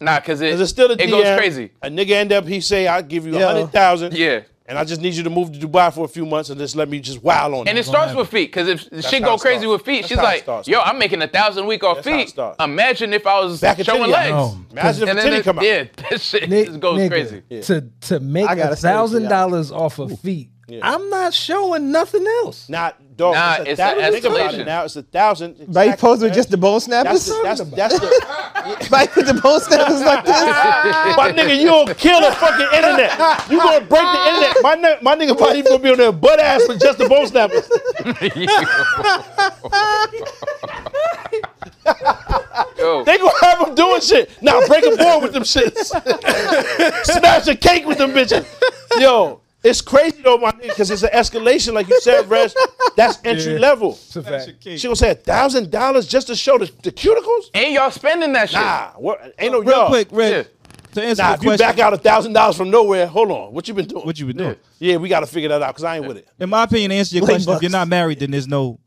B: Nah, cause it,
A: Cause it's still a
B: it
A: DM.
B: goes crazy.
A: A nigga end up, he say, I'll give you a
E: Yeah.
A: hundred thousand.
B: Yeah.
A: And I just need you to move to Dubai for a few months and just let me just wow on
B: And
A: you.
B: it starts with feet, because if shit
A: how
B: go
A: it
B: crazy
A: starts.
B: with feet,
A: That's
B: she's
A: how it
B: like,
A: starts.
B: yo, I'm making a thousand week off
A: That's how it
B: feet.
A: starts.
B: Imagine if I was
A: Back a
B: showing
A: titty
B: legs.
A: out.
F: No.
A: Imagine if
B: And
A: a
B: then
A: titty
B: it-
A: come out.
B: Yeah, that shit just goes
F: Nigga,
B: crazy.
F: To to make
E: I gotta say
F: a
E: this to y'all.
F: thousand dollars off of feet. I'm not showing nothing else.
A: Not dog.
B: Nah,
A: it's,
B: it's
A: a thou-
B: an
A: Think about
B: escalation.
A: it now. It's a thousand.
E: By you
A: Exactly,
E: posing with
A: man.
E: just the bone
A: That's
E: snappers?
A: the, that's, that's the
E: By with the bone snappers like this?
A: my nigga. You gonna kill the fucking internet. You gonna break the internet. My ni- my nigga probably gonna be on their butt ass with just the bone snappers.
B: Yo,
A: They gonna have them doing shit. Now break a board with them shits. Smash a cake with them bitches. Yo, it's crazy though, my nigga, because it's an escalation, like you said, Reg. That's entry
F: Yeah.
A: level.
F: It's a fact.
A: She gonna say a thousand dollars just to show the, the cuticles?
B: and y'all spending that shit.
A: Nah, what, ain't no
G: Real
A: y'all.
G: quick, Red. To answer
A: Nah,
G: the
A: if you
G: question,
A: back out a thousand dollars from nowhere, hold on. What you been doing?
G: what you been doing?
A: yeah, we gotta figure that out because I ain't with it.
G: In my opinion, to answer your
E: Blame
G: question. If
E: Bucks.
G: you're not married, then there's no,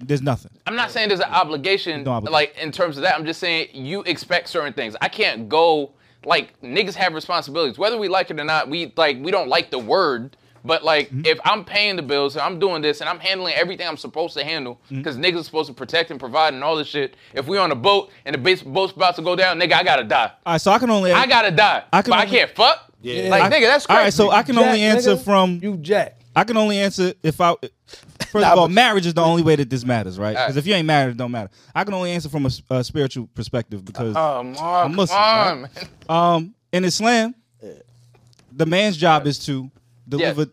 G: there's nothing.
B: I'm not saying there's an obligation,
G: No obligation.
B: like in terms of that. I'm just saying you expect certain things. I can't go like niggas have responsibilities, whether we like it or not. We like we don't like the word, but like if I'm paying the bills and I'm doing this and I'm handling everything I'm supposed to handle, because niggas supposed to protect and provide and all this shit. If we on a boat and the base, boat's about to go down, nigga, I gotta die.
G: All right, so I can only.
B: I gotta die.
G: I can
B: but I
G: only-
B: can't fuck. Like nigga, that's
G: All
B: crazy.
G: right, so I can only
F: Jack,
G: answer
F: nigga.
G: from.
F: you jack.
G: I can only answer if I. First of all, marriage is the only way that this matters, right? Because if you ain't married, it don't matter. I can only answer from a, s- a spiritual perspective because
B: Oh, Mark,
G: I'm Muslim,
B: come on, man.
G: um, in Islam, the man's job is to deliver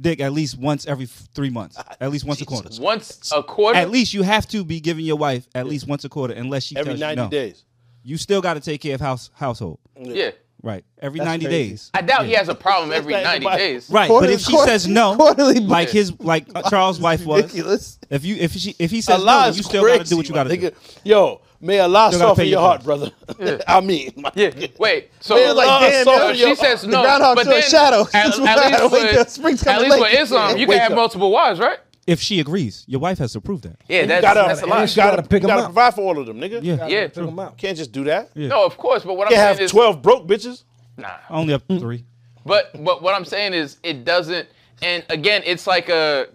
G: dick at least once every f- three months,
A: Uh,
G: at least once a quarter.
B: Once a quarter.
G: At least you have to be giving your wife at least once a quarter, unless she
A: Every
G: tells
A: ninety
G: you no.
A: days. Mm.
G: You still got to take care of house household,
B: Yeah.
G: right? Every
E: That's
G: ninety
E: crazy.
G: days,
B: I doubt he has a problem every
A: like
B: 90
A: nobody-
B: days.
G: right?
E: Quarterly-
G: but if she
E: quarterly-
G: says no,
E: quarterly
G: like his like uh, Charles' wife was,
E: Ridiculous.
G: if you if she if he says
A: Allah
G: no,
A: is
G: you still
A: crazy,
G: got to do what you
A: my
G: got to do.
A: nigga. Yo, may Allah
G: Still gotta
A: soften
G: pay
A: your
G: your
A: heart, brother. I mean, my
B: Yeah.
A: nigga.
B: Wait. So
A: Man, like, damn,
B: so
A: yo,
B: she
A: yo,
B: says no.
E: groundhog
B: but
E: showing
B: then
E: shadows.
B: At,
E: That's
B: at
E: why I don't wake
B: least
E: up. Spring's
B: with, at
E: coming
B: least
E: late.
B: with Islam, you can
A: Wake
B: have
A: up.
B: multiple wives, right?
G: If she agrees, your wife has to prove that.
B: Yeah, that's,
A: you gotta,
B: that's a
A: you
B: lot.
F: she gotta
A: gotta,
F: pick
A: you
F: 'em
A: gotta
F: up.
A: provide for all of them, nigga.
G: Yeah,
B: Yeah.
F: Took 'em out.
A: Can't just do that. You
B: No, of course. But what I'm
A: can't
B: saying
A: have
B: is,
A: twelve broke bitches.
B: nah.
G: only up to three.
B: But but what I'm saying is, it doesn't. And again, it's like a.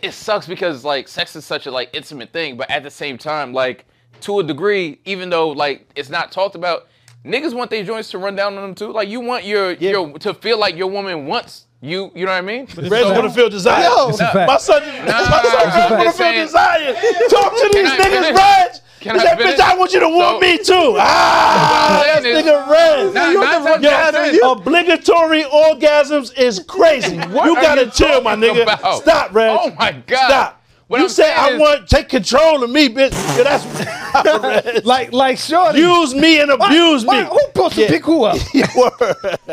B: It sucks because like sex is such a like intimate thing, but at the same time, like to a degree, even though like it's not talked about, niggas want their joints to run down on them too. Like you want your your to feel like your woman wants you. You know what I mean?
A: Reds
B: So-
A: want to feel desire.
E: Yo. It's
F: a fact.
A: my son, my son
B: Nah.
A: Reds want to
B: Just
A: feel
B: saying.
A: desire. Talk to these
B: I
A: niggas,
B: finish?
A: Reds.
B: Can I
A: that
B: finish?
A: bitch, I want you to want
B: So-
A: me too. Ah,
B: What I'm
A: that's
B: saying is-
A: nigga Reds.
B: Nah, nine times out of ten-
A: yo, obligatory orgasms is crazy.
B: What
A: you
B: are
A: gotta
B: you
A: chill, my
B: talking
A: nigga.
B: about?
A: Stop, Reds.
B: Oh my God.
A: Stop.
B: What
A: you
B: I'm
A: said
B: saying
A: I
B: is-
A: want take control of me, bitch. Yo, that's Reds.
F: Like like shorty.
A: use me and abuse me.
F: Why- Who supposed to pick who up?
B: Yo.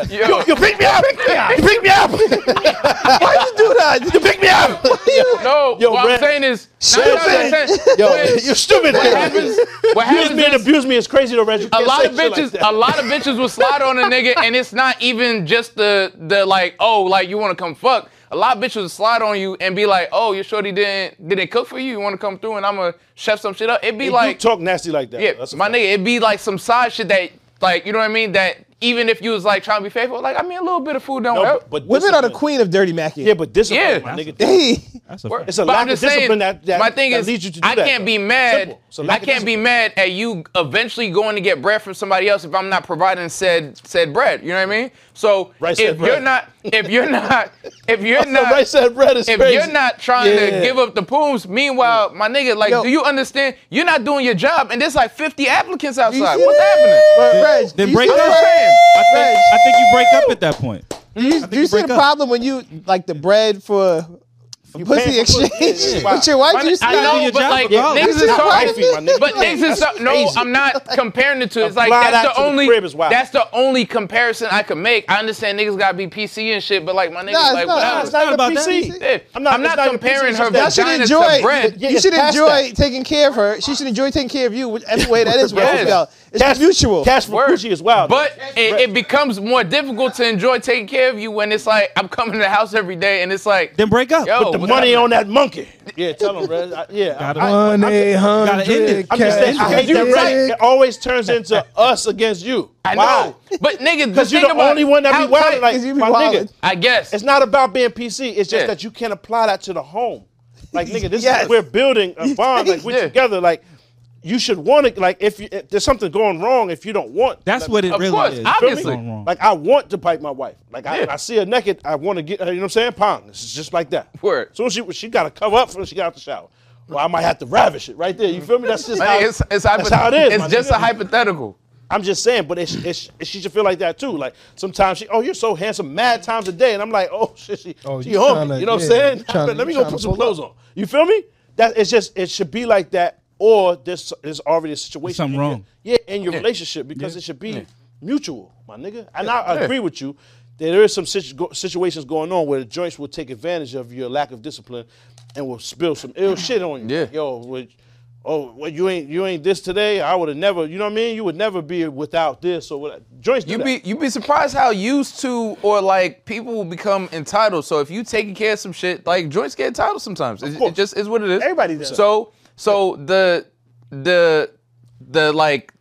A: You, you pick me up. You pick me up. Why'd you do that? You pick me up.
B: No,
A: Yo,
B: what
A: Brad.
B: I'm saying is,
A: Shit,
B: nine times out of ten,
A: Yo,
B: when-
A: you stupid.
B: what happens? What
A: Abuse
B: happens
A: me and
B: is,
A: abuse me is crazy though, Reggie.
B: a lot of bitches, a lot of bitches will slide on a nigga, and it's not even just the the like, oh, like you want to come fuck. A lot of bitches will slide on you and be like, oh, your shorty didn't didn't cook for you. You want to come through and I'ma chef some shit up. It'd be
A: like
B: like
A: you talk nasty like that.
B: yeah,
A: That's a
B: my
A: fact.
B: nigga, it'd be like some side shit that, like, you know what I mean? That even if you was like trying to be faithful, like, I mean, a little bit of food don't
A: No,
B: help.
A: but, but
E: Women are the
A: discipline.
E: queen of dirty macking.
A: Yeah, but discipline,
B: Yeah.
A: my nigga.
E: Hey,
G: That's a
B: Word.
G: fact.
A: It's a
B: But
A: lack
B: I'm
A: of
B: just
A: discipline
B: saying,
A: that, that,
B: my thing
A: that
B: is,
A: leads you to do
B: I
A: that,
B: can't
A: though.
B: be mad.
A: Simple. So
B: I
A: lack of
B: can't be
A: discipline.
B: mad at you eventually going to get bread from somebody else if I'm not providing said said bread. You know what I mean? So
A: Right said
B: if you're
A: bread.
B: not, if you're not, if you're
A: So
B: not,
A: Ray said bread is
B: if
A: crazy.
B: you're not trying
A: Yeah.
B: to give up the pooms, meanwhile, my nigga, like,
E: Yo.
B: do you understand? You're not doing your job, and there's like 50 applicants outside.
E: see
B: What's happening?
E: But Reg, do
G: Then
E: you
G: break
E: see
G: up.
E: the-
G: I think, I think you break up at that point.
E: Do you, do you
G: you
E: see
G: break
E: the
G: up.
E: problem when you like the bread for
A: paying
E: pussy
A: for pussy.
E: exchange
A: Yeah, yeah.
E: with your wife? You
B: I
E: still-
G: do
B: know,
G: your
B: but
G: job
B: like,
G: regardless.
B: niggas
E: That's
B: is
E: not
B: talking-
E: right.
A: Wifey, my nigga.
B: But things is so, no, I'm not comparing it to. It's like
A: blind eye
B: that's
A: to
B: the
A: the
B: only
A: crib is wild.
B: that's the only comparison I can make. I understand niggas gotta be PC and shit, but like my niggas
E: Nah, it's
B: like
E: not-
B: whatever.
A: it's not even
G: about that.
A: PC.
B: Yeah. I'm not,
A: it's even
B: comparing
A: PC,
B: her
A: it's just that-
E: should
B: vagina
E: enjoy-
B: to bread.
A: Yeah,
E: you
A: it's
E: should
A: past
E: enjoy
A: that.
E: taking care of her. She should enjoy taking care of you. Every way that is with both
B: Yes.
E: of y'all, it's
A: Cash-
E: mutual.
A: Cash for
B: Word.
A: Gucci is wild.
B: But it, it becomes more difficult to enjoy taking care of you when it's like I'm coming to the house every day and it's like
G: Then break up.
B: Yo,
A: the the money on that monkey. Yeah, tell him, Red. I- Yeah,
G: Gotta-
A: I-
F: One eight
G: Gotta end it.
F: hundred.
A: I'm just saying, I hate that
F: right.
A: rhetoric. It always turns into us against you.
B: I
A: Why?
B: know, but nigga,
A: Because you're
B: thing
A: the
B: about-
A: only one that
B: how
A: be wild
B: tight-
A: like
E: 'cause you be
A: my nigga.
E: wildin'.
B: I guess
A: It's not about being PC. It's just
B: Yeah.
A: that you can't apply that to the home. Like nigga, this
E: Yes.
A: is we're building a bond. Like we're
B: Yeah.
A: together. Like you should want it. Like if, you, if there's something going wrong, if you don't want,
G: That's what it
B: Of
G: really
B: course,
G: is.
B: obviously.
G: Going wrong.
A: Like I want to bite my wife. Like I,
B: Yeah.
A: I see her naked, I want to get her. You know what I'm saying? Pong. It's just like that.
B: Word.
A: Soon she she got to cover up when she got out the shower. Well, I might have to ravish it right there. You feel me? That's just
B: Man,
A: how,
B: it's, it's,
A: that's
B: hypo-
A: how it is.
B: It's
A: my
B: just
A: nigga.
B: a hypothetical.
A: I'm just saying, but it's, it's, she should feel like that too. Like sometimes she, oh, you're so handsome, mad times a day, and I'm like, oh shit, she,
F: Oh,
A: she
F: you
A: hungry.
F: tryna-
A: you know what
F: yeah,
A: I'm saying?
F: you tryna-
A: Let me
F: you
A: go
F: tryna
A: put some
F: pull up.
A: clothes on. You feel me? That it's just it should be like that, or there's there's already a situation.
G: Something
A: in your-
G: wrong.
A: yeah, in your relationship because it should be mutual, my nigga. And I agree with you. that There is some situ- go- situations going on where the joints will take advantage of your lack of discipline and will spill some ill shit on you.
B: Yeah.
A: Yo, which, oh, well, you ain't you ain't this today. I would have never. You know what I mean? You would never be without this or what. Joints do
B: You
A: that.
B: be you be surprised how used to or like people will become entitled. So if you taking care of some shit, like joints get entitled sometimes. It,
A: course.
B: it just is what it is.
A: Everybody does.
B: So so the the the like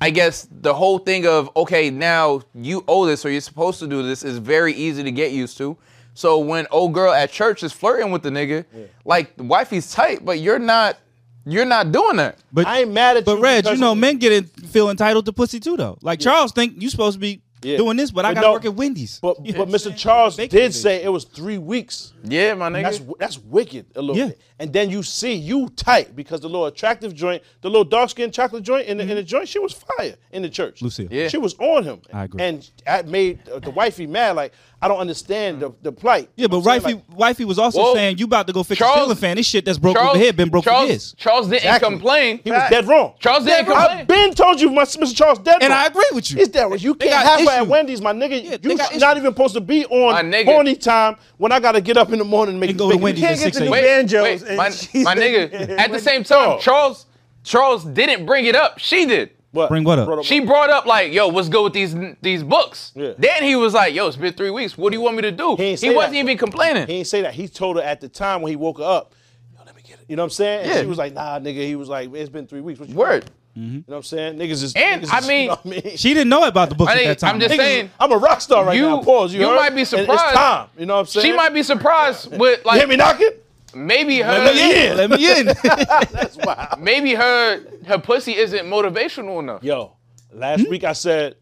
B: I guess the whole thing of okay now you owe this or you're supposed to do this is very easy to get used to. So when old girl at church is flirting with the nigga, like the wifey's tight, but you're not you're not doing that.
G: But
A: I ain't mad at
G: But
A: you
G: Reg, you
A: because-
G: know, men get in, feel entitled to pussy too, though. Like Charles think you supposed to be
A: Yeah.
G: doing this, but, I
A: But
G: got to
A: no,
G: work at Wendy's.
A: But
G: You know
A: but
G: what I'm
A: Mr.
G: saying?
A: Charles
G: Bacon
A: did
G: bitch.
A: say it was three weeks.
B: Yeah, my nigga.
A: And that's that's wicked a little
G: Yeah.
A: bit. And then you see you tight because the little attractive joint, the little dark skinned chocolate joint in the, in the joint, she was fire in the church.
G: Lucille.
B: Yeah.
A: She was on him.
G: Mm-hmm. I agree.
A: And that made the, the wifey mad. Like, I don't understand the, the plight.
G: Yeah, but
A: I'm saying,
G: wifey,
A: like,
G: wifey was also
B: Well,
G: saying you about to go fix
B: Charles-
G: a ceiling fan. This shit that's broke
B: Charles-
G: over here been broke
B: Charles,
G: for years.
B: Charles didn't
A: Exactly.
B: complain.
A: He was dead wrong.
B: Charles didn't complain.
A: I've been told you, my, Mr. Charles, dead
G: And
A: wrong.
G: I agree with you.
A: It's dead wrong. You
G: They
A: can't
G: got
A: have her at
G: issues.
A: Wendy's, my nigga.
G: Yeah, they
A: you
G: got
A: not even supposed to be on
B: My nigga.
A: horny time when I got to get up in the morning and make
G: And go to
A: bacon.
G: Wendy's
A: You
G: at
A: can't get
G: 6
A: to
G: a.m.
A: the
B: Wait,
E: banjos
B: wait,
E: and
B: my,
E: she's
B: my
E: making-
B: nigga. At the same time, Charles Charles didn't bring it up. She did.
G: Bring what up?
A: Brought
B: She brought up like, "Yo, what's good with these these books?"
A: Yeah.
B: Then he was like, "Yo, it's been three weeks. What do you want me to do?"
A: He
B: He,
A: ain't say
B: wasn't
A: that,
B: even
A: though.
B: complaining.
A: He ain't say that. He told her at the time when he woke her up, yo, let me get it. You know what I'm saying? And
B: Yeah.
A: she was like, nah, nigga. He was like, it's been three weeks. What you
B: Word.
A: You know what I'm saying? Niggas is.
B: And,
A: niggas is-
B: I mean,
A: you know what I mean?
G: She didn't know about the book
B: I
G: at
B: think-
G: that time.
B: I'm just
A: Niggas is-
B: saying,
A: I'm a rock star right
B: you-
A: now. Pause. You,
B: you
A: heard?
B: might
A: And
B: be
A: It's
B: surprised.
A: time. You know what I'm saying?
B: She might be surprised with
A: You hear me
B: like
A: knocking?
B: maybe
A: Let me
B: her
A: in.
G: Let me in.
A: That's wild.
B: maybe her her pussy isn't motivational enough.
A: Yo, last
B: Hmm?
A: week I said.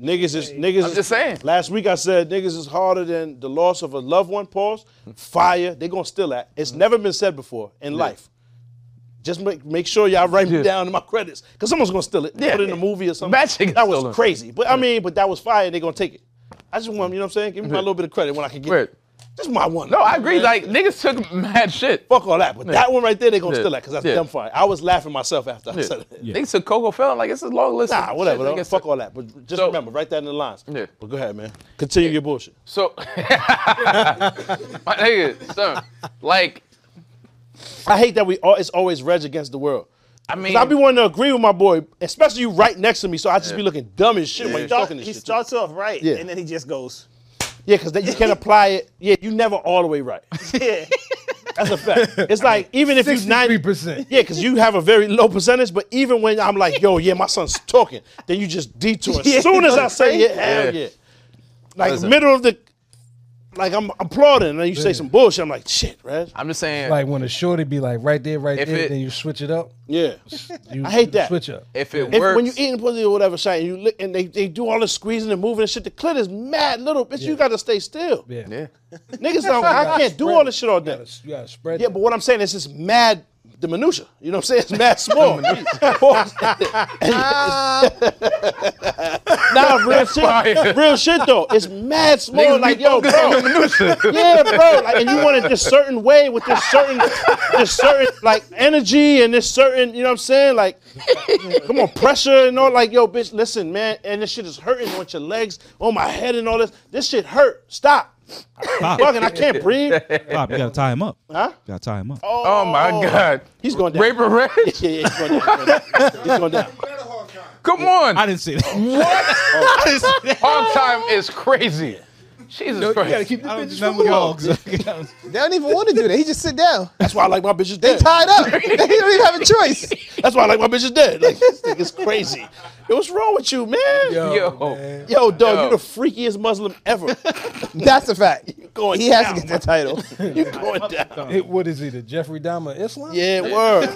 A: Niggas is niggas. is-
B: just saying.
A: Last week I said niggas is harder than the loss of a loved one. Pause. Fire. They gonna still at. It's never been said before in life. Just make, make sure y'all write me down in my credits, cause someone's gonna steal it.
B: Yeah.
A: Put it in a movie or something.
B: Magic is
A: that was
B: stolen.
A: crazy, but I mean, but that was fire. and They gonna take it. I just want, you know what I'm saying? Give me my little bit of credit when I can get.
B: Right.
A: it. This is my one.
B: No, I agree. Like niggas took mad shit.
A: fuck all that, but that one right there, they gonna
B: Yeah.
A: steal that, cause that's
B: Yeah.
A: dumb fire. I was laughing myself after I said it.
B: Niggas took Coco Felon. Like it's a long list.
A: Nah,
B: of
A: whatever.
B: shit
A: though.
B: niggas
A: Fuck
B: took.
A: all that. But just
B: So-
A: remember, write that in the lines.
B: Yeah.
A: But go ahead, man. Continue your bullshit.
B: So, my nigga, son, like,
A: I hate that we all it's always reg against the world.
B: I
A: 'Cause
B: mean,
A: I be wanting to agree with my boy, especially you right next to me, so I just be looking dumb as shit when you're
E: Start-
A: talking this
E: he
A: shit. to me.
E: starts off right,
A: Yeah.
E: and then he just goes.
A: Yeah, because you can't apply it. Yeah, you never all the way right.
E: Yeah.
A: That's a fact. It's like even if you
F: Sixty-three
A: 90
F: percent.
A: Yeah, because you have a very low percentage, but even when I'm like, yo, yeah, my son's talking, then you just detour. As soon as I say yeah, hell yeah.
B: Yeah.
A: Like
B: Listen.
A: middle of the like I'm applauding, and then you say some bullshit. I'm like, shit, right?
B: I'm just saying,
F: Like when a shorty be like right there, right
B: If
F: there,
B: it-
F: then you switch it up.
A: Yeah.
F: You,
A: I hate
F: you
A: that.
F: Switch up.
B: if it
A: If,
B: works,
A: when you eating pussy or whatever, shit, and you lick, and they, they do all the squeezing and moving and shit, the clit is mad little, bitch. You gotta stay still.
F: Yeah.
B: yeah.
A: Niggas don't. I can't do all this shit all day.
F: You gotta spread.
A: Yeah,
F: it.
A: but what I'm saying is it's mad the minutia. You know what I'm saying? It's mad small. Pause. nah, real
B: fire.
A: shit. Real shit though. It's mad small.
B: Niggas be
A: like yo,
B: focused on
A: bro. yeah, bro. Like, and you want it this certain way with this certain, this certain like energy and this certain. You know what I'm saying? Like, come on, pressure and all. Like, yo, bitch, listen, man. And this shit is hurting on your legs, on my head, and all this. This shit hurt. Stop.
G: Stop.
A: Fucking, I can't breathe.
G: Bob, you gotta tie him up. Huh? You gotta tie him up. Oh,
B: oh my God.
A: He's going down.
B: Rape and Red?
A: Yeah, yeah, he's going down. He's going down. He's going down.
B: Come on.
G: I didn't see that. What?
B: Hog time is crazy. Jesus
E: No, you
B: Christ.
E: gotta keep the
G: I don't
E: bitches
G: do
E: from
G: nothing with
E: walking.
G: dogs.
E: They don't even want to do that. He just sit down.
A: That's why I like my bitches
E: They
A: dead.
E: tied up. they don't even have a choice.
A: That's why I like my bitches dead. Like this thing is crazy. Yo, what's wrong with you, man? Yo,
B: Yo.
A: dog,
B: Yo.
A: you the freakiest Muslim ever.
E: That's a fact.
A: going
E: He has
A: down,
E: to get that title.
A: you going down.
F: It, what is he, the Jeffrey Dahmer Islam?
A: Yeah, word.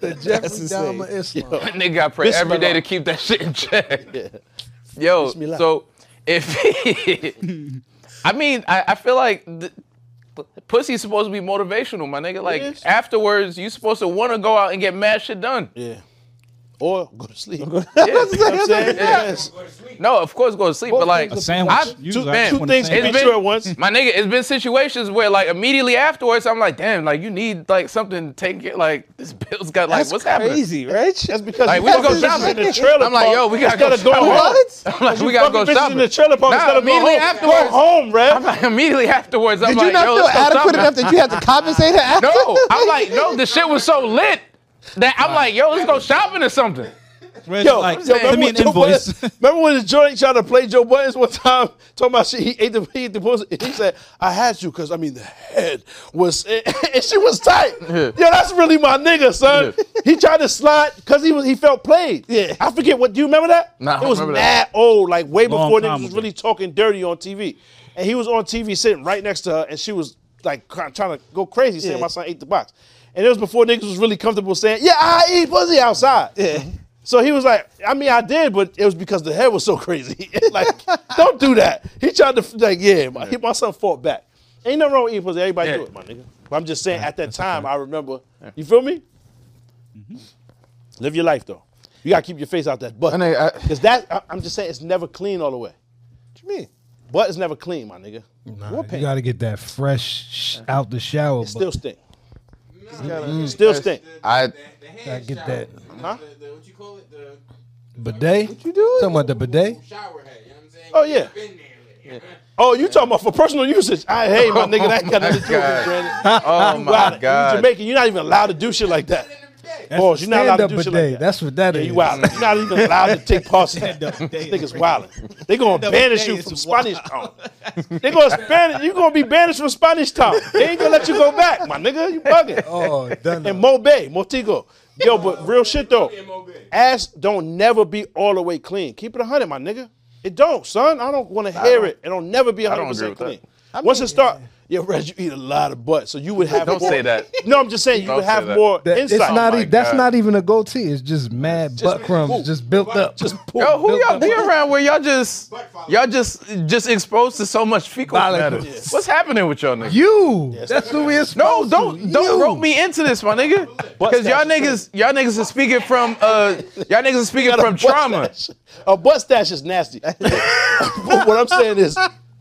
F: the Jeffrey
E: insane.
F: Dahmer Islam.
B: Nigga, I pray every day to keep that shit in check. Yo,
A: Bismillah.
B: so if I mean, I, I feel like th- pussy's supposed to be motivational, my nigga. Like
A: is.
B: afterwards, you supposed to want to go out and get mad shit done.
A: Yeah. Or go to sleep.
B: Yeah.
A: I'm saying, yes.
B: no, of course, go to sleep, but like
G: A sandwich.
B: I've-
G: You
B: man,
G: was like
A: Two
G: One
A: things
G: thing.
A: can be
B: It's been-
A: true at once.
B: my nigga, it's been situations where like immediately afterwards, I'm like, damn, like you need like something take it. Like this bill's got like
E: That's
B: what's happening?
E: crazy, right?
A: That's because
B: Like,
A: you
B: we
A: fuck
B: go
A: bitches
B: shopping.
A: in the trailer
B: I'm like,
A: park
B: yo, we gotta
A: instead
B: go
A: of going
B: shopping.
A: home.
E: What?
B: I'm like, we
A: You fucking
B: gotta go
A: bitches
B: shopping.
A: in the trailer park
B: Nah,
A: instead of going
B: immediately
A: home.
B: afterwards.
A: Go home,
B: I'm
A: Rev.
B: like, immediately afterwards, I'm
E: Did
B: like,
E: you not
B: yo,
E: feel
B: let's go
E: adequate
B: shopping.
E: enough that you had to compensate her after?
B: No, I'm like, no, the shit was so lit that I'm like, yo, let's go shopping or something.
G: Red's
A: Yo,
G: like,
A: yo,
G: send
A: remember,
G: me
A: when
G: an
A: Joe
G: invoice.
A: Budden, remember when Jordan tried to play Joe Buttons one time, talking about shit, he ate the he ate the pussy. He said, "I had you because I mean the head was and she was tight." Yeah, that's really my nigga, son.
B: Yeah.
A: He tried to slide because he was he felt played.
E: Yeah.
A: I forget what. Do you remember that?
B: Nah, I
A: it was
B: remember
A: mad
B: that.
A: old, like way
G: Long
A: before
G: time
A: niggas was
G: ago.
A: really talking dirty on TV, and he was on TV sitting right next to her, and she was like trying to go crazy saying
E: Yeah.
A: my son ate the box, and it was before niggas was really comfortable saying, "Yeah, I eat pussy outside." So he was like, I mean, I did, but it was because the head was so crazy. like, don't do that. He tried to, like, yeah, my, he, my son fought back. Ain't nothing wrong with eating pussy. Everybody
B: Yeah.
A: do it, my nigga. But I'm just saying, at that time, I remember. You feel me? Live your life, though. You got to keep your face out that butt.
B: My nigga, I-
A: Because that, I, I'm just saying, it's never clean all the way.
E: What you mean?
A: Butt is never clean, my nigga.
F: Nah, you gotta get that fresh sh- out the shower.
A: It still
F: Still,
A: stink. Still stink.
B: I
F: gotta get that
A: Huh?
J: The, what you call it? The
F: bidet. What you doing? Talking about the bidet.
J: shower head. You know what I'm saying?
A: Oh, yeah.
J: Been there. Yeah.
A: Oh, you talking about for personal usage? I hey, my nigga, that ain't got nothing to do with
B: God.
A: it, Brandon.
B: oh
A: You
B: my
A: wildin'. You
B: god.
A: Jamaican, you're not even allowed to do shit like that.
F: That's
A: Oh,
F: the
A: you're not allowed to
F: stand-up
A: do shit
F: bidet.
A: like that.
F: That's what that is.
A: Yeah, you wild. You're not even allowed to take parts in that. Niggas wilding. They gonna
G: That
A: banish
G: day
A: you
G: is
A: from
G: wild.
A: Spanish Town. They gonna banish. You gonna be banished from Spanish Town. They ain't gonna let you go back, my nigga. You bugging.
F: Oh, done.
A: And Mo Bay, Motigo. Yo, but real shit though. Ass don't never be all the way clean. Keep it hundred, my nigga. It don't, son. I don't want to hear it. It don't never be hundred
B: don't agree
A: percent
B: with that.
A: clean. Once it start, yo, Reg, you eat a lot of butt, so you would have.
B: Don't
A: more-
B: say that.
A: No, I'm just saying you
B: Don't
A: would
B: say
A: have
B: that.
A: more
F: That- it's
A: insight.
F: not.
B: Oh my
F: e- that's
B: God.
F: not even a goatee. It's just mad butt crumbs just built up.
A: Just pull.
B: Yo, who
F: Built
B: y'all
F: up.
B: be around where y'all just y'all just just exposed to so much fecal matter?
F: Yes.
B: What's happening with y'all niggas?
F: You. that's who we are.
B: No,
F: supposed to.
B: don't don't
F: You.
B: rope me into this, my nigga. Because y'all niggas y'all niggas is speaking from uh y'all niggas is speaking from trauma.
A: Stash. A butt stash is nasty. but what I'm saying is,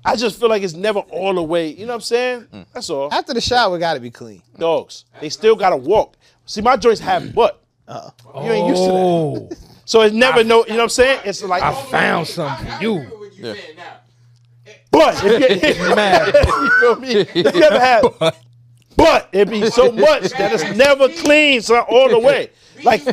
A: I just feel like it's never all the way. You know what I'm saying?
B: Hmm.
A: That's all.
E: After the shower, got to be clean.
A: Dogs. They still gotta walk. See, my joints have butt. You ain't used to that.
F: Oh,
A: So it's never no. You know what I'm saying? It's like
F: I found something.
J: I hear
F: You
J: what you saying now.
A: butt. If you,
F: mad?
A: you feel me? If you ever had butt, it be so much that it's never clean, so all the way. Like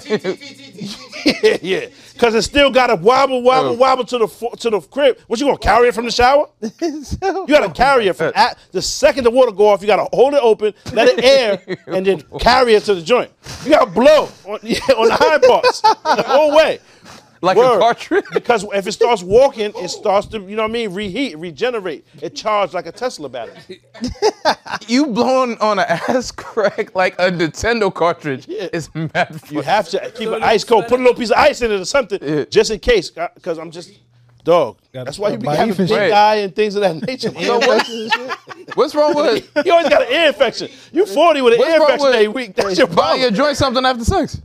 A: yeah, yeah. Cause it still gotta wobble, wobble, wobble to the fo- to the crib. What you gonna carry it from the shower? You gotta carry it from at, the second the water go off. You gotta hold it open, let it air, and then carry it to the joint. You gotta blow on, yeah, on the hind parts the whole way.
B: Like a
A: Word.
B: cartridge.
A: Because if it starts walking, it starts to, you know what I mean, reheat, regenerate. It charged like a Tesla battery.
B: You blowing on an ass crack like a Nintendo cartridge
A: Yeah.
B: is mad.
A: You have to keep it ice cold. Put a little piece of ice in it or something, just in case. Because I'm just, dog. That's why you be
F: stop
A: having
F: beefing
A: big
B: shit.
A: eye and things of that nature.
B: So what- what's wrong with
A: you always got an ear infection. You 40 with an
B: What's
A: ear
B: wrong
A: infection
B: with-
A: every week. That's your
B: buying
A: problem.
B: your joint something after sex?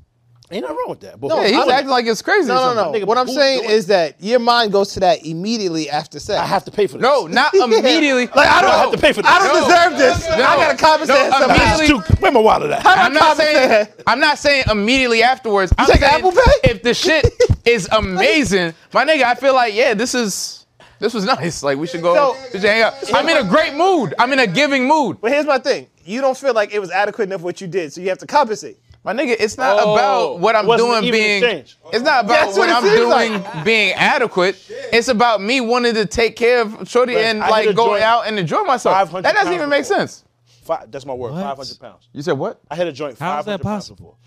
A: Ain't nothing wrong with that. But
B: Yeah, he's
A: I,
B: acting like it's crazy. or
E: No,
B: something.
E: no, no.
A: Nigga,
E: What I'm
A: who's
E: saying
A: doing-
E: is that your mind goes to that immediately after sex.
A: I have to pay for this.
B: No, not immediately.
A: Like, I don't
B: No.
A: have to pay for this.
E: I don't
B: No.
E: deserve this.
B: No.
E: I gotta compensate
B: No,
E: somehow.
B: immediately-
A: It's too- Where my wallet at?
B: I'm not saying I'm not saying immediately afterwards. I'm
E: take
B: saying
E: Apple Pay?
B: if the shit is amazing, my nigga, I feel like yeah, this is this was nice. Like we should go.
E: So-
B: we should hang out. I'm in a great mood. I'm in a giving mood.
E: But here's my thing. You don't feel like it was adequate enough what you did, so you have to compensate.
B: My nigga, it's not
A: Oh.
B: about what I'm
A: Wasn't
B: doing
A: even
B: being.
A: exchanged.
B: It's not about
A: That's what
B: what,
A: it
B: I'm
A: seems
B: doing being adequate. It's about me wanting to take care of Shorty
A: Man,
B: and
A: I hit a
B: like going
A: joint
B: out and enjoy myself.
A: 500
B: That doesn't
A: pounds
B: even make
A: before.
B: sense.
A: Five, that's my word. Five hundred pounds.
B: You said what?
A: I hit a joint.
G: How
A: Five
G: is that
A: hundred pounds
G: possible?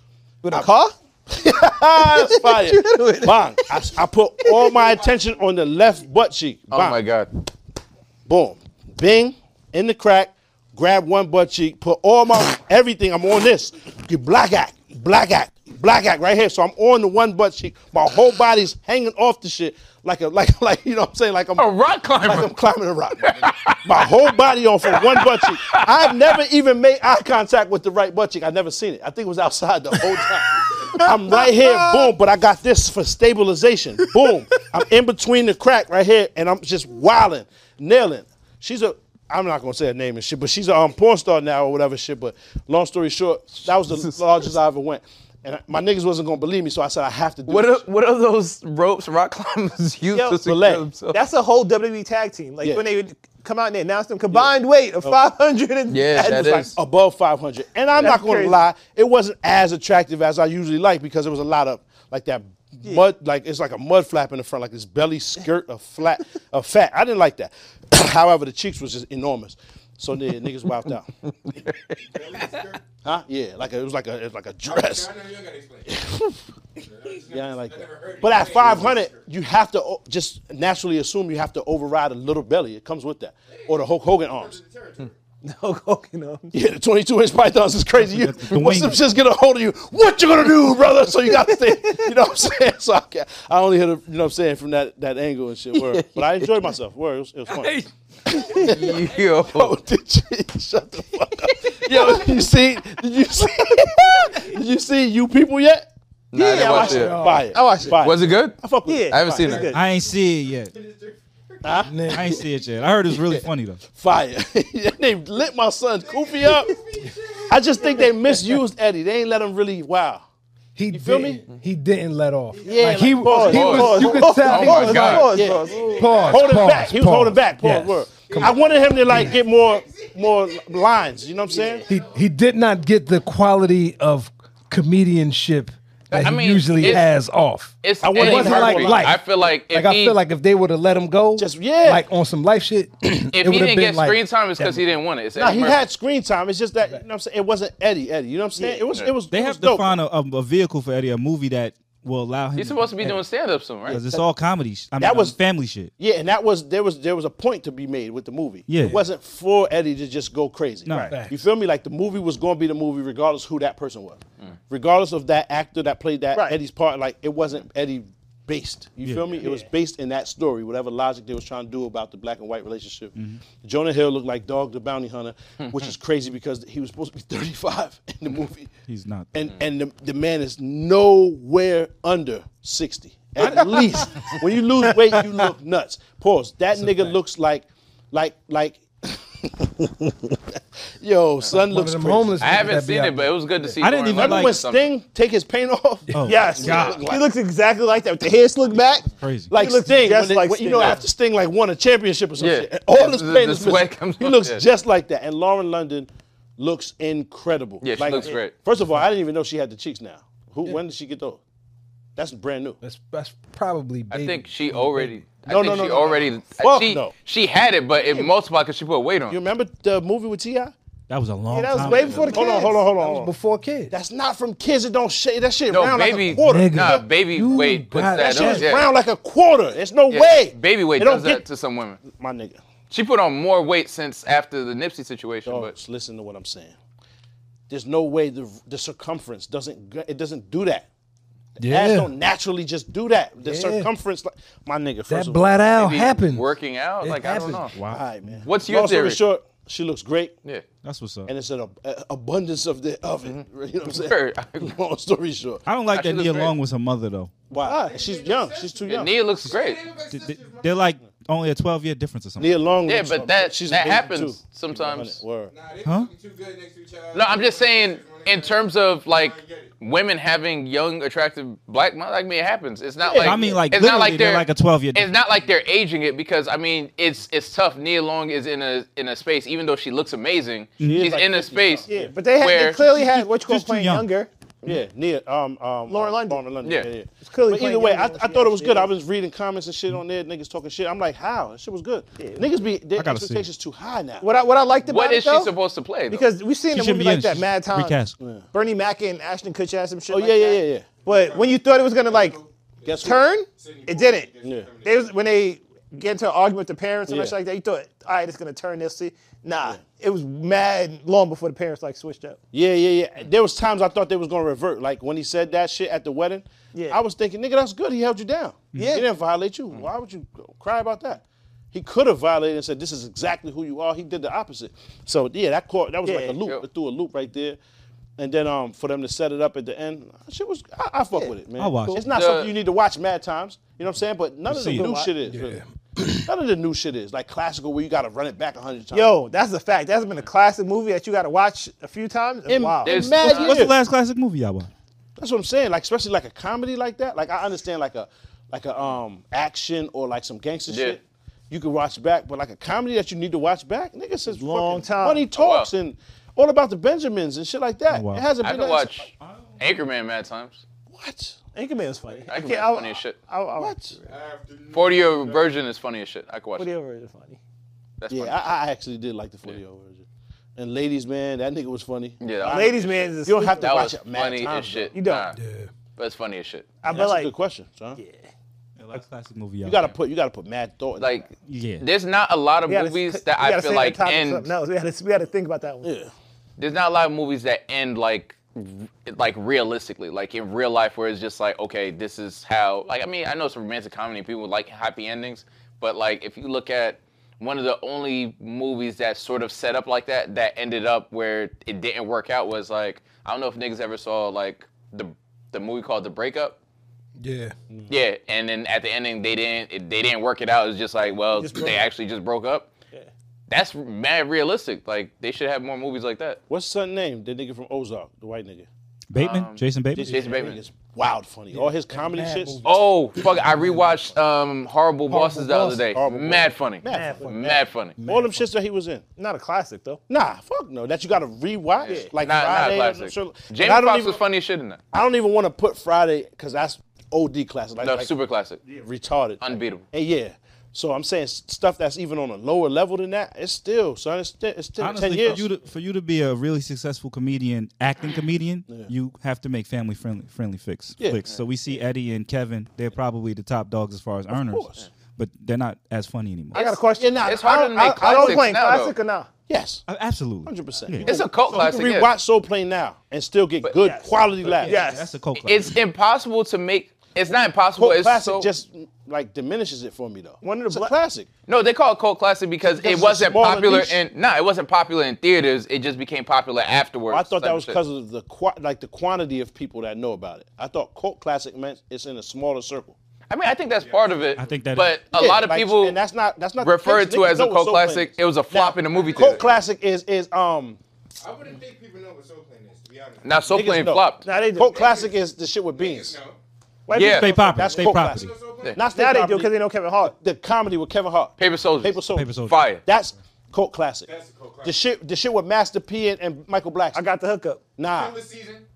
A: before.
E: With a car?
A: That's fire.
E: You hit with it.
A: Bang. I, I put all my attention on the left butt cheek.
B: Oh
A: Bang.
B: my god.
A: Boom. Bing. In the crack. Grab one butt cheek. Put all my everything. I'm on this. Get black act. Black act. Black act right here. So I'm on the one butt cheek. My whole body's hanging off the shit. Like a like like you know what I'm saying? Like I'm
B: A rock
A: like
B: climber.
A: I'm climbing a rock. my nigga. My whole body on for one butt cheek. I've never even made eye contact with the right butt cheek. I've never seen it. I think it was outside the whole time. I'm right here, boom, but I got this for stabilization. Boom. I'm in between the crack right here, and I'm just wilding, nailing. She's a I'm not gonna say her name and shit, but she's a um, porn star now or whatever shit. But long story short, that was the largest I ever went. And my niggas wasn't gonna believe me, so I said I have to do
B: What
A: this.
B: are, what are those ropes rock climbers use
E: Yo,
B: to secure
A: Belay.
B: themselves?
E: That's a whole WWE tag team. Like
A: Yeah.
E: when they would come out and they announce them combined weight of 500 and
B: Oh. Yeah, that
E: and-
A: It was
B: is.
A: like above 500. And I'm
E: That's
A: not going
E: crazy.
A: to lie, it wasn't as attractive as I usually like because there was a lot of like that mud, like it's like a mud flap in the front, like this belly skirt of flat, of fat. I didn't like that. However, the cheeks was just enormous. So the niggas wiped out. huh? Yeah, like a, it was like a it was like a dress.
J: I know you gotta explain.
A: Yeah, I ain't like that. But at 500, you have to o- just naturally assume you have to override a little belly. It comes with that, or the Hulk Hogan arms.
E: Hulk Hogan arms.
A: Yeah, the 22 inch pythons is crazy. You,
G: the
A: once
G: wing.
A: them shits get a hold of you, what you gonna do, brother? So you got to stay. You know what I'm saying? So I, ca- I only hit, a, you know what I'm saying, from that, that angle and shit. Word. But I enjoyed myself. Word, it was, it was fun.
B: Yo.
A: Oh, did you shut the fuck up? Yo, you see? Did you see? did you see you people yet?
B: Nah, I didn't
A: I
B: watch
A: watched
B: it.
A: it. Fire. I watched it. Fire.
B: Was it good?
A: I fuck with
E: Yeah.
A: it.
B: I haven't
A: Fire.
B: seen
E: It's
B: it.
E: good.
G: I ain't see it yet. I ain't see it yet. I heard it's really funny though.
A: Fire. they lit my son Koofy up. I just think they misused Eddie. They ain't let him really wow.
F: He
A: feel me?
F: didn't, He didn't let off.
A: Yeah,
F: like he,
A: like, pause,
F: he
A: pause, Oh
F: was. You could
E: pause,
F: tell. he
B: pause,
F: was
B: God.
F: like,
E: Pause,
A: Yeah.
E: pause.
F: pause,
A: holding
F: pause,
A: back. He was
F: pause.
A: holding back. Pause.
F: Yes.
A: Word. I wanted him to like get more more lines. You know what I'm saying?
F: He he did not get the quality of comedianship that
B: I
F: he
B: mean,
F: usually
B: it's-
F: has off.
B: It's
A: I wouldn't
B: it ain't
A: even
F: like
B: perfect.
F: life.
B: I feel like if
F: like I
B: he,
F: feel like if they would have let him go,
A: Just- yeah.
F: like on some life shit, it
B: if he didn't
F: would've been
B: get
F: like,
B: screen time, it's because he didn't want it. It's
A: Nah,
B: Eddie
A: he
B: Murphy.
A: had screen time. It's just that you know what I'm saying. It wasn't Eddie. Eddie. You know what I'm saying? It was. It was.
G: They
A: it
G: have
A: was
G: to
A: dope.
G: find a, a, a vehicle for Eddie, a movie that will allow him.
B: He's supposed to be doing stand up soon, right?
G: because it's all comedy. Sh- I mean,
A: That was-
G: um, family shit.
A: Yeah, and that was there was there was a point to be made with the movie.
G: Yeah.
A: It wasn't for Eddie to just go crazy.
G: No. Right.
A: You feel me? Like the movie was going to be the movie regardless who that person was. Regardless of that actor that played that
E: Right.
A: Eddie's part like it wasn't Eddie based. You feel me? It was based in that story, whatever logic they was trying to do about the black and white relationship.
G: Mm-hmm.
A: Jonah Hill looked like Dog the Bounty Hunter, which is crazy because he was supposed to be 35 in the movie.
G: He's not.
A: And and the, the man is nowhere under 60. At least when you lose weight, you look nuts. Pause. That nigga looks like, like, like. Yo, son
F: one of
A: looks
F: them
A: crazy.
F: homeless.
B: I haven't
F: niggas that be
B: seen
F: out
B: it, but it was good to see.
G: I didn't
B: Lauren
G: even
A: Remember
B: London
G: like
B: do
A: when
B: something.
A: Sting take his paint off?
E: Yes.
A: God.
E: He looks exactly like that with the hair slicked back.
G: Crazy.
A: Like
E: looks
A: Sting,
E: just
A: when they-
E: like
A: when- you
E: Sting.
A: know, after Sting like won a championship or
B: Yeah.
A: something, all this
B: The-
A: pain
B: the
A: is
B: sweat
A: missing.
B: comes
A: He
B: off,
A: looks
B: yeah.
A: just like that, and Lauren London looks incredible.
B: Yeah, she
A: like,
B: looks great.
A: First of all, I didn't even know she had the cheeks. Now, who? When did she get those? That's brand new.
F: That's, that's probably.
B: I
F: baby.
B: think she already. I
A: No,
B: think
A: no, no, no,
B: she
A: no.
B: already.
A: Fuck
B: she,
A: no.
B: she had it, but it multiplied because she put weight on.
A: You remember the movie with Ti?
G: That was a long.
E: Yeah, that was
G: time
E: way
G: ago.
E: before the
A: Hold on,
E: kids.
A: hold on, hold on.
F: That was before kids.
A: That's not from kids that don't shake. That shit
B: no,
A: round
B: baby.
A: like a quarter.
F: Nigga.
B: Nah, baby
F: You
B: weight puts
F: got
B: that,
F: it.
A: That shit
B: on.
A: is
B: Yeah.
A: round like a quarter. There's no
B: Yeah.
A: way.
B: Baby weight
A: They don't
B: does that
A: get-
B: to some women.
A: My nigga.
B: She put on more weight since after the Nipsey situation,
A: Dogs, listen to what I'm saying. There's no way the, the circumference doesn't g- it doesn't do that.
F: yeah.
A: Ass don't naturally just do that. The
F: Yeah.
A: circumference, like, my nigga. First
F: that
A: of
F: blat
B: but
G: Oh,
F: out
B: maybe
F: happened.
B: working out.
F: It
B: like I
F: happened.
B: don't know.
A: all, all right, man.
B: What's your
A: Long story
B: theory?
A: short, she looks great,
B: Yeah.
G: That's what's up.
A: and it's an ab- a- abundance of the of it. You know what I'm
B: Mm-hmm. Word.
A: saying? Long story short,
G: I don't like
B: Actually,
G: that Nia
B: that's great.
G: Long was her mother though.
A: wow, she's young. She's too
B: yeah.
A: young.
B: Nia looks great.
G: Th- th- They're like only a 12 year difference or something.
A: Nia Long.
B: Yeah,
A: looks
B: but
A: young.
B: that-
A: she's
B: that
A: amazing,
B: happens
A: too.
B: sometimes.
A: Word.
G: Huh?
J: Too good next to each other.
B: No, I'm just saying in terms of like women having young, attractive black models. I mean, it happens. It's not like
G: I mean, like,
B: it's not
G: literally,
B: like
G: they're like a 12-year
B: It's not like they're aging it because I mean, it's it's tough. Nia Long is in a in a space, even though she looks amazing. she's
A: like
B: in a
A: 50
B: space.
A: now.
E: But they, had,
B: where
E: they clearly had what you call
G: Just too
E: playing
G: young.
E: younger.
A: Yeah, Nia, um, um, Lauren London. Lauren London. Yeah,
B: Yeah.
A: yeah.
B: It's
E: clearly
A: but either
E: playing
A: way,
E: young
A: I,
E: girls,
A: I thought
E: yeah,
A: it was
E: she
A: good. I
E: is.
A: was reading comments and shit on there, niggas talking shit. I'm like, how? That shit was good. Niggas be their
E: I gotta see it.
A: expectations too high now.
E: What I what I liked about
B: What
E: it
B: is she
E: though,
B: supposed to play, though?
E: Because we've seen
G: She
E: a
G: shouldn't
E: movie
G: be in
E: like that
G: it.
E: mad
G: She's
E: times.
G: recast.
E: Bernie Mac and Ashton Kutcher had some shit.
A: Oh,
E: like
A: yeah, yeah,
E: that.
A: yeah, yeah.
E: But when you thought it was gonna like
A: Guess what?
E: turn, it didn't.
A: Yeah.
E: They was, when they get into an argument with the parents and
A: Yeah.
E: shit like that, you thought, all right, it's gonna turn this. See, nah, it was mad long before the parents like switched up.
A: Yeah, yeah, yeah. There was times I thought they was gonna revert. Like when he said that shit at the wedding,
E: Yeah.
A: I was thinking, nigga, that's good. He held you down.
E: Yeah.
A: He didn't violate you. Why would you cry about that? He could have violated and said, This is exactly who you are. He did the opposite. So yeah, that caught that was like
E: Yeah.
A: a loop. It threw a loop right there. And then um for them to set it up at the end, shit was I, I fuck with it, man.
G: I watched
A: It's not
B: The-
A: something you need to watch mad times. You know what I'm saying? But none of the
G: see it.
A: new shit is. really. None of the new shit is. Like classical where you gotta run it back a hundred times.
E: Yo, that's a fact. That's been a classic movie that you got to watch a few times.
A: In-
E: wow.
A: in
B: There's-
A: mad
B: What's-
G: What's the
A: years.
G: last classic movie y'all watched?
A: That's what I'm saying. Like especially like a comedy like that. Like I understand like a like a um action or like some gangster
B: Yeah.
A: shit. You can watch back, but like a comedy that you need to watch back, nigga says fucking
E: Long time.
B: Oh,
E: Oh,
A: Funny talks and all about the Benjamins and shit like that.
G: wow.
A: It hasn't
B: I
A: been
B: can
A: like-
B: watch Anchorman mad times.
A: what?
E: Anchorman was funny.
B: Anchorman's
E: can't- I-
B: funny as shit.
E: I, I,
A: What?
B: Forty year old version is funny as shit. I can watch. it.
E: Video is funny.
B: That's
A: Yeah,
B: funny.
A: I, I actually did like the 40 year old version. And ladies, man, that nigga was funny.
B: Yeah,
A: I-
E: Ladies, man, is a
A: you don't have to
B: that
A: watch
B: was
A: it mad
B: funny
A: times,
B: as shit.
A: though.
E: You don't.
B: Nah, but it's funny as shit.
E: I
A: That's
E: feel
A: a
E: like
A: good question, son.
G: Yeah, last classic movie y'all.
A: You gotta put you gotta put mad thought. into
B: Like,
G: Yeah.
B: there's not a lot of
E: we gotta-
B: movies
E: we
B: that I
E: gotta
B: feel
E: save
B: like
E: that topic for
B: end.
E: something else. We had to we had to think about that one.
A: that. yeah.
B: There's not a lot of movies that end like, r- like realistically, like in real life, where it's just like, okay, this is how. Like, I mean, I know it's a romantic comedy. People like happy endings, but like, if you look at one of the only movies that sort of set up like that, that ended up where it didn't work out was like, I don't know if niggas ever saw like the the movie called The Breakup.
F: Yeah.
B: Yeah, and then at the ending they didn't it, they didn't work it out. It was just like, well,
E: Just broke
B: they
E: up.
B: actually just broke up. That's mad realistic. Like they should have more movies like that.
A: What's his son name? The nigga from Ozark, the white nigga.
G: Bateman,
B: Um,
G: Jason Bateman.
B: Jason Bateman.
A: Nigga's wild funny. All his comedy
E: mad
A: shits.
E: movie.
B: Oh fuck! I rewatched um, Horrible, Bosses the
E: Bosses.
B: other day.
A: Horrible
B: mad
A: Bosses.
B: funny.
A: Mad
B: Mad funny.
E: funny.
A: All them shits that he was in.
E: Not a classic though.
A: Nah, fuck no. That you gotta rewatch. Like
B: not, not
A: Friday. or
B: a classic.
A: some shit. And I
B: Jamie
A: don't
B: Foxx
A: even,
B: was funny as shit in that.
A: I don't even want to put Friday because that's OD classic. Like,
B: No,
A: like
B: super classic.
A: retarded.
B: Unbeatable.
A: And yeah. So I'm saying s- stuff that's even on a lower level than that. It's still, son. It's still, it's still ten
G: Honestly,
A: years.
G: for you to for you to be a really successful comedian, acting comedian, you have to make family friendly friendly fix
A: Yeah.
G: flicks. So we see Eddie and Kevin; they're probably the top dogs as far as earners,
A: course.
G: but they're not as funny anymore.
E: I got a question.
A: Yeah, nah,
B: It's harder to make
E: I don't
B: classics
E: claim
B: now.
E: classic
B: though.
E: or not.
A: yes,
G: Uh, absolutely,
A: hundred percent.
B: It's a cult classic.
A: You
B: yeah.
A: can rewatch Soul Plane now and still get good quality laughs.
E: yes.
G: that's a cult.
B: It's
G: classic.
B: impossible to make. It's not impossible.
A: Cult
B: it's
A: classic
B: so,
A: just like diminishes it for me though.
E: One of the
A: it's
E: bla-
A: a classic.
B: No, they call it cult classic because
A: Because
B: it
A: it's
B: wasn't
A: smaller
B: popular
A: niche.
B: in no, it wasn't popular in theaters. It just became popular afterwards.
A: I thought
B: type
A: that
B: of
A: was
B: shit.
A: because of the qua- like the quantity of people that know about it. I thought cult classic meant it's in a smaller circle.
B: I mean, I think that's part of it.
G: I think that
B: But
G: is-
B: a
A: Yeah,
B: lot of
A: like,
B: people
A: and that's not that's not the
B: refer it
A: case.
B: to
A: Niggas
B: as a
A: know what
B: cult
A: Soul
B: classic.
A: Plane is.
B: It was a flop
A: Now,
B: in the movie
A: Cult
B: theater.
A: classic is is um
J: I wouldn't think people know what Soul Plane is, to be honest.
B: now, so
A: niggas
B: playing
A: know.
B: flopped.
E: Now they do.
A: cult classic is the shit with
J: Niggas
A: beans.
J: know.
E: Why
B: Yeah.
E: people-
G: stay popular.
A: That's
G: Stay
A: cult
G: property.
A: classic.
J: Soul Plane?
B: Yeah.
A: Not Stay
E: Now they do
A: Property,
E: because they know Kevin Hart.
A: the comedy with Kevin Hart.
B: Paper Soldiers.
A: Paper Soldiers.
G: Paper Soldiers.
B: Fire.
A: That's cult classic.
J: That's a cult classic.
A: The shit the shit with Master P and, and Michael Black.
E: I got the hookup.
A: nah.
J: Killer season.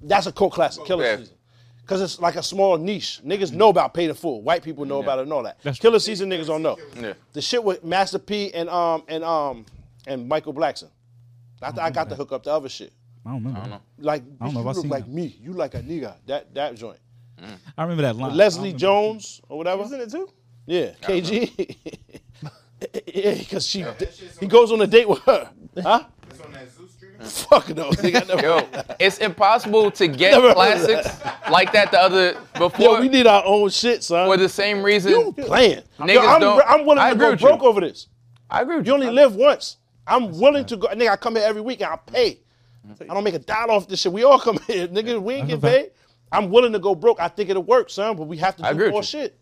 A: That's a cult classic, Killer
B: Yeah.
A: Season. Because it's like a small niche. Niggas know about Pay the Fool. White people know about it and all that.
G: That's
A: Killer Season niggas don't know.
B: Yeah.
A: The shit with Master P and um and um and Michael Blackson. I, th- I got to hook up the other shit.
G: I don't remember. I,
A: Like
G: don't
A: you
G: know if I
A: look
G: seen
A: like
G: that.
A: me. You like a nigga. That that joint.
G: remember that line.
A: Leslie
G: I don't remember.
A: Jones or whatever.
E: Isn't it too?
A: Yeah, KG. yeah, because she he goes on a date with her. Huh?
J: It's on that Zoo streaming.
A: Fuck no, nigga. I never-
B: Yo, it's impossible to get
A: Never heard of
B: classics like that. The other before
A: Yo, we need our own shit, son.
B: for the same reason.
A: You playing? Yo,
B: Niggas
A: I'm,
B: don't-
A: I'm willing
B: I
A: to
B: agree
A: go
B: with you.
A: broke over this.
B: I agree with
A: You
B: you.
A: only live once. I'm willing to go. Nigga, I come here every week and I pay.
G: Mm.
A: I don't make a dollar off this shit. We all come here, nigga. We ain't
G: I
A: get
G: know that.
A: paid. I'm willing to go broke. I think it'll work, son. But we have
B: I
A: to
B: agree
A: do
B: with
A: more
B: you.
A: shit.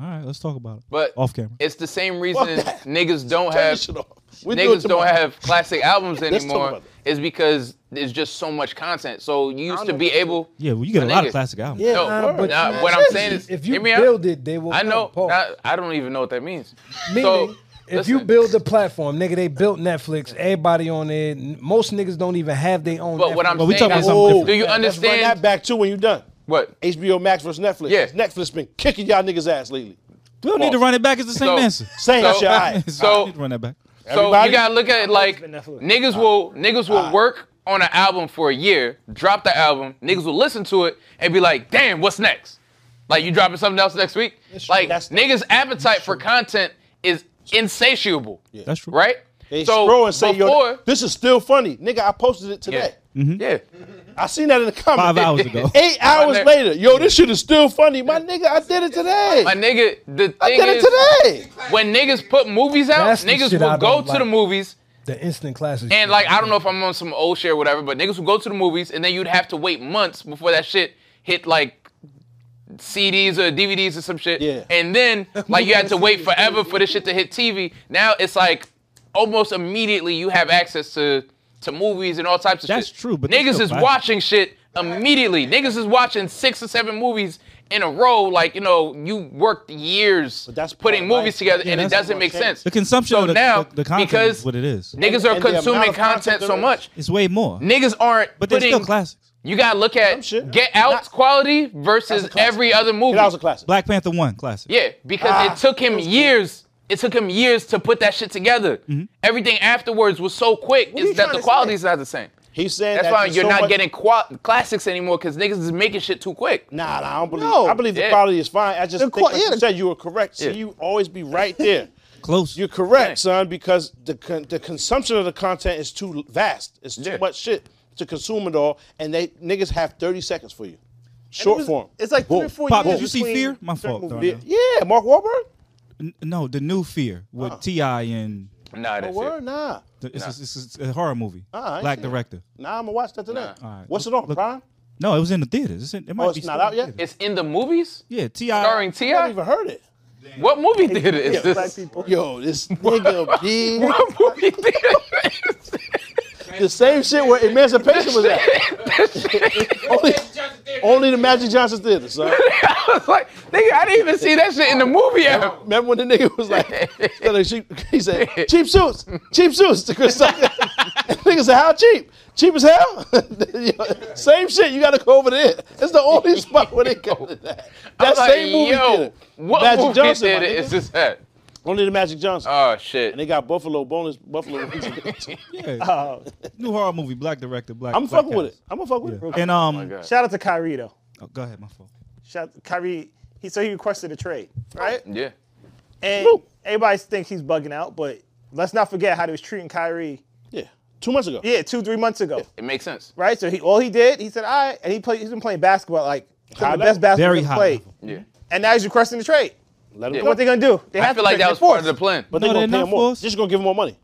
G: All right, let's talk about it.
B: But
G: off camera.
B: it's the same reason
A: that.
B: niggas don't
A: Turn
B: have
A: this shit off. We do it
B: Uh, niggas don't
A: tomorrow.
B: have classic albums
A: talk
B: anymore.
A: about
B: Is because there's just so much content. So you used to be able.
G: yeah, well, you get a
B: But
G: lot of
B: niggas-
G: classic albums.
F: Yeah,
B: No,
F: nah, but
B: nah,
F: you-
B: what I'm saying is,
F: if you
B: hear me out.
F: build it, they will
B: I know.
F: come, Paul.
B: nah, I don't even know what that means.
F: Meaning,
B: so
F: If you build the platform, nigga, they built Netflix. Everybody on there. N- Most niggas don't even have their own.
B: But what
F: Netflix.
B: I'm saying is, do you
A: Oh, Let's run
B: understand?
A: that back too when you're done.
B: What?
A: HBO Max versus Netflix.
B: Yeah.
A: Netflix been kicking y'all niggas ass lately.
G: We don't need to run it back. It's the same
B: So-
G: answer.
A: Same
B: so-
A: shit. All right.
B: so-
G: I need to run that back.
B: So
A: Everybody?
B: you gotta look at it like niggas will niggas will work on an album for a year, drop the album, niggas will listen to it and be like, damn, what's next? Like you dropping something else next week? Like niggas' appetite for content is insatiable.
G: That's true.
B: Right?
A: They
B: so
A: scroll and say,
B: before,
A: yo, this is still funny. Nigga, I posted it today.
B: yeah.
A: I seen that in the comments.
G: Five hours ago.
A: Eight hours
B: nigga-
A: later, yo, this shit is still funny. My nigga, I did it today.
B: My nigga, the thing
A: I did
B: is,
A: it today.
B: when niggas put movies out,
F: That's the
B: niggas
F: shit I
B: will go
F: don't
B: to
F: like.
B: the movies
F: the instant classics.
B: And like, I don't know if I'm on some old shit or whatever, but niggas would go to the movies and then you'd have to wait months before that shit hit like CDs or DVDs or some shit.
A: Yeah.
B: And then like you had to wait forever for this shit to hit TV. Now it's like almost immediately you have access to to movies and all types of
G: That's
B: shit.
G: true, but they
B: niggas
G: still
B: is
G: buy-
B: watching shit immediately. Niggas is watching six or seven movies in a row. Like you know, you worked years
A: that's
B: putting
A: part of
B: movies
A: life.
B: together,
A: Yeah,
B: and it
A: that's
B: doesn't
A: what
B: make
A: I'm saying.
B: sense.
G: The consumption
B: So
G: of the,
B: now,
G: the, the content
B: because
G: is what it is.
A: And
B: Niggas are
A: the amount
B: consuming
A: of content
B: content
A: there
B: so
A: is.
B: much.
G: It's way more.
B: Niggas aren't
G: But they're
B: putting.
G: still classics.
B: You gotta look at
A: shit.
B: Get Out's quality versus
A: classic.
B: every other movie.
A: Get out was a classic. Ah,
G: Black Panther 1, classic.
B: Yeah, because it took him years. It took him years to put that shit together.
G: Mm-hmm.
B: Everything afterwards was so quick.
A: are you
B: Is that
A: trying
B: the
A: to
B: quality's not the same?
A: He's saying
B: That's
A: that
B: why
A: there's
B: you're
A: so
B: not
A: much-
B: getting qua- classics anymore because niggas is making shit too quick.
A: Nah, nah, I don't believe.
E: No.
A: I believe the
B: Yeah.
A: quality is fine. I just
E: The
A: think
E: qua-
A: like you
E: yeah, the-
A: said you were correct.
B: Yeah.
A: See, you always be right there.
G: Close.
A: You're correct, son, because the con- the consumption of the content is too vast. It's too
B: Yeah.
A: much shit to consume it all, and they niggas have 30 seconds for you. Short form.
E: It's like three
A: Boom.
E: or four
G: Pop,
E: years.
G: did you see
E: between-
G: Fear? My fault.
A: Yeah,
G: Darnell.
A: yeah, Mark Wahlberg.
G: N- No, the new Fear with T.I. and
B: Nah, that's
A: Word,
B: it.
A: Uh-huh. nah. Ah,
G: the, it's, a, it's a- a horror movie.
A: I ain't
G: Black
A: seen it.
G: director.
A: Nah, I'm gonna watch that today.
B: Nah.
G: All right.
A: What's
G: Look-
A: it on?
G: look-
A: Prime?
G: No, it was in the theaters. It's in, it might
A: Oh,
G: be
A: it's not
G: still
A: out
G: in
A: yet.
G: the
B: It's in the movies
G: theaters. Yeah, T.I.
B: starring
A: I haven't
B: Ti.
A: even heard it.
B: What movie theater is this?
A: Yo, this nigga did
B: What movie theater? is
A: the same shit where Emancipation was at. only, only the Magic Johnson Theater, son.
B: I was like, nigga, I didn't even see that shit in the movie app.
A: Remember when the nigga was like, instead of cheap, he said, cheap suits, cheap suits to Chris Tucker. nigga said, how cheap? Cheap as hell? Yo, same shit, you gotta go over there. It's the only spot where they go to that. That
B: I'm like,
A: same movie
B: yo,
A: theater.
B: What
A: Magic
B: movie
A: Johnson, my
B: theater
A: nigga.
B: is this at?
A: Only the Magic Johnson.
B: Oh shit.
A: and they got Buffalo bonus, Buffalo. wings.
G: Yeah. new horror movie. Black director. Black.
A: I'm
G: black
A: fucking with it.
G: cast.
A: I'm gonna fuck with it.
G: And um,
B: Oh God.
E: Shout out to Kyrie though.
G: oh, go ahead, my fault.
E: Shout Kyrie. He so he requested a trade, right?
B: Yeah.
E: And
A: Woo.
E: everybody thinks he's bugging out, but let's not forget how they was treating Kyrie.
A: Yeah, two months ago.
E: Yeah, two three months ago,
B: It makes sense.
E: right? So he all he did, he said, all right, and he played. He's been playing basketball like some
A: High
E: of the
A: level.
E: best basketball
G: Very
E: he's
G: high.
E: played.
G: level.
B: Yeah.
E: And now he's requesting a trade.
A: Let him
B: Yeah.
A: go.
E: What they gonna do? They
B: I
E: have
B: feel
E: to
B: like
E: trade.
B: that was
E: They're
B: part of
E: forced.
B: the plan.
A: But
G: No,
A: they're
G: they're
A: gonna pay
G: not
A: him more.
G: forced.
A: Just gonna give him more money.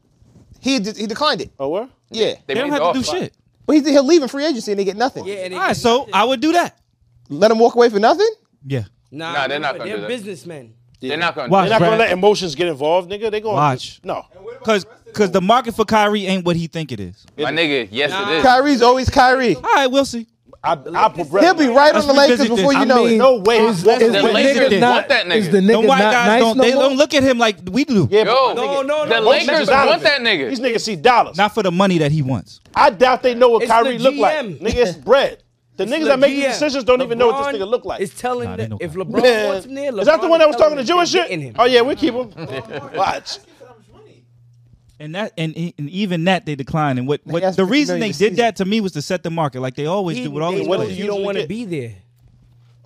E: He de- he declined it.
A: Oh, where?
E: Yeah,
B: They,
G: They don't
B: made
G: have to do
B: the offer.
G: shit.
E: but he, he'll leave in free agency and they get nothing.
I: Yeah, and they
G: All right,
I: do
G: so
I: nothing.
G: I would do that.
E: Let him walk away for nothing.
G: Yeah.
I: nah,
B: Nah, they're not
I: remember,
B: gonna do
I: They're
B: that.
I: businessmen.
B: They're not gonna.
G: Why?
A: They're not gonna
G: Brad-
A: let emotions get involved, nigga. They gonna
G: Watch.
A: No,
G: Cause, cause the market for Kyrie ain't what he think it is.
B: My nigga, yes
I: Nah.
B: it is.
E: Kyrie's always Kyrie.
G: All right, we'll see.
A: I, I put
E: He'll be right on
G: Let's
E: the Lakers
G: revisit this.
E: before you
G: I
E: know it.
A: No way.
F: Is, is
A: That's
F: the
A: the
B: Lakers
F: nigga
B: want
F: not,
B: that nigga.
F: is the nigga
G: Them white
F: not
G: guys
F: nice
G: don't
F: no
G: they
F: more?
G: don't look at him like we do.
A: Yeah,
B: Yo,
A: but my nigga,
I: no, no,
B: the
I: no.
B: Lakers
A: Donovan.
B: want that
A: These
B: nigga.
A: niggas see dollars.
G: Not for the money that he wants.
A: I doubt they know what
I: It's
A: Kyrie
I: the
A: look like.
I: GM.
A: Nigga, it's bread. The niggas
I: The
A: that make
I: GM.
A: these decisions don't even know what this
I: LeBron
A: nigga look like.
I: Is telling
G: they
I: that
G: know
I: if
G: that.
I: LeBron
A: Man.
I: wants him there, LeBron
A: Is that the one that was
I: telling
A: talking to
I: them
A: Jewish
I: they're
A: shit?
I: getting Him.
A: Oh yeah, we keep him. Watch.
G: And that and and even that they decline. And what, what
E: asked
G: the
E: for fifty
G: reason
E: million
G: they
E: this
G: did
E: season.
G: that to me was to set the market, like they always
I: He,
G: do with all
I: they
G: these
A: what
I: know
A: do
G: players.
A: you
I: you don't
A: usually
I: want
A: get?
I: to be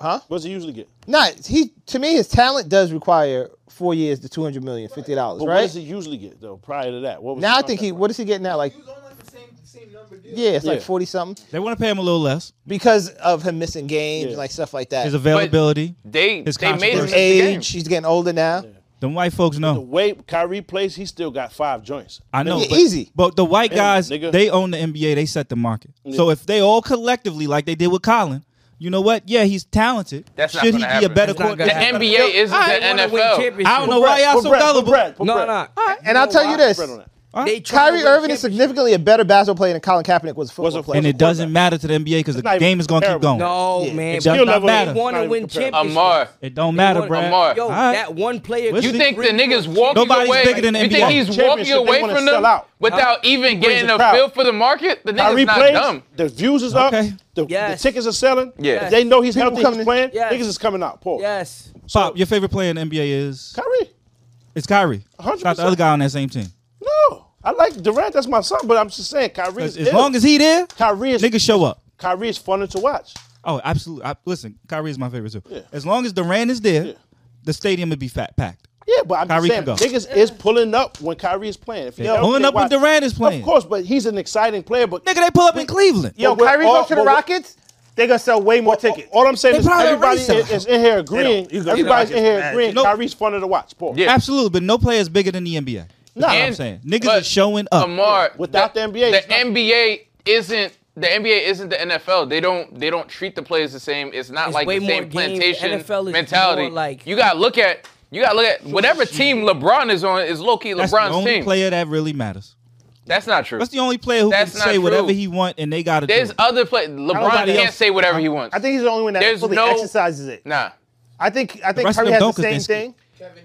I: there.
A: What's he usually get?
E: Nah, he to me his talent does require four years to two hundred million, fifty dollars,
A: But what does
E: right?
A: he usually get though? Prior to that, what was
E: Now I
A: his
E: think he
A: contract
E: what is he getting now? Like yeah, it's like
A: Yeah.
E: forty something
G: They want to pay him a little less.
E: because of him missing games and
A: Yeah.
E: like stuff like that.
G: His
E: His
G: availability.
B: They
G: His
B: they made him
G: controversy.
E: age,
B: age.
E: he's getting older now.
G: Them white folks
A: The
G: know.
A: way Kyrie plays, he still got five joints.
G: I know.
E: Yeah,
G: but-
E: easy.
G: But the white guys,
A: nigga.
G: they own the NBA. They set the market. So if they all collectively, like they did with Colin, you know what? Yeah, he's talented.
B: That's not
G: Should
B: gonna
G: he
B: happen.
G: be a better
I: That's not
G: quarterback?
I: gonna
B: The
I: happen.
B: NBA isn't
G: I
B: the
I: They wanna win
B: NFL.
I: championships.
G: I don't know why y'all
A: Put
G: so
A: bread, put
G: gullible.
A: bread, put
I: No,
A: bread.
I: no.
E: And I'll tell you
A: Put
E: this:
A: bread on that.
E: They Kyrie Irving is significantly a better basketball player than Colin Kaepernick was a football player.
G: and it doesn't matter to the NBA because the
E: not even
G: game is gonna keep
E: comparable.
G: going.
I: No,
E: Yeah.
I: man.
G: It does not matter.
I: They want to win championships.
B: Amar.
G: It don't matter, bro.
B: Amar.
I: Yo,
B: All
G: right.
I: that one player.
B: You think the niggas walking
G: Nobody's
B: away?
G: bigger than the
B: you
G: NBA.
B: think he's walking
A: Championship, they
B: away
A: wanna
B: from
A: sell
B: them
A: out.
B: without even
A: brings
B: getting
A: the
B: a
A: crowd.
B: feel for the market? The niggas
A: Kyrie
B: not
A: plays,
B: dumb.
A: the views is
G: Okay.
A: up, the,
I: Yes.
A: the tickets are selling.
B: Yeah.
A: If they know he's
E: People
A: healthy,
E: coming
A: he's
E: in-
A: playing,
I: Yes.
A: niggas is coming out. Paul.
I: Yes.
G: Pop, your favorite player in the NBA is
A: Kyrie.
G: it's Kyrie.
A: 100%.
G: Not the other guy on that same team.
A: No. I like Durant, that's my son, but I'm just saying Kyrie
G: As
A: is
G: as long as he there,
A: Kyrie is
G: niggas show up.
A: Kyrie is fun to watch.
G: Oh, absolutely. I, listen, Kyrie is my favorite too. As long as Durant is there, the stadium would be fat packed.
A: Yeah, but I'm
G: Kyrie
A: just saying
G: can go.
A: niggas is pulling up when Kyrie is playing. If
G: They're pulling up when Durant is playing.
A: Of course, but he's an exciting player, but
G: Nigga, they pull up in Cleveland.
E: Yo,
A: But we're
E: Kyrie
A: all-
E: goes to the
A: Oh, but we're-
E: Rockets, they're gonna sell way more tickets.
A: all I'm saying
G: They
A: is
G: probably
A: everybody
G: already
A: is,
G: selling.
A: is in here agreeing.
E: don't. You go-
A: Everybody's
E: you
A: in
E: know,
A: here
E: it's
A: agreeing.
G: mad.
A: Kyrie's fun to watch, Paul.
B: Yeah.
G: Absolutely, but no player is bigger than the NBA.
A: Nah,
G: That's what I'm
B: And-
G: saying. Niggas
B: but
G: is showing up.
B: Amar,
A: Without the NBA, it's
B: the
A: nothing.
B: NBA isn't the NBA isn't the NFL. They don't they don't treat the players the same. It's not
I: It's
B: like
I: way
B: the same
I: more games.
B: plantation
I: NFL is
B: mentality.
I: more like-
B: you gotta look at you gotta look at whatever team LeBron is on is low key
G: That's the
B: LeBron's
G: only
B: team.
G: player that really matters.
B: That's not true.
G: That's the only player who
B: That's
G: can
B: not
G: say
B: true.
G: whatever he want, and they got to do.
B: There's
G: it.
B: other play. LeBron
G: Nobody
B: can't
G: else-
B: say whatever he wants.
E: I think he's the only one that
B: There's
E: fully
B: no-
E: exercises it.
B: nah.
E: I think I
G: The
E: think
G: rest of
E: Curry
G: them
E: has
G: don't
E: the
G: 'cause they
E: same
G: skip.
E: thing.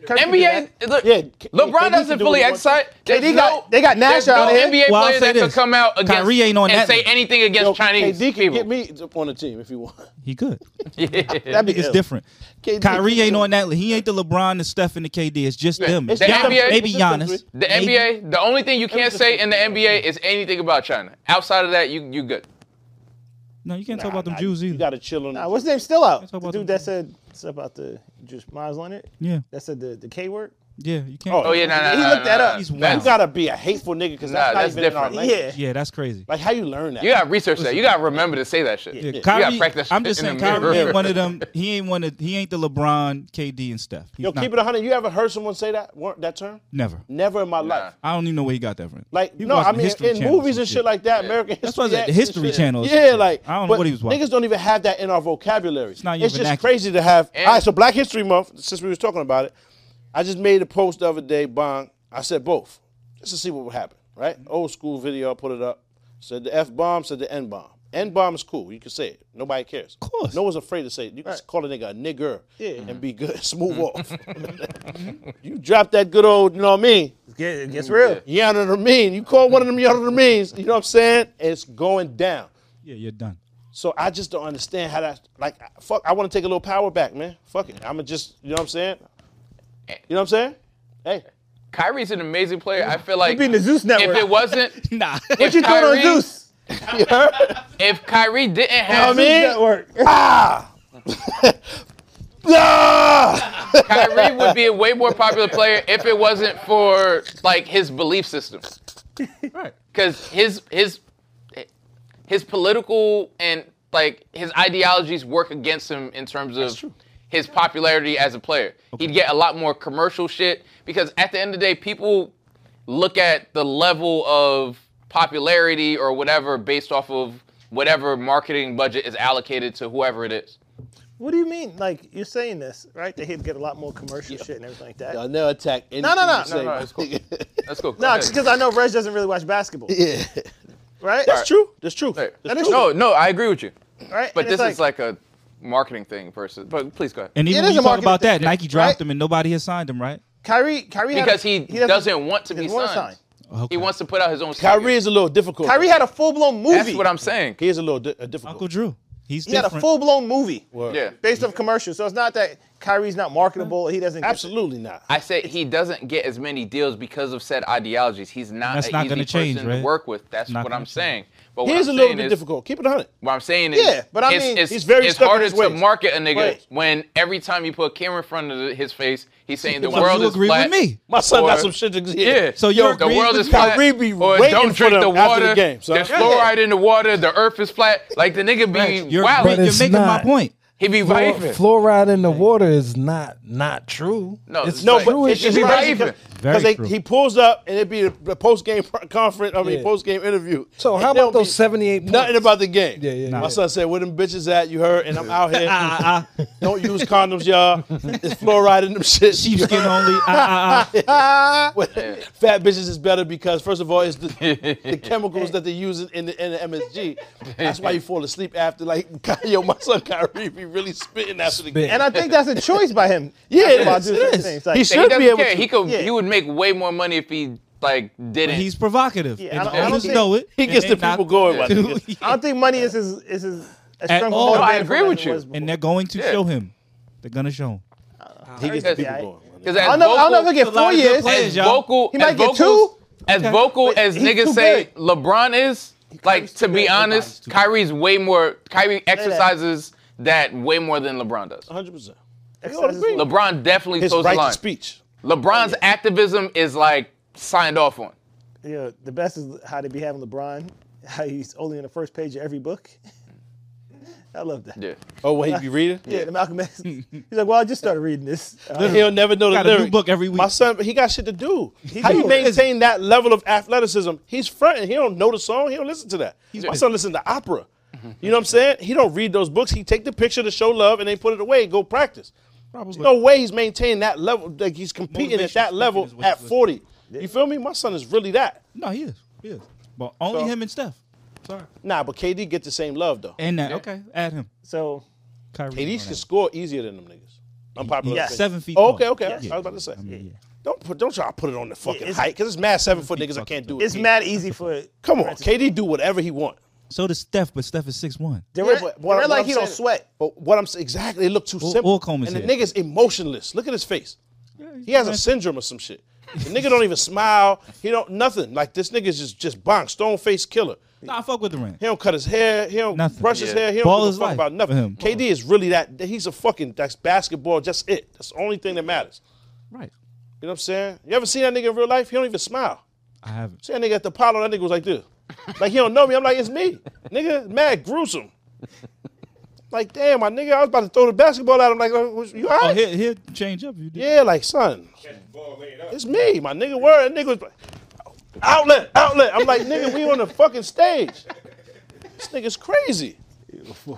E: Curry can do
B: NBA,
A: that.
B: look,
A: Yeah, K- KD
B: LeBron
A: can
B: doesn't
A: do
B: fully
A: what he wants.
B: excite. There's
E: KD
B: no,
E: got- they got Nash
B: there's no
E: out here.
B: NBA
G: Well, I'll
B: players
G: say
B: that could
G: this.
B: come out against
G: Kyrie ain't on
B: and
G: that
B: say
G: list.
B: anything against
A: Yo,
B: Chinese
A: KD can
B: people.
A: get me on the team if you want.
G: he good.
E: That'd be
G: It's
E: ill.
G: different.
A: KD
G: Kyrie ain't
A: too.
G: on that. li- He ain't the LeBron, the Steph, and the KD. It's just
B: Yeah,
G: them.
B: it's
G: Gian-
B: just them three.
G: maybe
A: It's just them
G: Giannis.
A: three.
B: The
G: Maybe-
B: NBA, the only thing you can't
A: just
B: say
A: think
B: in the NBA is anything about China. Outside of that, you you good.
G: No, you can't talk about them Jews
A: You
G: either.
A: got to chill on.
E: Nah, Uh, what's his name still out?
G: talk
E: The
G: about
E: dude
G: the-
E: that said it's about the just Miles Leonard.
A: Mm-hmm.
G: Yeah.
E: That said the, the K word.
G: yeah, you can't.
B: Oh yeah, no, no,
E: He
B: no,
E: looked
B: no,
E: that
B: no,
E: up.
B: no.
G: He's
B: That's-
A: You gotta be a hateful nigga because that's
B: Nah,
A: not
B: that's
A: even in our
B: different.
A: language.
E: Yeah.
G: yeah, that's crazy.
A: Like how you learn that?
B: You gotta research that. You gotta remember to say that shit.
G: Yeah,
B: You gotta
G: Kyrie,
B: practice.
G: I'm
B: shit
G: just
B: in
G: saying,
B: the mirror.
G: Kyrie ain't one of them. He ain't one of. He ain't the LeBron, KD, and Steph. He's
A: Yo,
G: not-
A: keep it hundred. You ever heard someone say that word, that term?
G: Never.
A: Never in my life.
G: I don't even know where he got that from.
A: Like
G: He
A: no,
G: watched
A: I
G: the
A: mean
G: History
A: in
G: Channel
A: movies and
G: some
A: shit like that, American history.
G: That's why I said the
A: X and
G: History
A: shit.
G: Channel is
A: Yeah,
G: shit.
A: like
G: I don't know
A: but
G: what he was watching.
A: Niggas don't even have that in our vocabulary. It's
G: not
A: It's
G: even
A: just
G: accurate.
A: crazy to have.
B: And-
A: all right, so Black History Month. Since we was talking about it, I just made a post the other day. Bong. I said both, just to see what would happen. Right, old school video. I put it up. Said the f bomb. Said the n bomb. N bomb is cool. You can say it. Nobody cares. Of
G: course.
A: No one's afraid to say it. You can just call a nigga a nigger and be good. Smooth off. you drop that good old. You know what I mean?
E: It gets real.
A: Yana the mean. You call one of them Yana the means, you know what I'm saying? It's going down.
G: Yeah, you're done.
A: So I just don't understand how that like fuck, I want to take a little power back, man. Fuck it. I'ma just, you know what I'm saying? You know what I'm saying? Hey.
B: Kyrie's an amazing player. I feel like
E: be in the Zeus network.
B: if it wasn't,
G: Nah.
B: if
E: What you doing on
B: Kyrie,
E: Zeus?
B: if Kyrie didn't have
A: I mean?
E: Network.
A: Ah!
B: Kyrie would be a way more popular player if it wasn't for like his belief system. Right. Because his his his political and like his ideologies work against him in terms of his popularity as a player. He'd get a lot more commercial shit because at the end of the day, people look at the level of popularity or whatever based off of whatever marketing budget is allocated to whoever it is.
E: What do you mean? Like you're saying this, right? That he'd get a lot more commercial shit and everything like that.
A: I'll never attack anything.
E: no, no,
A: you say.
E: no,
B: no, it's cool. That's cool. Go
E: No,
B: ahead.
E: because I know Reg doesn't really watch basketball. Yeah. Right?
A: That's true. That's true.
B: Right.
A: That's true.
B: No, no, I agree with you.
E: Right?
B: But
E: And
B: this
E: it's
B: is like a marketing thing versus. But please go ahead.
G: And even
E: It
G: when
E: is
G: you
E: a
G: talk
E: marketing
G: about that,
E: thing,
G: Nike dropped
E: right?
G: him and nobody has signed him, right?
E: Kyrie, Kyrie had a-
B: because he, doesn't, want to
E: he
B: be
E: doesn't wanna
B: signed.
G: Okay.
B: He wants to put out his own.
A: Kyrie
B: single.
A: is a little difficult.
E: Kyrie had a full blown movie.
B: That's what I'm saying.
A: he is a little di- uh, difficult.
G: Uncle Drew. He's
E: he had
G: different.
E: a full blown movie
B: Yeah.
E: based off commercials. So it's not that Kyrie's not marketable. He doesn't. get-
A: Absolutely not.
B: I said he doesn't get as many deals because of said ideologies. He's not
G: That's
B: an
G: not
B: easy
G: gonna change,
B: person
G: right?
B: to work with. That's
G: Not
B: what
G: gonna
B: I'm
G: change.
B: saying. But what
A: He is a
B: I'm
A: little
B: saying
A: bit
B: is-
A: difficult. Keep it 100.
B: What I'm saying is,
E: Yeah, but I
B: it's,
E: mean,
B: it's,
A: he's very
B: it's
A: stuck in
B: harder
A: his
B: to
A: ways.
B: market a nigga
A: Right.
B: when every time you put a camera in front of the- his face, he's saying the
G: So
B: world
G: you
B: is
G: agree
B: flat.
G: with me.
A: My son
B: Or-
A: got some shit to
B: Yeah.
G: So
B: yo,
G: you're
B: the
G: agreeing
B: world
G: with
B: is flat.
A: Kyrie be
B: or
A: waiting
B: don't
A: for
B: drink
A: them
B: the
A: after the
B: water.
A: game, son.
B: There's fluoride in the water. The earth is flat. Like the nigga be
G: You're,
B: wild.
G: you're
F: it's
G: making my
F: not.
G: point.
B: He be
F: Fluor-
B: raving.
F: Fluoride in the water is not not true. it's
A: no,
F: true.
A: but it's just
F: right.
A: crazy because he pulls up and it'd be the, the post game conference. I mean,
F: Yeah.
A: post game interview.
F: So how
A: And they'll
F: about those
A: be
F: seventy eight?
A: Nothing about the game.
F: Yeah, yeah,
A: My
F: yeah.
A: son said, "Where them bitches at? You heard? And I'm out here. Don't use condoms, y'all. It's fluoride in them shit.
G: Sheepskin only. Ah, ah,
A: Well, Fat bitches is better because first of all, it's the, the chemicals that they use in the, in the MSG. That's why you fall asleep after. Like, yo, my son Kyrie be really spitting after the game.
E: And I think that's a choice by him.
A: Yeah, it
E: About
A: is,
E: doing
A: it
E: certain
A: is.
E: things.
A: He
B: He
A: should
B: doesn't
A: be able
B: care.
A: to-
B: He could.
A: yeah.
B: He would make way more money if he like didn't.
G: He's provocative.
E: Yeah, I
G: and
E: don't- I
G: others
E: don't think-
G: know it.
A: He
G: and
A: gets
G: they
A: the people
G: not-
A: going. my nigga.
E: I don't think money is his is his a
G: At
E: strong
G: all.
E: motivator
G: No, I
E: for
B: agree
E: him
B: with
E: as
B: you.
E: it was before.
G: And they're going to
B: Yeah.
G: show him. They're gonna show him.
A: He gets the
B: Because-
A: people
E: yeah, I-
A: going. my nigga.
B: Because
E: I don't know- I don't know if he'll get
G: It's a lot
E: four
G: of good
E: years.
G: players,
B: as
G: y'all.
B: vocal,
E: He might
B: as vocals,
E: get two.
B: As vocal
E: But
B: as
E: he's too
B: niggas say
E: good.
B: LeBron is, like to be honest, Kyrie's way more. Kyrie exercises that way more than LeBron does.
A: 100%.
E: Exercises
A: agree.
E: what?
B: LeBron definitely
A: His
B: toes the
A: right to
B: line.
A: speech.
B: LeBron's activism is like signed off on.
E: Yeah, the best is how they be having LeBron. How he's only on the first page of every book. I love that.
B: Yeah.
A: Oh, what he be reading?
E: Yeah, the Malcolm X. He's like, well, I just started reading this. Uh,
A: He'll never know the
G: Got a new
A: lyrics.
G: book every week.
A: My son, he got shit to do. How you
E: do.
A: maintain that level of athleticism? He's fronting. He don't know the song. He don't listen to that. My
B: busy.
A: son listen to opera. You know what I'm saying? He don't read those books. He take the picture to show love and they put it away and go practice. There's No way he's maintaining that level. Like he's competing at
G: Motivation
A: that level
G: is what
A: at
G: he's
A: 40. You feel me? My son is really that.
G: No, he is. He is. But only
A: So-
G: him and Steph. Sorry.
A: Nah, but KD get the same love though.
G: And that. Okay. Add him.
E: so
G: Kyrie.
A: KD can score easier than them niggas. Unpopular.
E: Yeah.
A: opinion.
G: Seven feet
A: Oh,
G: tall.
A: okay, okay.
G: Yeah.
A: I was about to say.
G: I mean, yeah.
A: Don't put, don't try to put it on the fucking
E: it's-
A: height because it's mad seven foot niggas. I can't do it.
E: it's mad easy for
A: Come on, KD do whatever he want.
G: So does Steph, but Steph is six one.
E: Durant,
A: but what I- what
E: Durant like
A: I'm
E: he don't
A: saying-
E: sweat.
A: But what I'm saying, exactly, it look too simple.
G: Ul- Coleman's
A: and the
G: here.
A: nigga's emotionless. Look at his face. He has a syndrome or some shit. The nigga don't even smile. He don't nothing. Like this nigga's just just bonk, stone face killer.
G: Nah, I fuck with Durant.
A: He don't cut his hair. He don't
G: Nothing.
A: brush his
B: Yeah.
A: hair. He don't
G: Ball
A: give a
G: is
A: fuck
G: life
A: about
G: for
A: nothing.
G: him.
A: KD is really that. He's a fucking that's basketball. Just it. That's the only thing that matters.
G: Right.
A: You know what I'm saying? You ever seen that nigga in real life? He don't even smile.
G: I haven't.
A: See that nigga at the Apollo, that nigga was like this. Like he don't know me. I'm like, it's me. Nigga, mad gruesome. Like, damn, my nigga, I was about to throw the basketball at him. Like, oh, you all
G: Oh,
A: right?
G: he'll, he'll change up. if You did.
A: yeah, like, son,
J: Ball laid up.
A: it's me. My nigga, word. That nigga was outlet, outlet. I'm like, nigga, we on the fucking stage. This nigga's crazy.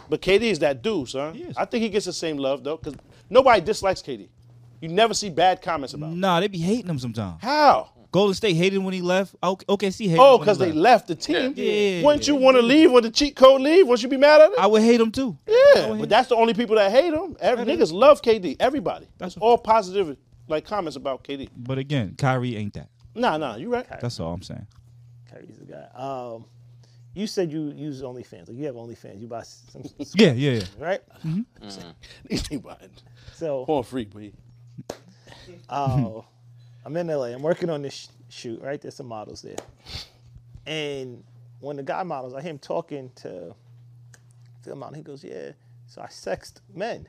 A: But KD is that dude, son.
G: He is.
A: I think he gets the same love, though, because nobody dislikes KD. You never see bad comments about him.
G: Nah, they be hating him sometimes.
A: How?
G: Golden State hated him when he left. O- OKC hated.
A: Oh,
G: him when he
A: because they left the team.
B: Yeah.
G: Yeah.
A: Wouldn't you want to leave when the cheat code leave? Wouldn't you be mad at it?
G: I would hate him too.
A: Yeah, but that's the only people that hate him. Every, niggas love KD. Everybody.
G: That's
A: That's all positive like comments about KD.
G: But again, Kyrie ain't that.
A: Nah, nah, you right.
G: That's all I'm saying.
E: Kyrie's the guy. Um, you said you use OnlyFans. Like you have OnlyFans. You buy some,
G: Yeah, yeah, yeah.
E: right?
A: Anybody.
E: So
A: Porn freak, but he-
E: uh, I'm in LA. I'm working on this sh- shoot. Right, there's some models there, and when the guy models, I hear him talking to the model. He goes, "Yeah." So I sexed men.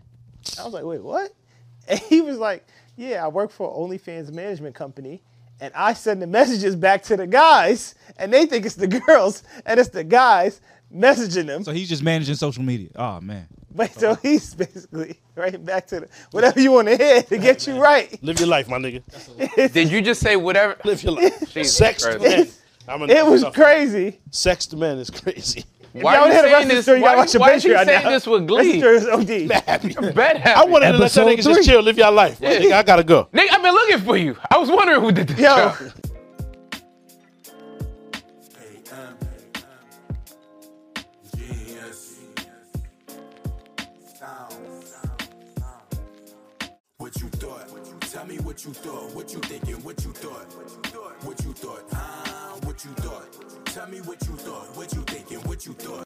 E: I was like, "Wait, what?" And he was like, "Yeah, I work for OnlyFans management company." And I send the messages back to the guys, and they think it's the girls, and it's the guys messaging them.
G: So he's just managing social media. Oh man.
E: But so he's basically right back to the whatever you want to hear to get you right.
A: Live your life, my nigga.
B: Did you just say whatever?
A: Live your life.
B: Jesus
A: Sexed
B: Christ.
A: men. I'm a-
E: It was
A: I'm a-
E: crazy.
A: Sexed men is crazy.
B: Why
E: Y'all
B: are you
E: hit a
B: saying
E: Rest
B: this?
E: Assured, you
B: Why,
E: gotta watch your
B: why are you
E: Patreon
B: saying
E: now.
B: this with
E: Rest
B: glee?
E: assured it's OD.
A: Happy.
B: Bad happy.
A: I wanted to let that
F: Episode
A: nigga just
F: three.
A: chill, live your life. My nigga, I gotta go.
B: Nigga, I've been looking for you. I was wondering who did this.
E: Yo,
B: job.
C: Genius. Sound. What you thought? Tell me what you thought. What you thinking? What you thought? What you thought? Huh? What you thought? Tell me what you thought. What you thinking? What you thought?